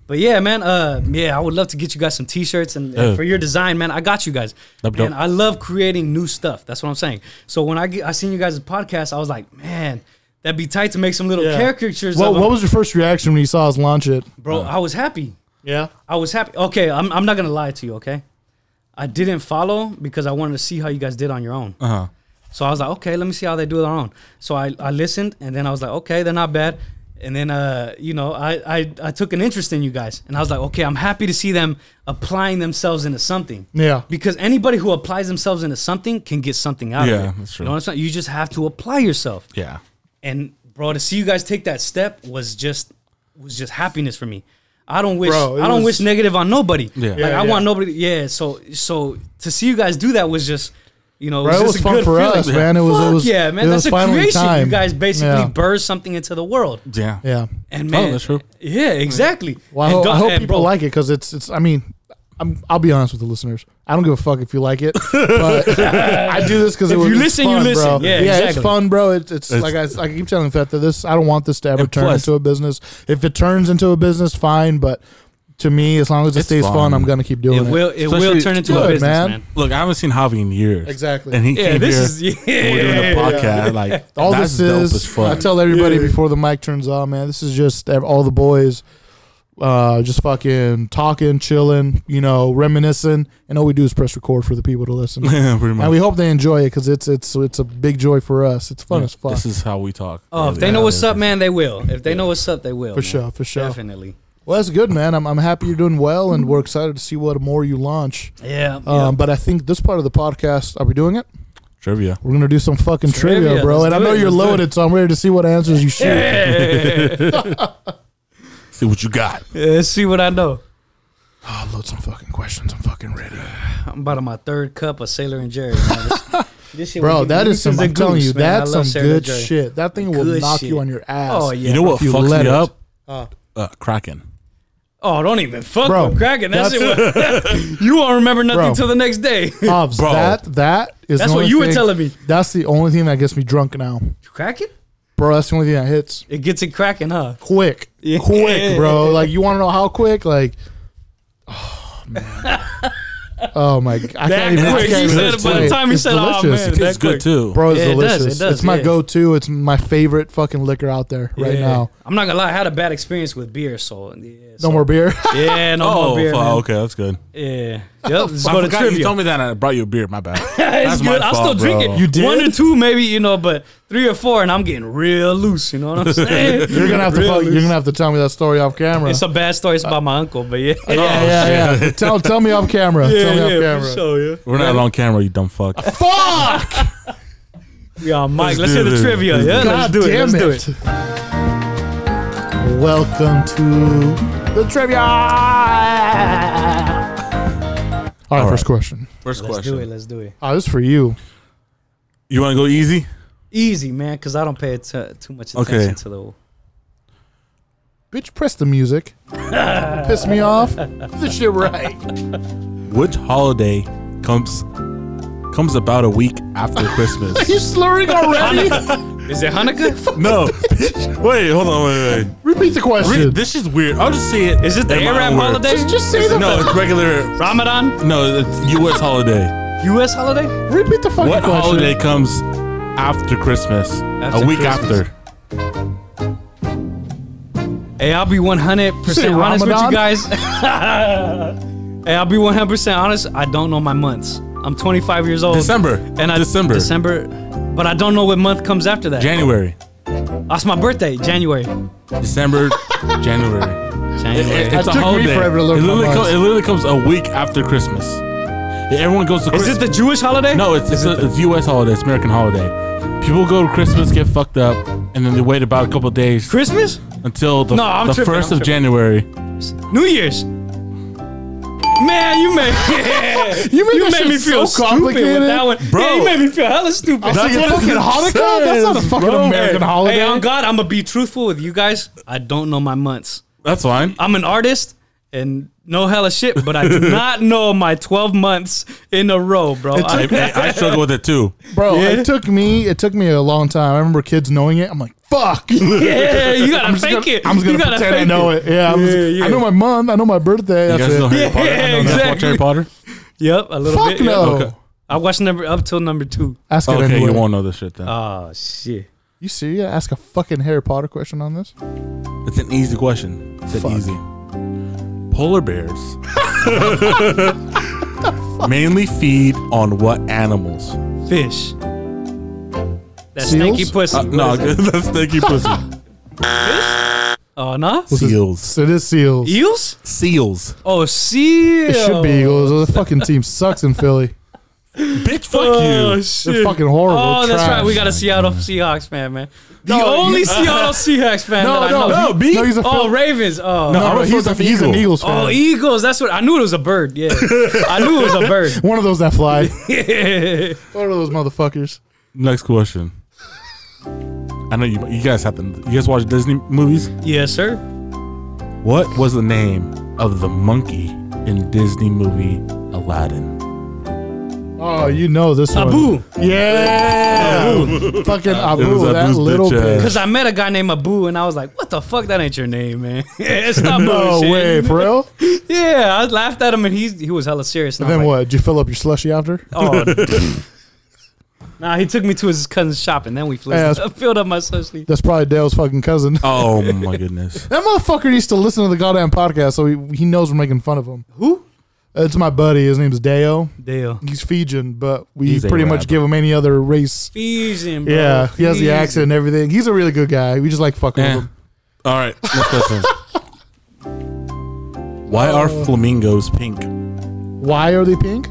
Speaker 3: but yeah, man, uh, yeah, I would love to get you guys some T-shirts and, and
Speaker 1: Yeah.
Speaker 3: for your design, man. I got you guys,
Speaker 1: That'd be
Speaker 3: and
Speaker 1: dope.
Speaker 3: I love creating new stuff. That's what I'm saying. So when I get, I seen you guys' podcast, I was like, man, that'd be tight to make some little
Speaker 2: Yeah.
Speaker 3: caricatures.
Speaker 2: What,
Speaker 3: of 'em.
Speaker 2: what was your first reaction when you saw us launch it?
Speaker 3: bro? I was happy.
Speaker 2: Yeah.
Speaker 3: I was happy. Okay, I'm I'm not gonna lie to you. Okay, I didn't follow because I wanted to see how you guys did on your own.
Speaker 1: Uh huh.
Speaker 3: So I was like, okay, let me see how they do it on their own. So I, I listened and then I was like, okay, they're not bad. And then uh, you know, I, I I took an interest in you guys and I was like, okay, I'm happy to see them applying themselves into something.
Speaker 2: Yeah.
Speaker 3: Because anybody who applies themselves into something can get something out of it.
Speaker 1: Yeah, that's true.
Speaker 3: You know what I'm saying? You just have to apply yourself.
Speaker 1: Yeah.
Speaker 3: And bro, to see you guys take that step was just was just happiness for me. I don't wish
Speaker 2: Bro, it
Speaker 3: I don't
Speaker 2: was-
Speaker 3: wish negative on nobody.
Speaker 1: Yeah.
Speaker 3: Like
Speaker 2: Yeah,
Speaker 3: I
Speaker 2: yeah.
Speaker 3: want nobody yeah, so so to see you guys do that was just you know,
Speaker 2: Bro, it
Speaker 3: just
Speaker 2: was
Speaker 3: a
Speaker 2: fun
Speaker 3: good
Speaker 2: for
Speaker 3: feeling.
Speaker 2: us, man. It was,
Speaker 3: Fuck
Speaker 2: it was
Speaker 3: yeah, man.
Speaker 2: It was
Speaker 3: That's a
Speaker 2: finally
Speaker 3: creation.
Speaker 2: time.
Speaker 3: You guys basically
Speaker 2: Yeah.
Speaker 3: burst something into the world.
Speaker 1: Yeah.
Speaker 2: yeah.
Speaker 3: And man,
Speaker 1: that's true.
Speaker 3: Yeah, exactly.
Speaker 2: Well, I,
Speaker 3: And
Speaker 2: ho-
Speaker 3: dog-
Speaker 2: I hope
Speaker 3: and
Speaker 2: people
Speaker 3: bro,
Speaker 2: like it because it's it's. I mean, I'm, I'll be honest with the listeners. I don't give a fuck if you like it,
Speaker 3: [LAUGHS]
Speaker 2: but I do this because
Speaker 3: If
Speaker 2: it was
Speaker 3: you
Speaker 2: it's
Speaker 3: listen, you
Speaker 2: fun,
Speaker 3: listen.
Speaker 2: Bro.
Speaker 3: Yeah,
Speaker 2: it's
Speaker 3: exactly.
Speaker 2: fun, bro. It, it's,
Speaker 1: It's-
Speaker 2: like I, I keep telling Feth that this. I don't want this to ever
Speaker 1: And
Speaker 2: turn
Speaker 1: plus-
Speaker 2: into a business. If it turns into a business, fine. But to me, as long as it
Speaker 1: It's
Speaker 2: stays fun.
Speaker 1: fun.
Speaker 2: I'm gonna keep
Speaker 3: it
Speaker 2: doing it.
Speaker 3: will it will
Speaker 1: Especially-
Speaker 3: turn into a
Speaker 2: Good,
Speaker 3: business,
Speaker 2: man.
Speaker 3: man.
Speaker 1: Look, I haven't seen Javi in years.
Speaker 2: Exactly.
Speaker 1: And he
Speaker 3: Yeah,
Speaker 1: came
Speaker 3: this
Speaker 1: here.
Speaker 3: is [LAUGHS]
Speaker 1: and we're doing a
Speaker 3: yeah.
Speaker 1: podcast. Like
Speaker 2: [LAUGHS] All
Speaker 1: that's
Speaker 2: this is,
Speaker 1: dope as fuck.
Speaker 2: I tell everybody before the mic turns on, man. This is just ev- all the boys uh, just fucking talking, chilling, you know, reminiscing, and all we do is press record for the people
Speaker 1: [LAUGHS]
Speaker 2: to
Speaker 1: [LAUGHS]
Speaker 2: listen.
Speaker 1: yeah, pretty much.
Speaker 2: And we hope they enjoy it because it's it's it's a big joy for us. It's fun as fuck.
Speaker 1: This is how we talk.
Speaker 3: Oh, if they know what's up, man, they will. If they know what's up, they will.
Speaker 2: for
Speaker 3: man.
Speaker 2: sure, for sure.
Speaker 3: Definitely.
Speaker 2: Well, that's good, man. I'm, I'm happy you're doing well, and we're excited to see what more you launch.
Speaker 3: Yeah.
Speaker 2: Um, But I think this part of the podcast, are we doing it?
Speaker 1: Trivia.
Speaker 2: We're gonna do some fucking trivia,
Speaker 3: Trivia,
Speaker 2: bro.
Speaker 3: let's
Speaker 2: And I
Speaker 3: do
Speaker 2: know
Speaker 3: it,
Speaker 2: you're
Speaker 3: let's do
Speaker 2: loaded, so I'm ready to see what answers you [LAUGHS] shoot.
Speaker 1: See what you got.
Speaker 3: yeah. Let's see what I know.
Speaker 2: I'll load some fucking questions. I'm fucking ready,
Speaker 3: I'm about on my third cup of Sailor and Jerry. man.
Speaker 2: [LAUGHS]
Speaker 3: This- this shit will
Speaker 2: bro.
Speaker 3: give
Speaker 2: That
Speaker 3: me
Speaker 2: is some.
Speaker 3: goose
Speaker 2: I'm
Speaker 3: and
Speaker 2: telling
Speaker 3: goose,
Speaker 2: you,
Speaker 3: man. I
Speaker 2: that's
Speaker 3: love
Speaker 2: some
Speaker 3: Sailor and
Speaker 2: good
Speaker 3: Jerry.
Speaker 2: shit. That thing will
Speaker 3: Good
Speaker 2: knock
Speaker 3: shit.
Speaker 2: you on your ass.
Speaker 3: Oh yeah.
Speaker 1: You know what
Speaker 2: you
Speaker 1: fucks
Speaker 2: let
Speaker 1: me
Speaker 2: it.
Speaker 1: up?
Speaker 2: Uh.
Speaker 1: Uh, Kraken.
Speaker 3: Oh, don't even fuck
Speaker 2: Bro,
Speaker 3: with Kraken. That's,
Speaker 2: that's- [LAUGHS]
Speaker 3: it. you won't remember nothing
Speaker 2: Bro.
Speaker 3: till the next day.
Speaker 2: Hobbs,
Speaker 1: Bro.
Speaker 2: that that is.
Speaker 3: That's
Speaker 2: the
Speaker 3: what
Speaker 2: only
Speaker 3: you were
Speaker 2: thing-
Speaker 3: telling me.
Speaker 2: That's the only thing that gets me drunk now,
Speaker 3: Kraken?
Speaker 2: bro. That's the only thing that hits
Speaker 3: It gets it cracking, huh?
Speaker 2: quick,
Speaker 3: Yeah.
Speaker 2: quick,
Speaker 1: [LAUGHS]
Speaker 2: bro. Like you want to know how quick? Like, [SIGHS] oh man, oh my, g- I
Speaker 3: That
Speaker 2: can't even. I
Speaker 3: quick.
Speaker 2: can't
Speaker 3: You
Speaker 2: even
Speaker 3: said it by the
Speaker 2: explain.
Speaker 3: time you
Speaker 2: It's
Speaker 3: said, "Oh,
Speaker 2: delicious.
Speaker 3: man."
Speaker 1: It's
Speaker 3: That
Speaker 1: good
Speaker 3: quick.
Speaker 1: too.
Speaker 2: Bro, it's
Speaker 3: Yeah, it does,
Speaker 2: delicious.
Speaker 3: it does,
Speaker 2: it's my
Speaker 3: yeah.
Speaker 2: go-to. It's my favorite fucking liquor out there right
Speaker 3: Yeah.
Speaker 2: now.
Speaker 3: I'm not gonna lie, I had a bad experience with beer, so yeah.
Speaker 2: No
Speaker 3: so-
Speaker 2: more beer. [LAUGHS]
Speaker 3: Yeah, no
Speaker 1: Oh,
Speaker 3: more beer.
Speaker 1: fuck,
Speaker 3: man.
Speaker 1: okay, that's good.
Speaker 3: Yeah. Yep. Just
Speaker 1: I
Speaker 3: go to
Speaker 1: forgot
Speaker 3: trivia.
Speaker 1: you told me that and I brought you a beer. My bad.
Speaker 3: [LAUGHS] it's
Speaker 1: That's my
Speaker 3: good. I still
Speaker 1: fault,
Speaker 3: drink
Speaker 1: bro.
Speaker 3: it.
Speaker 2: You did?
Speaker 3: one or two, maybe you know, but three or four, and I'm getting real loose. You know what I'm saying?
Speaker 2: [LAUGHS] you're gonna have to.
Speaker 3: Real
Speaker 2: Fuck, you're
Speaker 3: loose.
Speaker 2: gonna have to tell me that story off camera.
Speaker 3: It's a bad story. It's about my uncle, but yeah, yeah,
Speaker 2: yeah,
Speaker 1: Oh,
Speaker 2: yeah, yeah. tell, tell me off camera.
Speaker 3: [LAUGHS] yeah,
Speaker 2: tell me off
Speaker 3: yeah,
Speaker 2: camera.
Speaker 3: for sure, yeah.
Speaker 1: We're not on camera, you dumb
Speaker 3: [LAUGHS]
Speaker 1: fuck.
Speaker 2: Fuck!
Speaker 3: Yeah, Mike, let's
Speaker 1: do
Speaker 3: hear the
Speaker 1: this.
Speaker 3: trivia.
Speaker 1: Let's
Speaker 3: Yeah,
Speaker 2: God
Speaker 3: let's do it.
Speaker 2: damn
Speaker 3: Let's do
Speaker 2: it.
Speaker 3: it.
Speaker 2: Welcome to the trivia. All right,
Speaker 1: All
Speaker 2: first
Speaker 1: right.
Speaker 2: question.
Speaker 1: First
Speaker 3: Let's do it.
Speaker 1: question.
Speaker 3: Let's do it.
Speaker 2: Oh, this is for you.
Speaker 1: You want to go easy?
Speaker 3: Easy, man, because I don't pay t- too much
Speaker 1: Okay.
Speaker 3: attention to the.
Speaker 2: Bitch, press the
Speaker 3: [LAUGHS]
Speaker 2: music. Piss me off. This shit right.
Speaker 1: Which holiday comes comes about a week [LAUGHS] after Christmas?
Speaker 2: You slurring
Speaker 3: [LAUGHS]
Speaker 2: already?
Speaker 3: Is
Speaker 1: [LAUGHS]
Speaker 3: it Hanukkah?
Speaker 1: no. bitch. Wait, hold on, wait, wait.
Speaker 2: Repeat the
Speaker 1: Re-
Speaker 2: question.
Speaker 1: this is weird. I'll just say it.
Speaker 3: Is it the
Speaker 1: in my
Speaker 3: Arab
Speaker 1: own words.
Speaker 3: holiday?
Speaker 2: just, just say the
Speaker 1: No, it's regular.
Speaker 3: Ramadan,
Speaker 1: No, it's U.S. holiday.
Speaker 3: U.S. holiday.
Speaker 2: repeat the fucking
Speaker 1: What
Speaker 2: question.
Speaker 1: holiday comes after Christmas?
Speaker 3: After
Speaker 1: a week
Speaker 3: Christmas.
Speaker 1: after.
Speaker 3: Hey, I'll be 100
Speaker 2: Say
Speaker 3: percent honest with
Speaker 2: Ramadan?
Speaker 3: you guys. [LAUGHS] hey, I'll be 100 percent honest. I don't know my months. I'm 25 years old.
Speaker 1: December.
Speaker 3: And I,
Speaker 1: December.
Speaker 3: December, but I don't know what month comes after that.
Speaker 1: January.
Speaker 3: That's my birthday, January.
Speaker 1: December. January. It-
Speaker 3: January.
Speaker 1: it-
Speaker 2: That
Speaker 1: it's a
Speaker 2: took me
Speaker 1: holiday.
Speaker 2: forever to learn
Speaker 1: it,
Speaker 2: my
Speaker 1: literally
Speaker 2: words.
Speaker 1: co- it literally comes a week after Christmas. Yeah, Everyone goes to
Speaker 3: Is it
Speaker 1: Christmas.
Speaker 3: the Jewish holiday?
Speaker 1: no, it's, it's, a, it's U.S. holiday. It's American holiday. People go to Christmas, get fucked up, and then they wait about a couple days
Speaker 3: Christmas?
Speaker 1: until the,
Speaker 3: No, I'm
Speaker 1: the
Speaker 3: tripping,
Speaker 1: first
Speaker 3: I'm
Speaker 1: of
Speaker 3: tripping.
Speaker 1: January.
Speaker 3: New Year's. Man, you
Speaker 2: [LAUGHS]
Speaker 3: made
Speaker 2: You made,
Speaker 3: you
Speaker 2: that
Speaker 3: made
Speaker 2: shit
Speaker 3: me feel
Speaker 2: so
Speaker 3: stupid with
Speaker 2: complicated.
Speaker 3: that one.
Speaker 1: Bro.
Speaker 3: Yeah, you made me feel hella stupid.
Speaker 2: That's
Speaker 1: That's
Speaker 2: like
Speaker 1: what
Speaker 3: [LAUGHS]
Speaker 2: fucking
Speaker 1: it
Speaker 2: Hanukkah. That's not a
Speaker 1: says,
Speaker 2: fucking
Speaker 1: bro.
Speaker 2: American
Speaker 1: Hey,
Speaker 2: holiday.
Speaker 3: Hey, on God, I'm gonna be truthful with you guys. I don't know my months.
Speaker 1: That's fine.
Speaker 3: I'm an artist and no hella shit,
Speaker 2: [LAUGHS]
Speaker 3: but I do not know my 12 months in a row, bro.
Speaker 1: I,
Speaker 3: I,
Speaker 2: [LAUGHS]
Speaker 1: I- I struggle with it too.
Speaker 2: Bro,
Speaker 3: Yeah.
Speaker 2: it took me it took me a long time. I remember kids knowing it. I'm like, fuck.
Speaker 3: yeah, you gotta
Speaker 2: I'm just
Speaker 3: fake
Speaker 2: gonna,
Speaker 3: it.
Speaker 2: I'm just
Speaker 3: you
Speaker 2: gonna
Speaker 3: gotta
Speaker 2: pretend I
Speaker 3: fake
Speaker 2: know it. Yeah, I'm just-
Speaker 3: Yeah, yeah.
Speaker 2: I know my month. I know my birthday.
Speaker 1: You
Speaker 2: That's
Speaker 1: guys know
Speaker 2: it.
Speaker 1: Harry Potter? I
Speaker 3: Yeah,
Speaker 1: know you guys watch
Speaker 3: exactly.
Speaker 1: Harry Potter?
Speaker 3: Yep, a little
Speaker 2: Fuck
Speaker 3: bit. yeah.
Speaker 2: no.
Speaker 1: Okay.
Speaker 3: I watched number up till number two.
Speaker 2: Ask it
Speaker 1: Okay,
Speaker 2: anyway.
Speaker 1: you won't know this shit then.
Speaker 3: Oh shit.
Speaker 2: You serious? Ask a fucking Harry Potter question on this?
Speaker 1: It's an easy question. It's an
Speaker 2: Fuck.
Speaker 1: easy. Polar
Speaker 3: [LAUGHS]
Speaker 1: bears mainly feed on what animals?
Speaker 3: Fish. That
Speaker 2: Seals?
Speaker 3: stinky pussy.
Speaker 1: Uh, no,
Speaker 3: What is
Speaker 1: [LAUGHS]
Speaker 3: it?
Speaker 1: that's stinky pussy.
Speaker 3: Oh no.
Speaker 2: it-
Speaker 1: Seals.
Speaker 2: It is seals.
Speaker 3: Eels?
Speaker 1: Seals.
Speaker 3: Oh seal.
Speaker 2: It should be eagles. The fucking team sucks in Philly.
Speaker 1: Bitch, fuck
Speaker 3: Oh
Speaker 1: you.
Speaker 3: shit.
Speaker 2: They're fucking horrible.
Speaker 3: Oh, that's right. We got a
Speaker 1: Trash.
Speaker 3: Seattle Seahawks fan, man. The
Speaker 2: No,
Speaker 3: only
Speaker 2: you- [LAUGHS]
Speaker 3: Seattle Seahawks fan
Speaker 2: no,
Speaker 3: that
Speaker 2: no,
Speaker 3: I know.
Speaker 1: no, B.
Speaker 2: no, he's a
Speaker 3: Oh,
Speaker 2: Phil-
Speaker 3: Ravens. Oh,
Speaker 1: No,
Speaker 2: no,
Speaker 1: I'm a
Speaker 2: he's, a,
Speaker 1: Philadelphia
Speaker 2: he's an
Speaker 1: Eagle.
Speaker 2: Eagles fan.
Speaker 3: Oh, Eagles. That's what I knew. It was a
Speaker 2: [LAUGHS]
Speaker 3: bird. Yeah, I knew it was a bird.
Speaker 2: One of those that fly.
Speaker 3: Yeah.
Speaker 2: [LAUGHS] One of those motherfuckers.
Speaker 1: Next question. I know you. You guys have to. You guys watch Disney movies.
Speaker 3: yes, sir.
Speaker 1: What was the name of the monkey in Disney movie Aladdin?
Speaker 2: Oh, you know this one.
Speaker 3: Abu.
Speaker 2: Yeah. Fucking
Speaker 1: It was
Speaker 2: Abu, that
Speaker 1: Abu's
Speaker 2: little
Speaker 1: bitch
Speaker 2: bitch.
Speaker 3: [LAUGHS]
Speaker 1: ass.
Speaker 3: Because I met a guy named Abu, and I was like, "What the fuck? That ain't your name, man. [LAUGHS] it's not
Speaker 2: No
Speaker 3: bullshit."
Speaker 2: way, for real?
Speaker 3: Yeah, I laughed at him, and he's he was hella serious. And I
Speaker 2: Then [LAUGHS]
Speaker 3: was
Speaker 2: what? Did you fill up your slushy after?
Speaker 3: like, Oh, Nah, he took me to his cousin's shop, and then we
Speaker 2: Hey,
Speaker 3: filled,
Speaker 2: that's-
Speaker 3: [LAUGHS] filled up my socially.
Speaker 2: That's probably Dale's fucking cousin. [LAUGHS]
Speaker 1: Oh my goodness.
Speaker 2: That motherfucker used to listen to the goddamn podcast, so he, he knows we're making fun of him.
Speaker 3: Who?
Speaker 2: It's my buddy. His name is Dale.
Speaker 3: Dale.
Speaker 2: He's Fijian, but we
Speaker 1: He's a
Speaker 2: pretty much
Speaker 1: rapper.
Speaker 2: give him any other race.
Speaker 3: Fusion, bro.
Speaker 2: Yeah, he has the
Speaker 3: Fusion.
Speaker 2: accent and everything. He's a really good guy. We just like fucking
Speaker 1: [LAUGHS] Eh.
Speaker 2: with him.
Speaker 1: All right, next question. Why are flamingos pink?
Speaker 2: Why are they pink?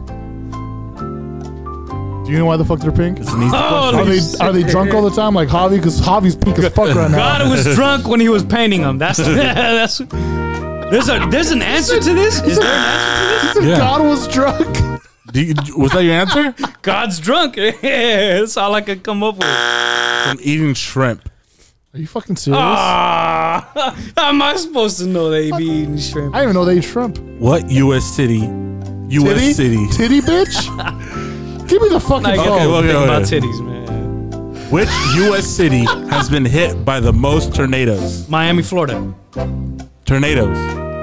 Speaker 2: Do you know why the fuck they're pink?
Speaker 1: It's an easy question.
Speaker 2: Are they
Speaker 3: shit.
Speaker 2: are they drunk all the time like Javi? Because Javi's pink as fuck right now.
Speaker 3: [LAUGHS] God was drunk when he was painting them. That's [LAUGHS] that's. There's a there's an answer to this. Is there an answer?
Speaker 1: Yeah.
Speaker 2: God was drunk. [LAUGHS]
Speaker 1: Do you, was that your answer?
Speaker 3: God's drunk. [LAUGHS] Yeah, that's all I could come up with.
Speaker 1: From eating shrimp.
Speaker 2: Are you fucking serious?
Speaker 3: Ah, [LAUGHS] how am I supposed to know they be eating shrimp?
Speaker 2: I didn't even know they eat shrimp.
Speaker 1: What U.S. city? U.S.
Speaker 2: Titty,
Speaker 1: city.
Speaker 2: titty, bitch.
Speaker 3: [LAUGHS]
Speaker 2: Give me the fucking
Speaker 3: I get
Speaker 2: phone.
Speaker 1: okay, well-
Speaker 3: to think about
Speaker 1: okay.
Speaker 3: titties, man.
Speaker 1: Which U.S. city has been hit by the most tornadoes?
Speaker 3: Miami, Florida.
Speaker 1: Tornadoes.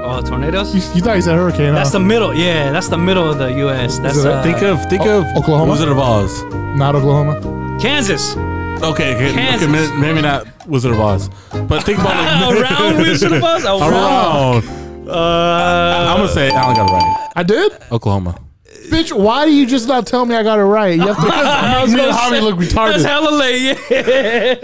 Speaker 3: Oh, tornadoes.
Speaker 2: you, you thought you said hurricane?
Speaker 3: That's
Speaker 2: huh?
Speaker 3: the middle. Yeah, that's the middle of the U.S. That's
Speaker 2: it a-
Speaker 3: uh,
Speaker 1: Think of think
Speaker 2: O-
Speaker 1: of
Speaker 2: Oh, Oklahoma?
Speaker 1: Wizard of Oz.
Speaker 2: not Oklahoma.
Speaker 3: Kansas. [LAUGHS]
Speaker 1: Okay, okay, okay
Speaker 3: Kansas.
Speaker 1: may- maybe not Wizard of Oz, but think about
Speaker 3: [LAUGHS]
Speaker 1: like
Speaker 3: Around Wizard of Oz. Around.
Speaker 1: around.
Speaker 3: Uh,
Speaker 1: I'm gonna say Alan got it right.
Speaker 2: I did,
Speaker 1: Oklahoma.
Speaker 2: bitch. Why do you just not tell me I got it right? You have
Speaker 3: [LAUGHS] I was
Speaker 2: to. [LAUGHS] me and
Speaker 3: gonna
Speaker 2: Javi
Speaker 3: say-
Speaker 2: look
Speaker 3: That's
Speaker 2: retarded.
Speaker 3: hella late.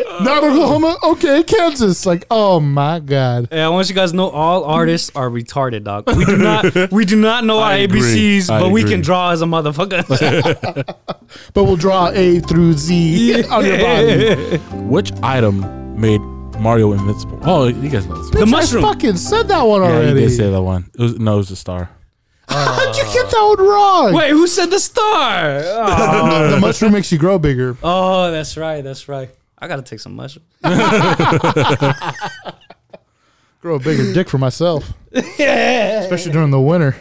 Speaker 3: Yeah.
Speaker 2: Not Oklahoma. Okay, Kansas. Like, oh my god.
Speaker 3: yeah. I want you guys to know all artists are retarded, dog. We
Speaker 1: [LAUGHS]
Speaker 3: do not we do not know our
Speaker 1: I agree.
Speaker 3: ABCs,
Speaker 1: I
Speaker 3: but we
Speaker 1: agree.
Speaker 3: can draw as a motherfucker.
Speaker 1: [LAUGHS]
Speaker 3: [LAUGHS]
Speaker 2: But we'll draw A through Z on your
Speaker 3: [LAUGHS]
Speaker 2: body.
Speaker 1: Which item made Mario invincible? Oh, you guys know this. One.
Speaker 2: Bitch,
Speaker 3: The mushroom.
Speaker 2: I fucking said that one
Speaker 1: Yeah, you
Speaker 2: already.
Speaker 1: did say that one. It was, no, it was the star.
Speaker 2: How'd you get that one wrong?
Speaker 3: Wait, who said the star? Oh. [LAUGHS]
Speaker 2: Uh, the mushroom makes you grow bigger.
Speaker 3: Oh, that's right. That's right. I gotta take some mushrooms.
Speaker 2: Grow a bigger dick for myself,
Speaker 3: [LAUGHS] Yeah.
Speaker 2: especially during the
Speaker 3: [LAUGHS]
Speaker 2: winter.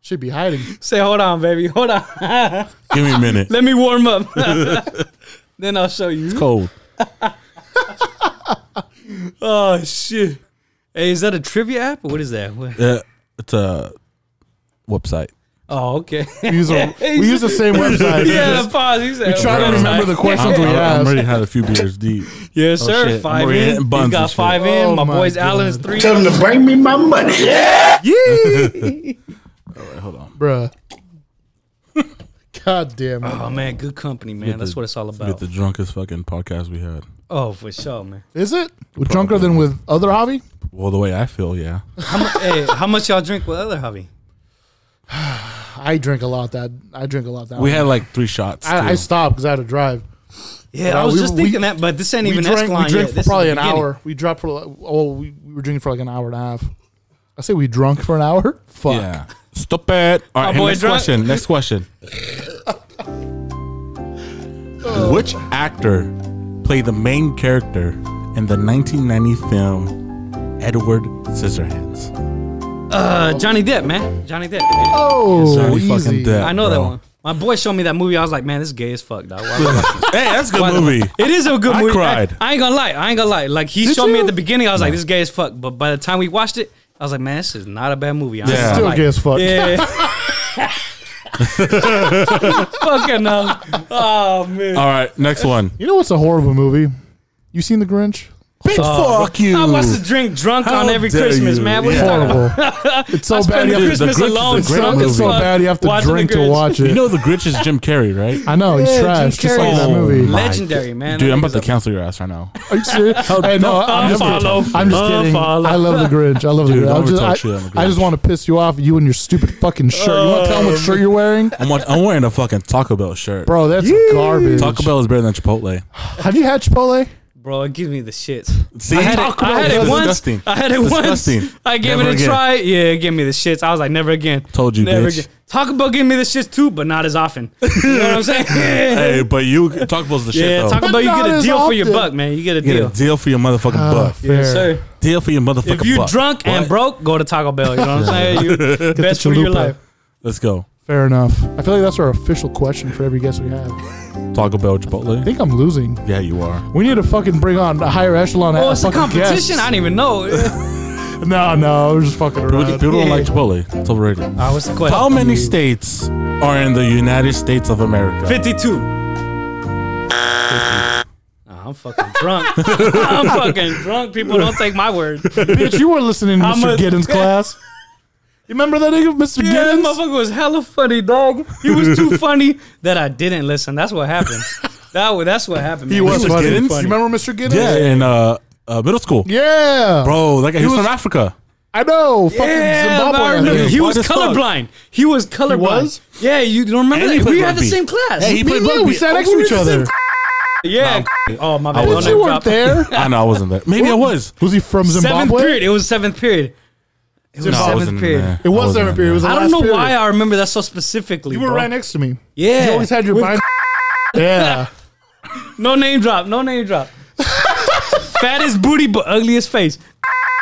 Speaker 2: Should be hiding.
Speaker 3: Say, hold on, baby. Hold on. [LAUGHS]
Speaker 1: Give me a minute.
Speaker 3: Let me
Speaker 1: [LAUGHS]
Speaker 3: warm up. then I'll show you.
Speaker 1: Cold.
Speaker 3: Oh shit. Hey, is that a trivia app? What is that? What-
Speaker 1: Uh, it's a website.
Speaker 3: Oh, okay. [LAUGHS]
Speaker 2: We use, a, we use the same website.
Speaker 1: [LAUGHS]
Speaker 3: yeah, the pause. He said,
Speaker 2: try to
Speaker 3: "Website."
Speaker 2: remember the questions
Speaker 1: I'm,
Speaker 2: we
Speaker 1: I'm- I'm
Speaker 2: asked.
Speaker 1: already had a few
Speaker 2: [LAUGHS]
Speaker 1: beers deep.
Speaker 3: Yes,
Speaker 1: Oh,
Speaker 3: sir.
Speaker 1: shit.
Speaker 3: Five
Speaker 1: I'm already
Speaker 3: in.
Speaker 1: hitting buns
Speaker 3: He
Speaker 1: and
Speaker 3: got
Speaker 1: shit.
Speaker 3: five in.
Speaker 2: Oh,
Speaker 3: my,
Speaker 2: my
Speaker 3: boy's
Speaker 2: God.
Speaker 3: Allen is three.
Speaker 4: Tell them to bring me my money.
Speaker 1: [LAUGHS]
Speaker 2: Bruh. God damn it.
Speaker 3: Oh man, good company, man. That's what it's all
Speaker 1: Get
Speaker 3: about.
Speaker 1: the drunkest fucking podcast we had.
Speaker 3: Oh, for sure, man.
Speaker 2: Is it? With drunker than with other hobby?
Speaker 1: Well, the way I feel, yeah.
Speaker 3: How, mu- hey, how much y'all drink with other hobby?
Speaker 2: I drink a lot that I drink a lot that
Speaker 1: We
Speaker 2: way.
Speaker 1: had like three shots.
Speaker 2: I, I
Speaker 1: too.
Speaker 2: stopped because I had to drive.
Speaker 3: Yeah,
Speaker 2: Nah,
Speaker 3: I was
Speaker 2: we-
Speaker 3: just
Speaker 2: we-
Speaker 3: thinking that, but this ain't
Speaker 2: We
Speaker 3: even
Speaker 2: drank,
Speaker 3: Escalon
Speaker 2: we drank
Speaker 3: yet.
Speaker 2: for
Speaker 3: This is
Speaker 2: probably
Speaker 3: the
Speaker 2: an
Speaker 3: beginning.
Speaker 2: hour. We dropped for like, oh we, we were drinking for like an hour and a half. I say we drunk for an hour. Fuck.
Speaker 1: Yeah. Stop it. All right, hey,
Speaker 3: boy
Speaker 1: next
Speaker 3: drunk.
Speaker 1: question. Next question. Which actor played the main character in the 1990 film Edward Scissorhands?
Speaker 3: Uh, Johnny Depp, man. Johnny Depp.
Speaker 2: Oh,
Speaker 1: Johnny fucking
Speaker 2: easy.
Speaker 1: Depp.
Speaker 3: I know that
Speaker 1: bro.
Speaker 3: one. My boy showed me that movie. I was like, man, this is gay as fuck, dog. Why-
Speaker 1: hey, that's a good
Speaker 3: Why the-
Speaker 1: movie.
Speaker 3: It is a good
Speaker 1: I
Speaker 3: movie.
Speaker 1: cried.
Speaker 3: I, ain't gonna lie. I ain't gonna lie. Like he
Speaker 2: Did
Speaker 3: showed me
Speaker 2: you?
Speaker 3: at the beginning, I was like, "This is gay as fuck." But by the time we watched it, I was like, "Man, this is not a bad movie." I
Speaker 1: Yeah.
Speaker 3: ain't
Speaker 2: Still
Speaker 3: gonna lie.
Speaker 2: gay as fuck.
Speaker 3: Yeah. Fucking hell. Oh man.
Speaker 1: All right, next one.
Speaker 2: You know what's a horrible movie? You seen The Grinch?
Speaker 3: Uh,
Speaker 1: Big fuck you.
Speaker 3: I must have drink drunk
Speaker 1: How
Speaker 3: on every
Speaker 1: dare
Speaker 3: Christmas,
Speaker 1: you.
Speaker 3: man. What
Speaker 1: Yeah.
Speaker 3: are you talking about?
Speaker 2: Horrible.
Speaker 3: [LAUGHS]
Speaker 2: it's so
Speaker 3: I
Speaker 2: bad.
Speaker 3: spend
Speaker 2: You have
Speaker 1: the
Speaker 2: to
Speaker 1: Grinch
Speaker 3: Christmas
Speaker 1: is a
Speaker 3: alone.
Speaker 1: great
Speaker 3: drunk
Speaker 2: It's
Speaker 1: movie.
Speaker 3: as
Speaker 2: so
Speaker 3: fuck,
Speaker 2: bad you have to
Speaker 3: watching The
Speaker 2: drink to
Speaker 3: Grinch.
Speaker 2: watch
Speaker 1: You
Speaker 2: it.
Speaker 1: know the Grinch is Jim Carrey, right?
Speaker 2: I know he's
Speaker 3: Yeah,
Speaker 2: trash,
Speaker 3: Jim
Speaker 2: just like
Speaker 3: Carrey
Speaker 2: that
Speaker 3: is-
Speaker 2: movie.
Speaker 1: My
Speaker 3: Legendary, man.
Speaker 1: Dude,
Speaker 3: That
Speaker 1: I'm
Speaker 3: nigga's
Speaker 1: about to
Speaker 3: a-
Speaker 1: cancel your ass right now.
Speaker 2: Are
Speaker 1: [LAUGHS]
Speaker 2: you serious? Hey, no, I'm just,
Speaker 3: Unfollow.
Speaker 2: I'm just kidding.
Speaker 3: Unfollow.
Speaker 2: I love the Grinch. I love
Speaker 1: Dude,
Speaker 2: the Grinch.
Speaker 1: don't
Speaker 2: I'm
Speaker 1: ever
Speaker 2: just-
Speaker 1: talk
Speaker 2: I
Speaker 1: shit on
Speaker 2: just,
Speaker 1: the
Speaker 2: I, just
Speaker 1: Grinch. Uh,
Speaker 2: want to piss you off, you and your stupid fucking shirt. you want to tell him what shirt you're wearing,
Speaker 1: I'm, watch- I'm wearing a fucking Taco Bell shirt.
Speaker 2: bro? That's garbage.
Speaker 1: Taco Bell is better than Chipotle.
Speaker 2: Have you had Chipotle?
Speaker 3: Bro, it gives me the shits.
Speaker 1: See,
Speaker 3: I had it,
Speaker 1: Taco
Speaker 3: I
Speaker 1: Bell
Speaker 3: had
Speaker 1: is
Speaker 3: it once.
Speaker 1: disgusting.
Speaker 3: I had it
Speaker 1: Disgusting.
Speaker 3: once. I gave
Speaker 1: Never
Speaker 3: it a
Speaker 1: again.
Speaker 3: try. Yeah, it gave me the shits. I was like, never again.
Speaker 1: Told you,
Speaker 3: never
Speaker 1: bitch.
Speaker 3: again. Taco Bell gave me the shits too, but not as often. You know what I'm saying?
Speaker 1: [LAUGHS] Hey, but you Taco Bell's the shit.
Speaker 3: yeah,
Speaker 1: though.
Speaker 3: Taco Bell, you
Speaker 2: But
Speaker 3: get
Speaker 2: not
Speaker 3: a
Speaker 2: as
Speaker 3: deal for your
Speaker 2: often.
Speaker 3: buck, man. You get a
Speaker 1: Get
Speaker 3: deal.
Speaker 1: a deal for your motherfucking
Speaker 2: Ah,
Speaker 1: buck.
Speaker 2: fair.
Speaker 3: Yes, sir.
Speaker 1: Deal for your motherfucking
Speaker 3: If you
Speaker 1: buck.
Speaker 3: drunk and
Speaker 1: What?
Speaker 3: broke, go to Taco Bell. You
Speaker 1: [LAUGHS]
Speaker 3: know what I'm saying? You, best for your
Speaker 2: chalupa.
Speaker 3: life.
Speaker 1: Let's go.
Speaker 2: Fair enough. I feel like that's our official question for every guest we have. I
Speaker 1: Taco Bell, Chipotle.
Speaker 2: think I'm losing.
Speaker 1: Yeah, you are.
Speaker 2: We need to fucking bring on a higher echelon.
Speaker 3: Oh,
Speaker 2: a-
Speaker 3: it's a
Speaker 2: fucking guest.
Speaker 3: competition. I don't even know. [LAUGHS] Oh,
Speaker 2: No, no, we're just fucking
Speaker 1: People,
Speaker 2: around.
Speaker 1: people don't
Speaker 3: Yeah.
Speaker 1: like Chipotle. It's overrated.
Speaker 3: Ah, what's the
Speaker 1: How
Speaker 3: question?
Speaker 1: many states are in the United States of America?
Speaker 3: 52. fucking drunk. [LAUGHS] I'm fucking drunk. People don't take my word.
Speaker 2: Bitch, you were listening to
Speaker 3: I'm
Speaker 2: Mr.
Speaker 1: [LAUGHS]
Speaker 3: a-
Speaker 2: Giddens class. You remember that nigga, Mr.
Speaker 3: Yeah, that
Speaker 2: Giddens?
Speaker 3: motherfucker was hella funny, dog. He was too funny that I didn't listen. That's what happened. That wa- that's what happened. man.
Speaker 1: was
Speaker 2: funny.
Speaker 1: Giddens?
Speaker 2: You remember Mr. Giddens?
Speaker 1: Yeah, in uh, uh, middle school.
Speaker 2: Yeah.
Speaker 1: Bro, that guy, he, was
Speaker 2: was-
Speaker 1: from Africa.
Speaker 2: I know. Fucking
Speaker 3: Yeah,
Speaker 2: Zimbabwe.
Speaker 3: I
Speaker 2: I
Speaker 3: remember.
Speaker 2: think.
Speaker 1: Yeah.
Speaker 3: He was
Speaker 1: Why the fuck?
Speaker 3: colorblind. He was colorblind.
Speaker 2: was?
Speaker 3: Yeah, you don't remember
Speaker 1: And he
Speaker 3: that?
Speaker 1: played
Speaker 3: We had the
Speaker 1: rugby.
Speaker 3: same class.
Speaker 1: Yeah, he
Speaker 2: Me
Speaker 1: played
Speaker 2: and you, we
Speaker 1: rugby.
Speaker 2: sat
Speaker 1: Oh,
Speaker 2: next
Speaker 1: we
Speaker 2: to
Speaker 1: were
Speaker 2: each
Speaker 1: the same
Speaker 2: other.
Speaker 3: yeah. Oh my bad.
Speaker 2: Bitch,
Speaker 3: Don't
Speaker 2: you
Speaker 3: drop.
Speaker 2: weren't there.
Speaker 1: I know, I wasn't there. Maybe I was.
Speaker 2: Was he from
Speaker 3: Seventh
Speaker 2: Zimbabwe?
Speaker 3: period. It was seventh period. It was
Speaker 1: No, I
Speaker 3: seventh
Speaker 1: wasn't
Speaker 3: period.
Speaker 1: there.
Speaker 2: It
Speaker 1: I
Speaker 2: was
Speaker 1: wasn't
Speaker 2: seventh
Speaker 1: in
Speaker 2: period.
Speaker 1: there.
Speaker 2: It was the
Speaker 3: I don't
Speaker 2: last
Speaker 3: know
Speaker 2: period.
Speaker 3: why I remember that so specifically.
Speaker 2: You were
Speaker 3: bro.
Speaker 2: right next to me.
Speaker 3: Yeah.
Speaker 2: You always had your [LAUGHS]
Speaker 3: With-
Speaker 2: mind. yeah.
Speaker 3: No name drop. No name [LAUGHS] drop. Fattest booty but ugliest face.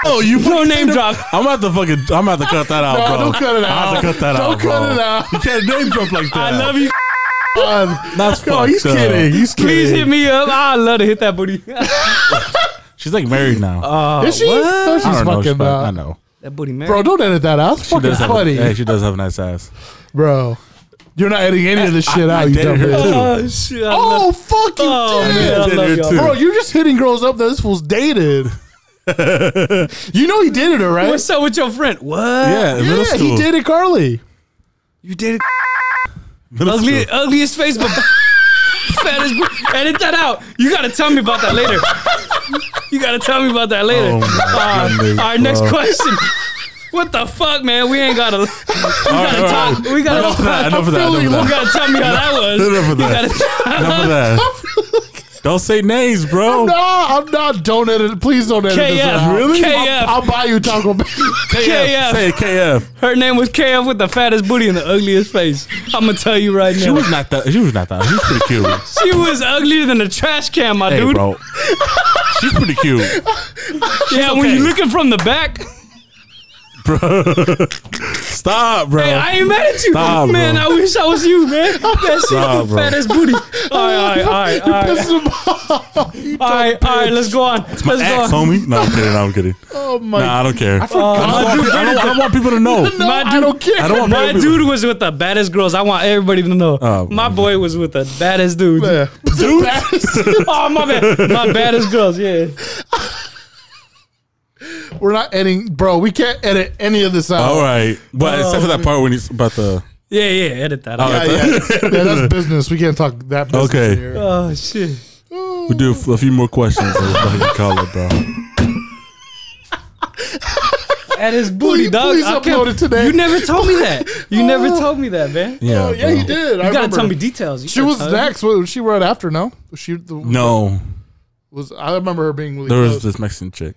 Speaker 1: Oh, you
Speaker 2: [LAUGHS]
Speaker 3: No
Speaker 1: fucking-
Speaker 3: name drop.
Speaker 1: I'm about to fucking. I'm about to cut that out, bro.
Speaker 2: don't cut
Speaker 1: I'm
Speaker 2: it [LAUGHS]
Speaker 1: about to
Speaker 2: out.
Speaker 1: cut that
Speaker 2: Don't
Speaker 1: out, bro.
Speaker 2: cut it out.
Speaker 1: You can't name drop like that.
Speaker 3: I love you.
Speaker 2: God.
Speaker 1: That's fucked
Speaker 2: No, he's
Speaker 1: up.
Speaker 2: kidding. He's kidding.
Speaker 3: Please hit me up. I love to hit that booty. [LAUGHS]
Speaker 1: She's like married now.
Speaker 2: Oh, Is she? No, she's
Speaker 1: I don't know.
Speaker 2: fucking
Speaker 1: She's
Speaker 2: uh,
Speaker 1: I know.
Speaker 3: that booty man.
Speaker 2: Bro, don't edit that out. It's
Speaker 1: She
Speaker 2: fucking
Speaker 1: does have. A,
Speaker 2: funny.
Speaker 1: hey, she does have a nice ass.
Speaker 2: Bro, you're not editing any of this shit
Speaker 1: I
Speaker 2: out, you
Speaker 1: dated
Speaker 2: dumb
Speaker 1: her
Speaker 2: bitch.
Speaker 1: too.
Speaker 2: [LAUGHS]
Speaker 3: oh shit. I
Speaker 2: Oh,
Speaker 3: love-
Speaker 2: fuck you
Speaker 3: Oh, man, I
Speaker 2: did.
Speaker 3: love
Speaker 1: Dude,
Speaker 3: y'all.
Speaker 1: too.
Speaker 2: Bro, you're just hitting girls up that this
Speaker 1: [LAUGHS]
Speaker 2: fool's dated. you know he dated her, right?
Speaker 3: What's up with your friend? What?
Speaker 1: Yeah, in middle
Speaker 2: yeah,
Speaker 1: school.
Speaker 2: he dated Carly.
Speaker 3: You did it.
Speaker 1: Middle
Speaker 3: Ugly,
Speaker 1: school.
Speaker 3: ugliest face, but [LAUGHS] fattest. bo- Edit that out. You gotta tell me about that later. You gotta tell me about that later.
Speaker 1: Oh my goodness,
Speaker 3: All right, next
Speaker 1: bro.
Speaker 3: question. What the fuck, man? We ain't gotta. We gotta
Speaker 1: all
Speaker 3: talk. We gotta.
Speaker 1: Enough of that. Enough of that.
Speaker 2: feeling
Speaker 1: Enough
Speaker 3: You
Speaker 1: of that.
Speaker 3: gotta tell me how that was.
Speaker 1: Enough
Speaker 3: You
Speaker 1: of that.
Speaker 3: gotta-
Speaker 1: Enough of that. Don't say names, bro.
Speaker 2: No, I'm not. Don't edit. it. Please don't edit this
Speaker 3: KF.
Speaker 2: out.
Speaker 3: Really? KF.
Speaker 2: I'll, I'll buy you Taco Bell.
Speaker 3: KF.
Speaker 1: Say it, KF.
Speaker 3: Her name was KF with the fattest booty and the ugliest face. I'm gonna tell you right
Speaker 1: She
Speaker 3: now.
Speaker 1: was not that. She was not that. She was pretty cute.
Speaker 3: She was uglier than a trash can, my
Speaker 1: Hey,
Speaker 3: dude.
Speaker 1: bro. She's pretty cute,
Speaker 3: yeah, when
Speaker 1: okay.
Speaker 3: you looking from the back.
Speaker 1: bro. Stop, bro.
Speaker 3: Hey, I ain't mad at you,
Speaker 1: Stop,
Speaker 3: man.
Speaker 1: bro.
Speaker 3: I wish I was you, man. That shit
Speaker 1: Stop,
Speaker 3: with the
Speaker 1: bro. [LAUGHS]
Speaker 3: fattest booty. All right,
Speaker 2: [LAUGHS]
Speaker 3: all right, all right, all right,
Speaker 2: Piss him off. You
Speaker 3: all
Speaker 2: dumb
Speaker 3: right, all right.
Speaker 2: bitch.
Speaker 3: Let's go on. Let's
Speaker 1: my
Speaker 3: go
Speaker 1: ex,
Speaker 3: on.
Speaker 1: homie. No, I'm kidding. No, I'm kidding.
Speaker 2: Oh my.
Speaker 1: Nah, I don't care. I,
Speaker 2: forgot.
Speaker 1: don't, want, I, don't, I don't want people to know.
Speaker 2: no,
Speaker 3: My
Speaker 2: I
Speaker 3: dude-
Speaker 2: don't care.
Speaker 1: I don't want
Speaker 3: My
Speaker 1: people
Speaker 3: dude was with the baddest girls. I want everybody to know.
Speaker 1: Oh,
Speaker 3: my boy was with the baddest dudes.
Speaker 2: Yeah.
Speaker 1: [LAUGHS] Dude.
Speaker 3: [LAUGHS] Oh my bad. My baddest girls. Yeah.
Speaker 2: We're not editing, bro. We can't edit any of this out.
Speaker 1: All right, but except for that part when he's about the.
Speaker 3: Yeah, yeah. Edit that. out.
Speaker 1: [LAUGHS]
Speaker 2: Yeah, yeah. yeah, that's business. We can't talk that business
Speaker 1: Okay.
Speaker 2: here.
Speaker 3: Oh shit.
Speaker 1: We do a few more questions. so let's fucking call it, bro.
Speaker 3: At his booty,
Speaker 2: Please-
Speaker 3: dog.
Speaker 2: please
Speaker 3: I can't-
Speaker 2: upload it today.
Speaker 3: You never told me that.
Speaker 2: [LAUGHS]
Speaker 3: You never told me that, man. You
Speaker 1: Yeah,
Speaker 2: Oh, yeah,
Speaker 1: bro.
Speaker 2: he did. I
Speaker 3: gotta
Speaker 2: remember.
Speaker 3: tell me details. You
Speaker 2: She
Speaker 3: gotta
Speaker 2: was
Speaker 3: tell me.
Speaker 2: next. What was she right after? No, Was she the,
Speaker 1: No,
Speaker 2: was. I remember her being really
Speaker 1: there was
Speaker 2: close.
Speaker 1: this Mexican chick.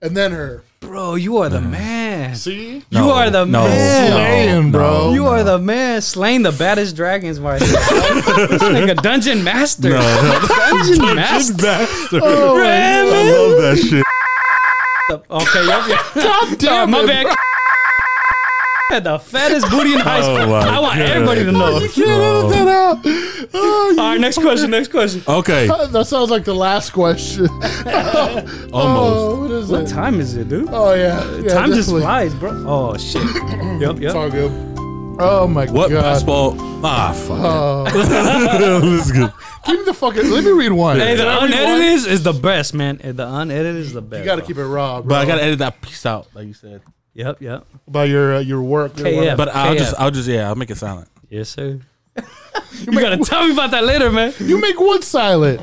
Speaker 2: and then her.
Speaker 3: Bro, you are the man.
Speaker 2: See,
Speaker 1: No,
Speaker 3: You are the
Speaker 1: no,
Speaker 3: man.
Speaker 1: no,
Speaker 2: Slaying,
Speaker 1: no,
Speaker 2: bro.
Speaker 3: You are the man slaying the baddest dragons right
Speaker 2: [LAUGHS]
Speaker 3: here. this nigga dungeon
Speaker 1: [LAUGHS]
Speaker 3: master.
Speaker 1: No.
Speaker 3: Dungeon, master.
Speaker 1: Master.
Speaker 2: Oh,
Speaker 3: Yeah,
Speaker 1: I
Speaker 3: man.
Speaker 1: love that shit.
Speaker 3: Okay,
Speaker 2: [LAUGHS]
Speaker 3: yup, yeah.
Speaker 2: God damn
Speaker 3: my
Speaker 2: it,
Speaker 3: bad.
Speaker 2: bro.
Speaker 3: Had the fattest booty in high
Speaker 1: Oh,
Speaker 3: school.
Speaker 1: my
Speaker 3: I want everybody to know.
Speaker 1: goodness.
Speaker 2: Can't edit that out. Oh,
Speaker 3: All right, next question. Next question.
Speaker 1: Okay,
Speaker 3: Oh
Speaker 2: you- [LAUGHS] that sounds like the last
Speaker 1: [LAUGHS]
Speaker 2: question.
Speaker 1: almost.
Speaker 2: Oh, what is
Speaker 3: What
Speaker 2: it?
Speaker 3: time is it, dude?
Speaker 2: Oh yeah, yeah
Speaker 3: time just
Speaker 2: definitely.
Speaker 3: flies, bro.
Speaker 2: [LAUGHS]
Speaker 3: Oh shit. Yup,
Speaker 2: It's
Speaker 3: yup.
Speaker 2: all good. Oh my
Speaker 1: What
Speaker 2: god.
Speaker 1: basketball? Ah, fuck.
Speaker 2: Oh,
Speaker 1: it. [LAUGHS] this is good.
Speaker 2: give me the fucking. Let me read one.
Speaker 3: Hey,
Speaker 2: Can
Speaker 3: the
Speaker 2: I read one?
Speaker 3: unedited is, is the best, man. Eh, The unedited is the best.
Speaker 2: You gotta
Speaker 3: bro.
Speaker 2: keep it raw, bro.
Speaker 1: But I gotta edit that piece out, like you said.
Speaker 3: Yep, yep.
Speaker 2: about your uh, your work. your
Speaker 3: KF.
Speaker 2: whatever.
Speaker 1: But I'll
Speaker 3: Yeah.
Speaker 1: just, I'll just, yeah, I'll make it silent.
Speaker 2: [LAUGHS]
Speaker 3: Yes, sir. you gotta tell me about that later, man.
Speaker 2: You make one silent.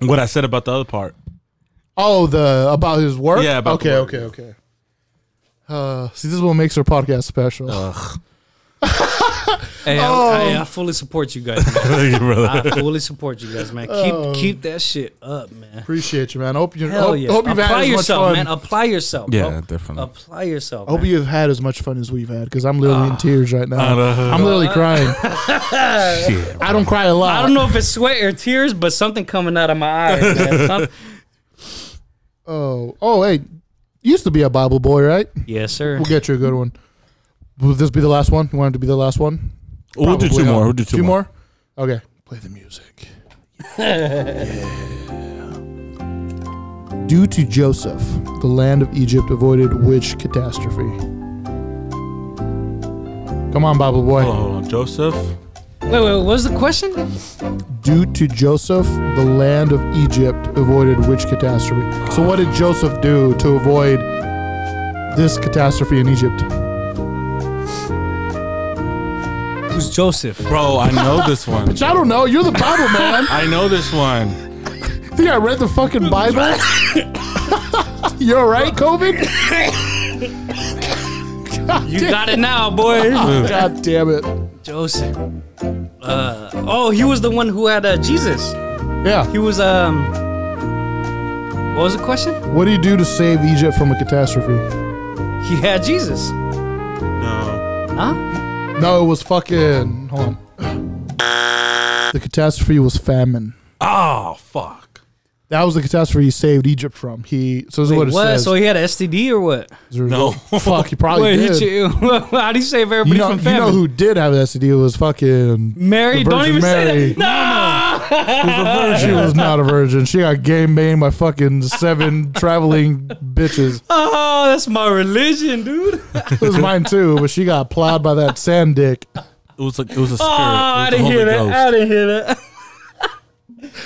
Speaker 1: What I said about the other part. [LAUGHS]
Speaker 2: Oh, the about his work.
Speaker 1: Yeah, about
Speaker 2: okay,
Speaker 1: the work.
Speaker 2: okay, okay. Uh, see, this is what makes our podcast special.
Speaker 1: Oh.
Speaker 3: Hey, I,
Speaker 2: Oh.
Speaker 3: hey, I fully support you guys. Man.
Speaker 1: Thank you, brother.
Speaker 3: [LAUGHS] I fully support you guys, man. Keep keep that shit up, man.
Speaker 2: Appreciate you, man. Oh. Hope you
Speaker 3: Hell
Speaker 2: hope,
Speaker 3: yeah.
Speaker 2: hope you've
Speaker 3: Apply
Speaker 2: had as much
Speaker 3: yourself,
Speaker 2: fun.
Speaker 3: man. Apply yourself.
Speaker 1: Yeah,
Speaker 3: bro.
Speaker 1: definitely.
Speaker 3: Apply yourself.
Speaker 2: I hope
Speaker 3: man.
Speaker 2: you've had as much fun as we've had because I'm literally
Speaker 3: Ah.
Speaker 2: in tears right now.
Speaker 1: know.
Speaker 2: I'm literally crying.
Speaker 3: [LAUGHS]
Speaker 1: Shit.
Speaker 2: I don't cry a lot.
Speaker 3: I don't know if it's sweat or tears, but something coming out of my eyes. Man. Some-
Speaker 2: Oh, oh, hey, you used to be a Bible boy, right?
Speaker 3: yes, sir.
Speaker 2: We'll get you a good one. Will this be the last one? You want it to be the last one?
Speaker 1: We'll do
Speaker 2: Probably
Speaker 1: two
Speaker 2: not.
Speaker 1: more. We'll do two, more.
Speaker 2: more. Okay. Play the
Speaker 3: [LAUGHS]
Speaker 2: music. Due to Joseph, the land of Egypt avoided which catastrophe? Come on, Bible boy.
Speaker 1: Oh, Joseph.
Speaker 3: Wait, wait. What was the question?
Speaker 2: due to Joseph, the land of Egypt avoided which catastrophe? So, what did Joseph do to avoid this catastrophe in Egypt?
Speaker 3: Who's Joseph?
Speaker 1: Bro, I know this one.
Speaker 3: [LAUGHS]
Speaker 2: I don't know. You're the Bible man. [LAUGHS]
Speaker 1: I know this one.
Speaker 2: I think I read the fucking Bible. [LAUGHS] You're right, COVID.
Speaker 3: You got it now, boy.
Speaker 2: God damn it.
Speaker 3: Joseph. Uh, oh, he was the one who had uh, Jesus.
Speaker 2: Yeah.
Speaker 3: He was um. What was the question?
Speaker 2: What do you do to save Egypt from a catastrophe?
Speaker 3: He had Jesus.
Speaker 1: No.
Speaker 3: Huh?
Speaker 2: No, it was fucking. Hold on. The catastrophe was famine.
Speaker 3: Ah,
Speaker 1: Oh fuck.
Speaker 2: That was the catastrophe he saved Egypt from. He so this is what
Speaker 3: Wait,
Speaker 2: it
Speaker 3: what?
Speaker 2: says.
Speaker 3: So he had an STD or what?
Speaker 2: As a result-
Speaker 1: No.
Speaker 2: fuck, he probably
Speaker 3: Wait,
Speaker 2: did.
Speaker 3: he
Speaker 2: You,
Speaker 3: you, [LAUGHS] how do you save everybody
Speaker 2: know,
Speaker 3: from
Speaker 2: you know
Speaker 3: famine?
Speaker 2: who did have an STD was fucking
Speaker 3: [LAUGHS] Mary,
Speaker 2: the
Speaker 3: don't
Speaker 2: Virgin
Speaker 3: even say
Speaker 2: Mary.
Speaker 3: that. No,
Speaker 2: She was not a virgin. She got game banged by fucking
Speaker 3: [LAUGHS]
Speaker 2: seven traveling bitches.
Speaker 3: oh, that's my
Speaker 2: [LAUGHS]
Speaker 3: religion, dude.
Speaker 2: It was mine too, but she got plowed by that sand dick.
Speaker 1: It was like it was a spirit.
Speaker 3: Oh, I
Speaker 1: it was the
Speaker 3: didn't
Speaker 1: Holy
Speaker 3: hear that.
Speaker 1: Ghost.
Speaker 3: I didn't hear that. [LAUGHS]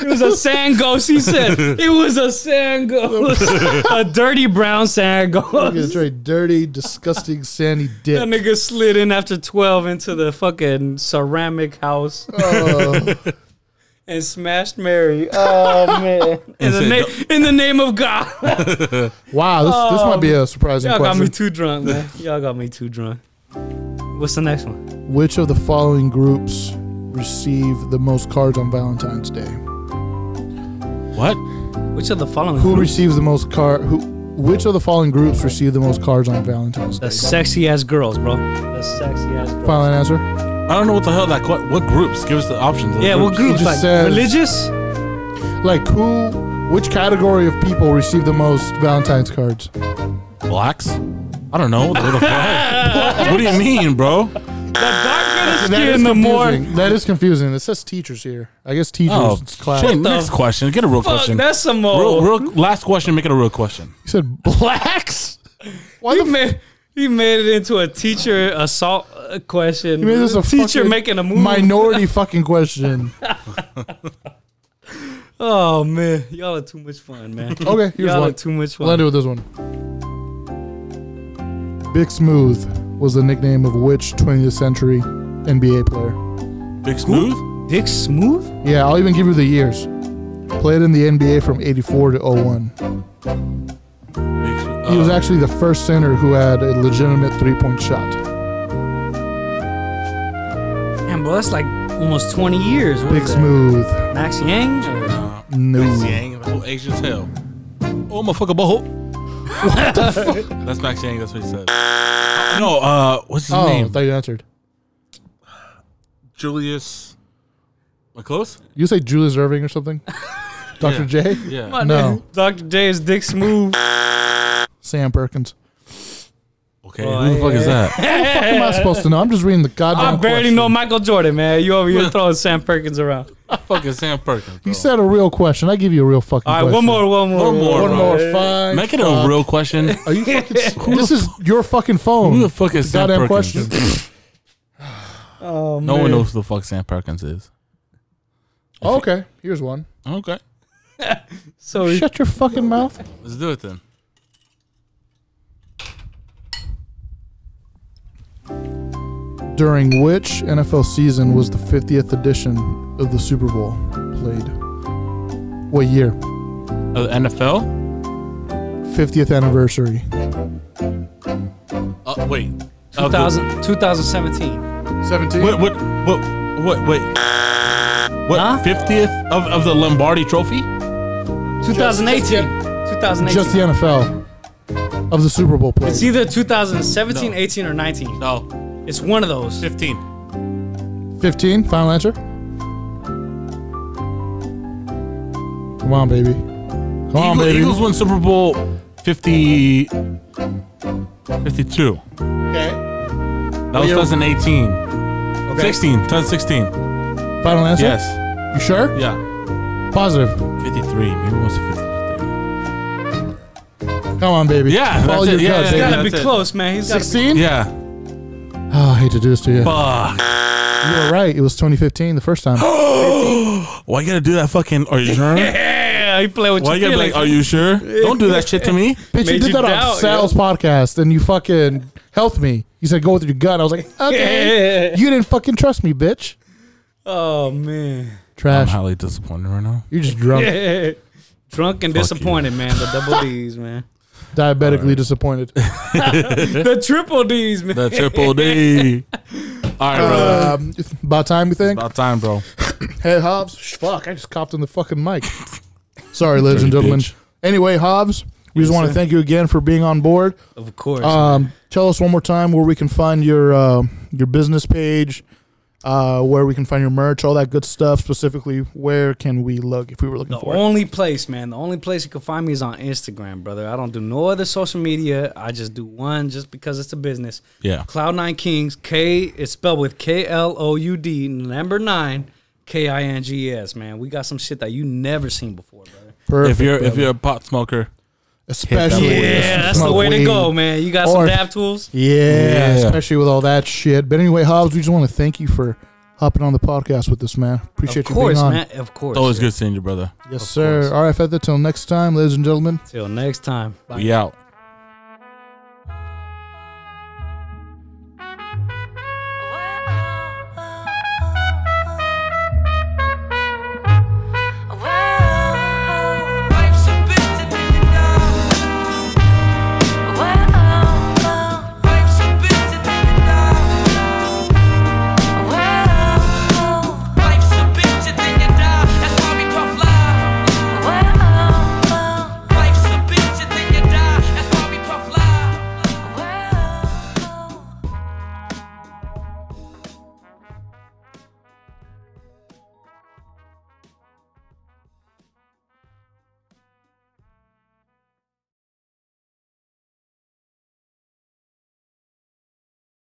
Speaker 3: It
Speaker 2: [LAUGHS]
Speaker 3: was a sand ghost, he said. It was a sand
Speaker 2: [LAUGHS]
Speaker 3: ghost. a dirty brown sand
Speaker 2: Look at
Speaker 3: ghost.
Speaker 2: this very dirty, disgusting, sandy
Speaker 3: That
Speaker 2: dick.
Speaker 3: nigga slid in after 12 into the fucking ceramic house
Speaker 2: Oh.
Speaker 3: and smashed Mary. Oh,
Speaker 2: [LAUGHS]
Speaker 3: man. In,
Speaker 1: And
Speaker 3: the,
Speaker 1: said,
Speaker 3: na- in the name of God.
Speaker 2: Wow, this, this might be a surprising
Speaker 3: Oh. Y'all got me
Speaker 2: question.
Speaker 3: too drunk, man. Y'all got me too drunk. What's the next one?
Speaker 2: Which of the following groups receive the most cards on Valentine's Day?
Speaker 1: What?
Speaker 3: Which of the following?
Speaker 2: Who
Speaker 3: groups?
Speaker 2: receives the most card? Who? Which of the following groups receive the most cards on Valentine's Day?
Speaker 3: The sexy ass girls, bro. The sexy ass girls.
Speaker 2: Final answer.
Speaker 1: I don't know what the hell that. What, what groups? Give us the options. of
Speaker 3: Yeah, what
Speaker 1: groups.
Speaker 2: group?
Speaker 3: groups?
Speaker 2: just
Speaker 3: Like
Speaker 2: says-
Speaker 3: religious?
Speaker 2: Like who? Which category of people receive the most Valentine's cards?
Speaker 1: Blacks. I don't know. [LAUGHS] What the fuck? What do you mean, bro?
Speaker 3: Darker the
Speaker 2: That is
Speaker 3: skin, the more.
Speaker 2: confusing. That is confusing. It says teachers here. I guess teachers.
Speaker 1: Oh,
Speaker 2: it's class.
Speaker 1: shit,
Speaker 2: You
Speaker 1: next question. Get a real
Speaker 3: Fuck,
Speaker 1: question.
Speaker 3: that's some
Speaker 1: real,
Speaker 3: old
Speaker 1: real, last question. Make it a real question.
Speaker 2: said
Speaker 3: blacks.
Speaker 2: why
Speaker 3: He
Speaker 2: the f-
Speaker 3: made, he made it into a teacher assault uh, question.
Speaker 2: you made this a
Speaker 3: teacher
Speaker 2: fucking
Speaker 3: making a move.
Speaker 2: minority fucking
Speaker 3: [LAUGHS]
Speaker 2: question.
Speaker 3: oh man, y'all are too much fun,
Speaker 1: [LAUGHS]
Speaker 3: man.
Speaker 2: Okay, here's
Speaker 3: y'all are
Speaker 2: one.
Speaker 3: too much
Speaker 2: We'll end it
Speaker 3: fun.
Speaker 2: with this one. Big Smooth was the nickname of which 20th century NBA player?
Speaker 1: Big Smooth.
Speaker 3: Dick Smooth?
Speaker 2: Yeah, I'll even give you the years. Played in the NBA from 84 to 01.
Speaker 1: Big,
Speaker 2: He was
Speaker 1: uh,
Speaker 2: actually the first center who had a legitimate three point shot.
Speaker 3: Damn, bro, that's like almost 20 years. What
Speaker 2: Big
Speaker 3: is that?
Speaker 2: Smooth.
Speaker 3: Max Yang?
Speaker 1: Max
Speaker 2: No.
Speaker 1: Yang. That's what Asian hell. Oh, motherfucker, boho. What the fuck? That's Max Yang. That's what he said. No, uh, what's his
Speaker 2: Oh, I
Speaker 1: name?
Speaker 2: thought you answered.
Speaker 1: Julius. Am I close?
Speaker 2: You say Julius Irving
Speaker 1: [LAUGHS]
Speaker 2: or something? [LAUGHS] Dr. J?
Speaker 1: Yeah.
Speaker 3: My
Speaker 2: No.
Speaker 3: [LAUGHS] name- Dr. J is
Speaker 1: [LAUGHS]
Speaker 3: Dick Smooth.
Speaker 2: Sam Perkins.
Speaker 1: Okay. Who the fuck is that?
Speaker 2: What
Speaker 1: [LAUGHS]
Speaker 2: am I supposed to know? I'm just reading the goddamn
Speaker 3: I barely
Speaker 2: question.
Speaker 3: know Michael Jordan, man. You
Speaker 1: [LAUGHS]
Speaker 3: over here throwing Sam Perkins around.
Speaker 1: Fucking Sam Perkins. Bro.
Speaker 2: You said a real question. I give you a real fucking
Speaker 3: All right,
Speaker 2: question.
Speaker 3: one more, one more,
Speaker 1: One more,
Speaker 2: One
Speaker 1: bro.
Speaker 2: more. Fine.
Speaker 1: Make it a real question. [LAUGHS]
Speaker 2: Are you fucking s- This is your fucking phone.
Speaker 1: Who the fuck is Sam
Speaker 2: goddamn
Speaker 1: Perkins?
Speaker 2: question.
Speaker 1: [LAUGHS]
Speaker 3: Oh,
Speaker 1: No one
Speaker 3: man.
Speaker 1: knows who the fuck Sam Perkins is.
Speaker 2: Oh, okay, here's one.
Speaker 1: Okay.
Speaker 3: So he-
Speaker 2: Shut your fucking mouth.
Speaker 1: Let's do it then.
Speaker 2: During which NFL season was the 50th edition of the Super Bowl played? What year?
Speaker 1: Uh, NFL?
Speaker 2: 50th anniversary.
Speaker 1: Uh, wait. Of the-
Speaker 3: 2000, 2017.
Speaker 2: 17.
Speaker 1: What? What? What? What? Wait.
Speaker 3: Huh?
Speaker 1: What? Fiftieth of of the Lombardi Trophy?
Speaker 3: 2018. 2018.
Speaker 2: Just the NFL of the Super Bowl played.
Speaker 3: it's either 2017,
Speaker 1: No.
Speaker 3: 18, or 19.
Speaker 1: No.
Speaker 3: It's one of those.
Speaker 1: Fifteen.
Speaker 2: 15. Final answer. Come on, baby. Come on,
Speaker 1: Eagles,
Speaker 2: baby.
Speaker 1: Eagles win Super Bowl 50, 52.
Speaker 2: Okay.
Speaker 1: That was
Speaker 2: year?
Speaker 1: 2018. 16. 2016.
Speaker 2: Final answer.
Speaker 1: Yes.
Speaker 2: You sure?
Speaker 1: Yeah.
Speaker 2: Positive.
Speaker 1: 53. Maybe it was 53.
Speaker 2: Come on, baby.
Speaker 1: Yeah,
Speaker 2: Follow
Speaker 1: that's
Speaker 2: your
Speaker 1: it. Yeah,
Speaker 2: gut,
Speaker 1: yeah,
Speaker 2: baby.
Speaker 1: yeah.
Speaker 3: gotta be
Speaker 1: that's it.
Speaker 3: close, man. He's got
Speaker 2: 16.
Speaker 1: Yeah.
Speaker 2: Oh, I hate to do this to you.
Speaker 1: Fuck.
Speaker 2: You're right. It was 2015 the first
Speaker 1: [GASPS]
Speaker 2: time.
Speaker 1: Why you gotta do that fucking? Are you [LAUGHS] sure?
Speaker 3: Yeah, he play with
Speaker 1: Why you
Speaker 3: your
Speaker 1: gotta be
Speaker 3: feelings.
Speaker 1: like? Are you sure? Don't do that shit to [LAUGHS] me.
Speaker 2: Bitch, you
Speaker 3: Made
Speaker 2: did
Speaker 3: you
Speaker 2: that
Speaker 3: doubt,
Speaker 2: on Sal's podcast and you fucking helped me. You said go with your gut. I
Speaker 1: [LAUGHS]
Speaker 2: was like, okay.
Speaker 3: Yeah.
Speaker 2: you didn't fucking trust me, bitch.
Speaker 3: oh man,
Speaker 1: I'm
Speaker 2: Trash.
Speaker 1: highly disappointed right now.
Speaker 2: You're just drunk.
Speaker 3: drunk and disappointed, man. The [LAUGHS] double D's, man.
Speaker 2: Diabetically disappointed.
Speaker 3: the triple D's, man.
Speaker 1: The triple [LAUGHS] D. All right, brother.
Speaker 2: um, about time, you think?
Speaker 1: About time, bro.
Speaker 2: Hey, Hobbs. Sh- Fuck, I just copped on the fucking
Speaker 1: [LAUGHS]
Speaker 2: mic. Sorry, ladies and
Speaker 1: Dirty
Speaker 2: gentlemen.
Speaker 1: bitch.
Speaker 2: Anyway, Hobbs, we just want to thank you again for being on board.
Speaker 3: Of course.
Speaker 2: Um, tell us one more time where we can find your uh, your business page, uh, where we can find your merch, all that good stuff. Specifically, where can we look if we were looking
Speaker 3: the
Speaker 2: for it?
Speaker 3: only place, man. The only place you can find me is on Instagram, brother. I don't do no other social media. I just do one, just because it's a business.
Speaker 1: Yeah.
Speaker 3: Cloud Nine Kings. K is spelled with K L O U D. Number nine. K I N G E S. Man, we got some shit that you never seen before, brother.
Speaker 2: Perfect,
Speaker 1: if you're if
Speaker 2: brother.
Speaker 1: you're a pot smoker, Yeah,
Speaker 2: especially with this
Speaker 3: Yeah, that's the
Speaker 2: smoke
Speaker 3: way to
Speaker 2: weed.
Speaker 3: go, man. You got
Speaker 2: Or-
Speaker 3: some dab tools.
Speaker 2: Yeah,
Speaker 1: Yeah.
Speaker 2: especially with all that shit. But anyway, Hobbs, we just want to thank you for hopping on the podcast with us, man. Appreciate
Speaker 3: Of
Speaker 2: you being
Speaker 3: course,
Speaker 2: on.
Speaker 3: man. Of course.
Speaker 1: it's always good seeing you, brother.
Speaker 2: Yes,
Speaker 3: Of
Speaker 2: sir.
Speaker 3: course.
Speaker 2: All right, Feather. Till next time, ladies and gentlemen.
Speaker 3: Till next time.
Speaker 1: We out.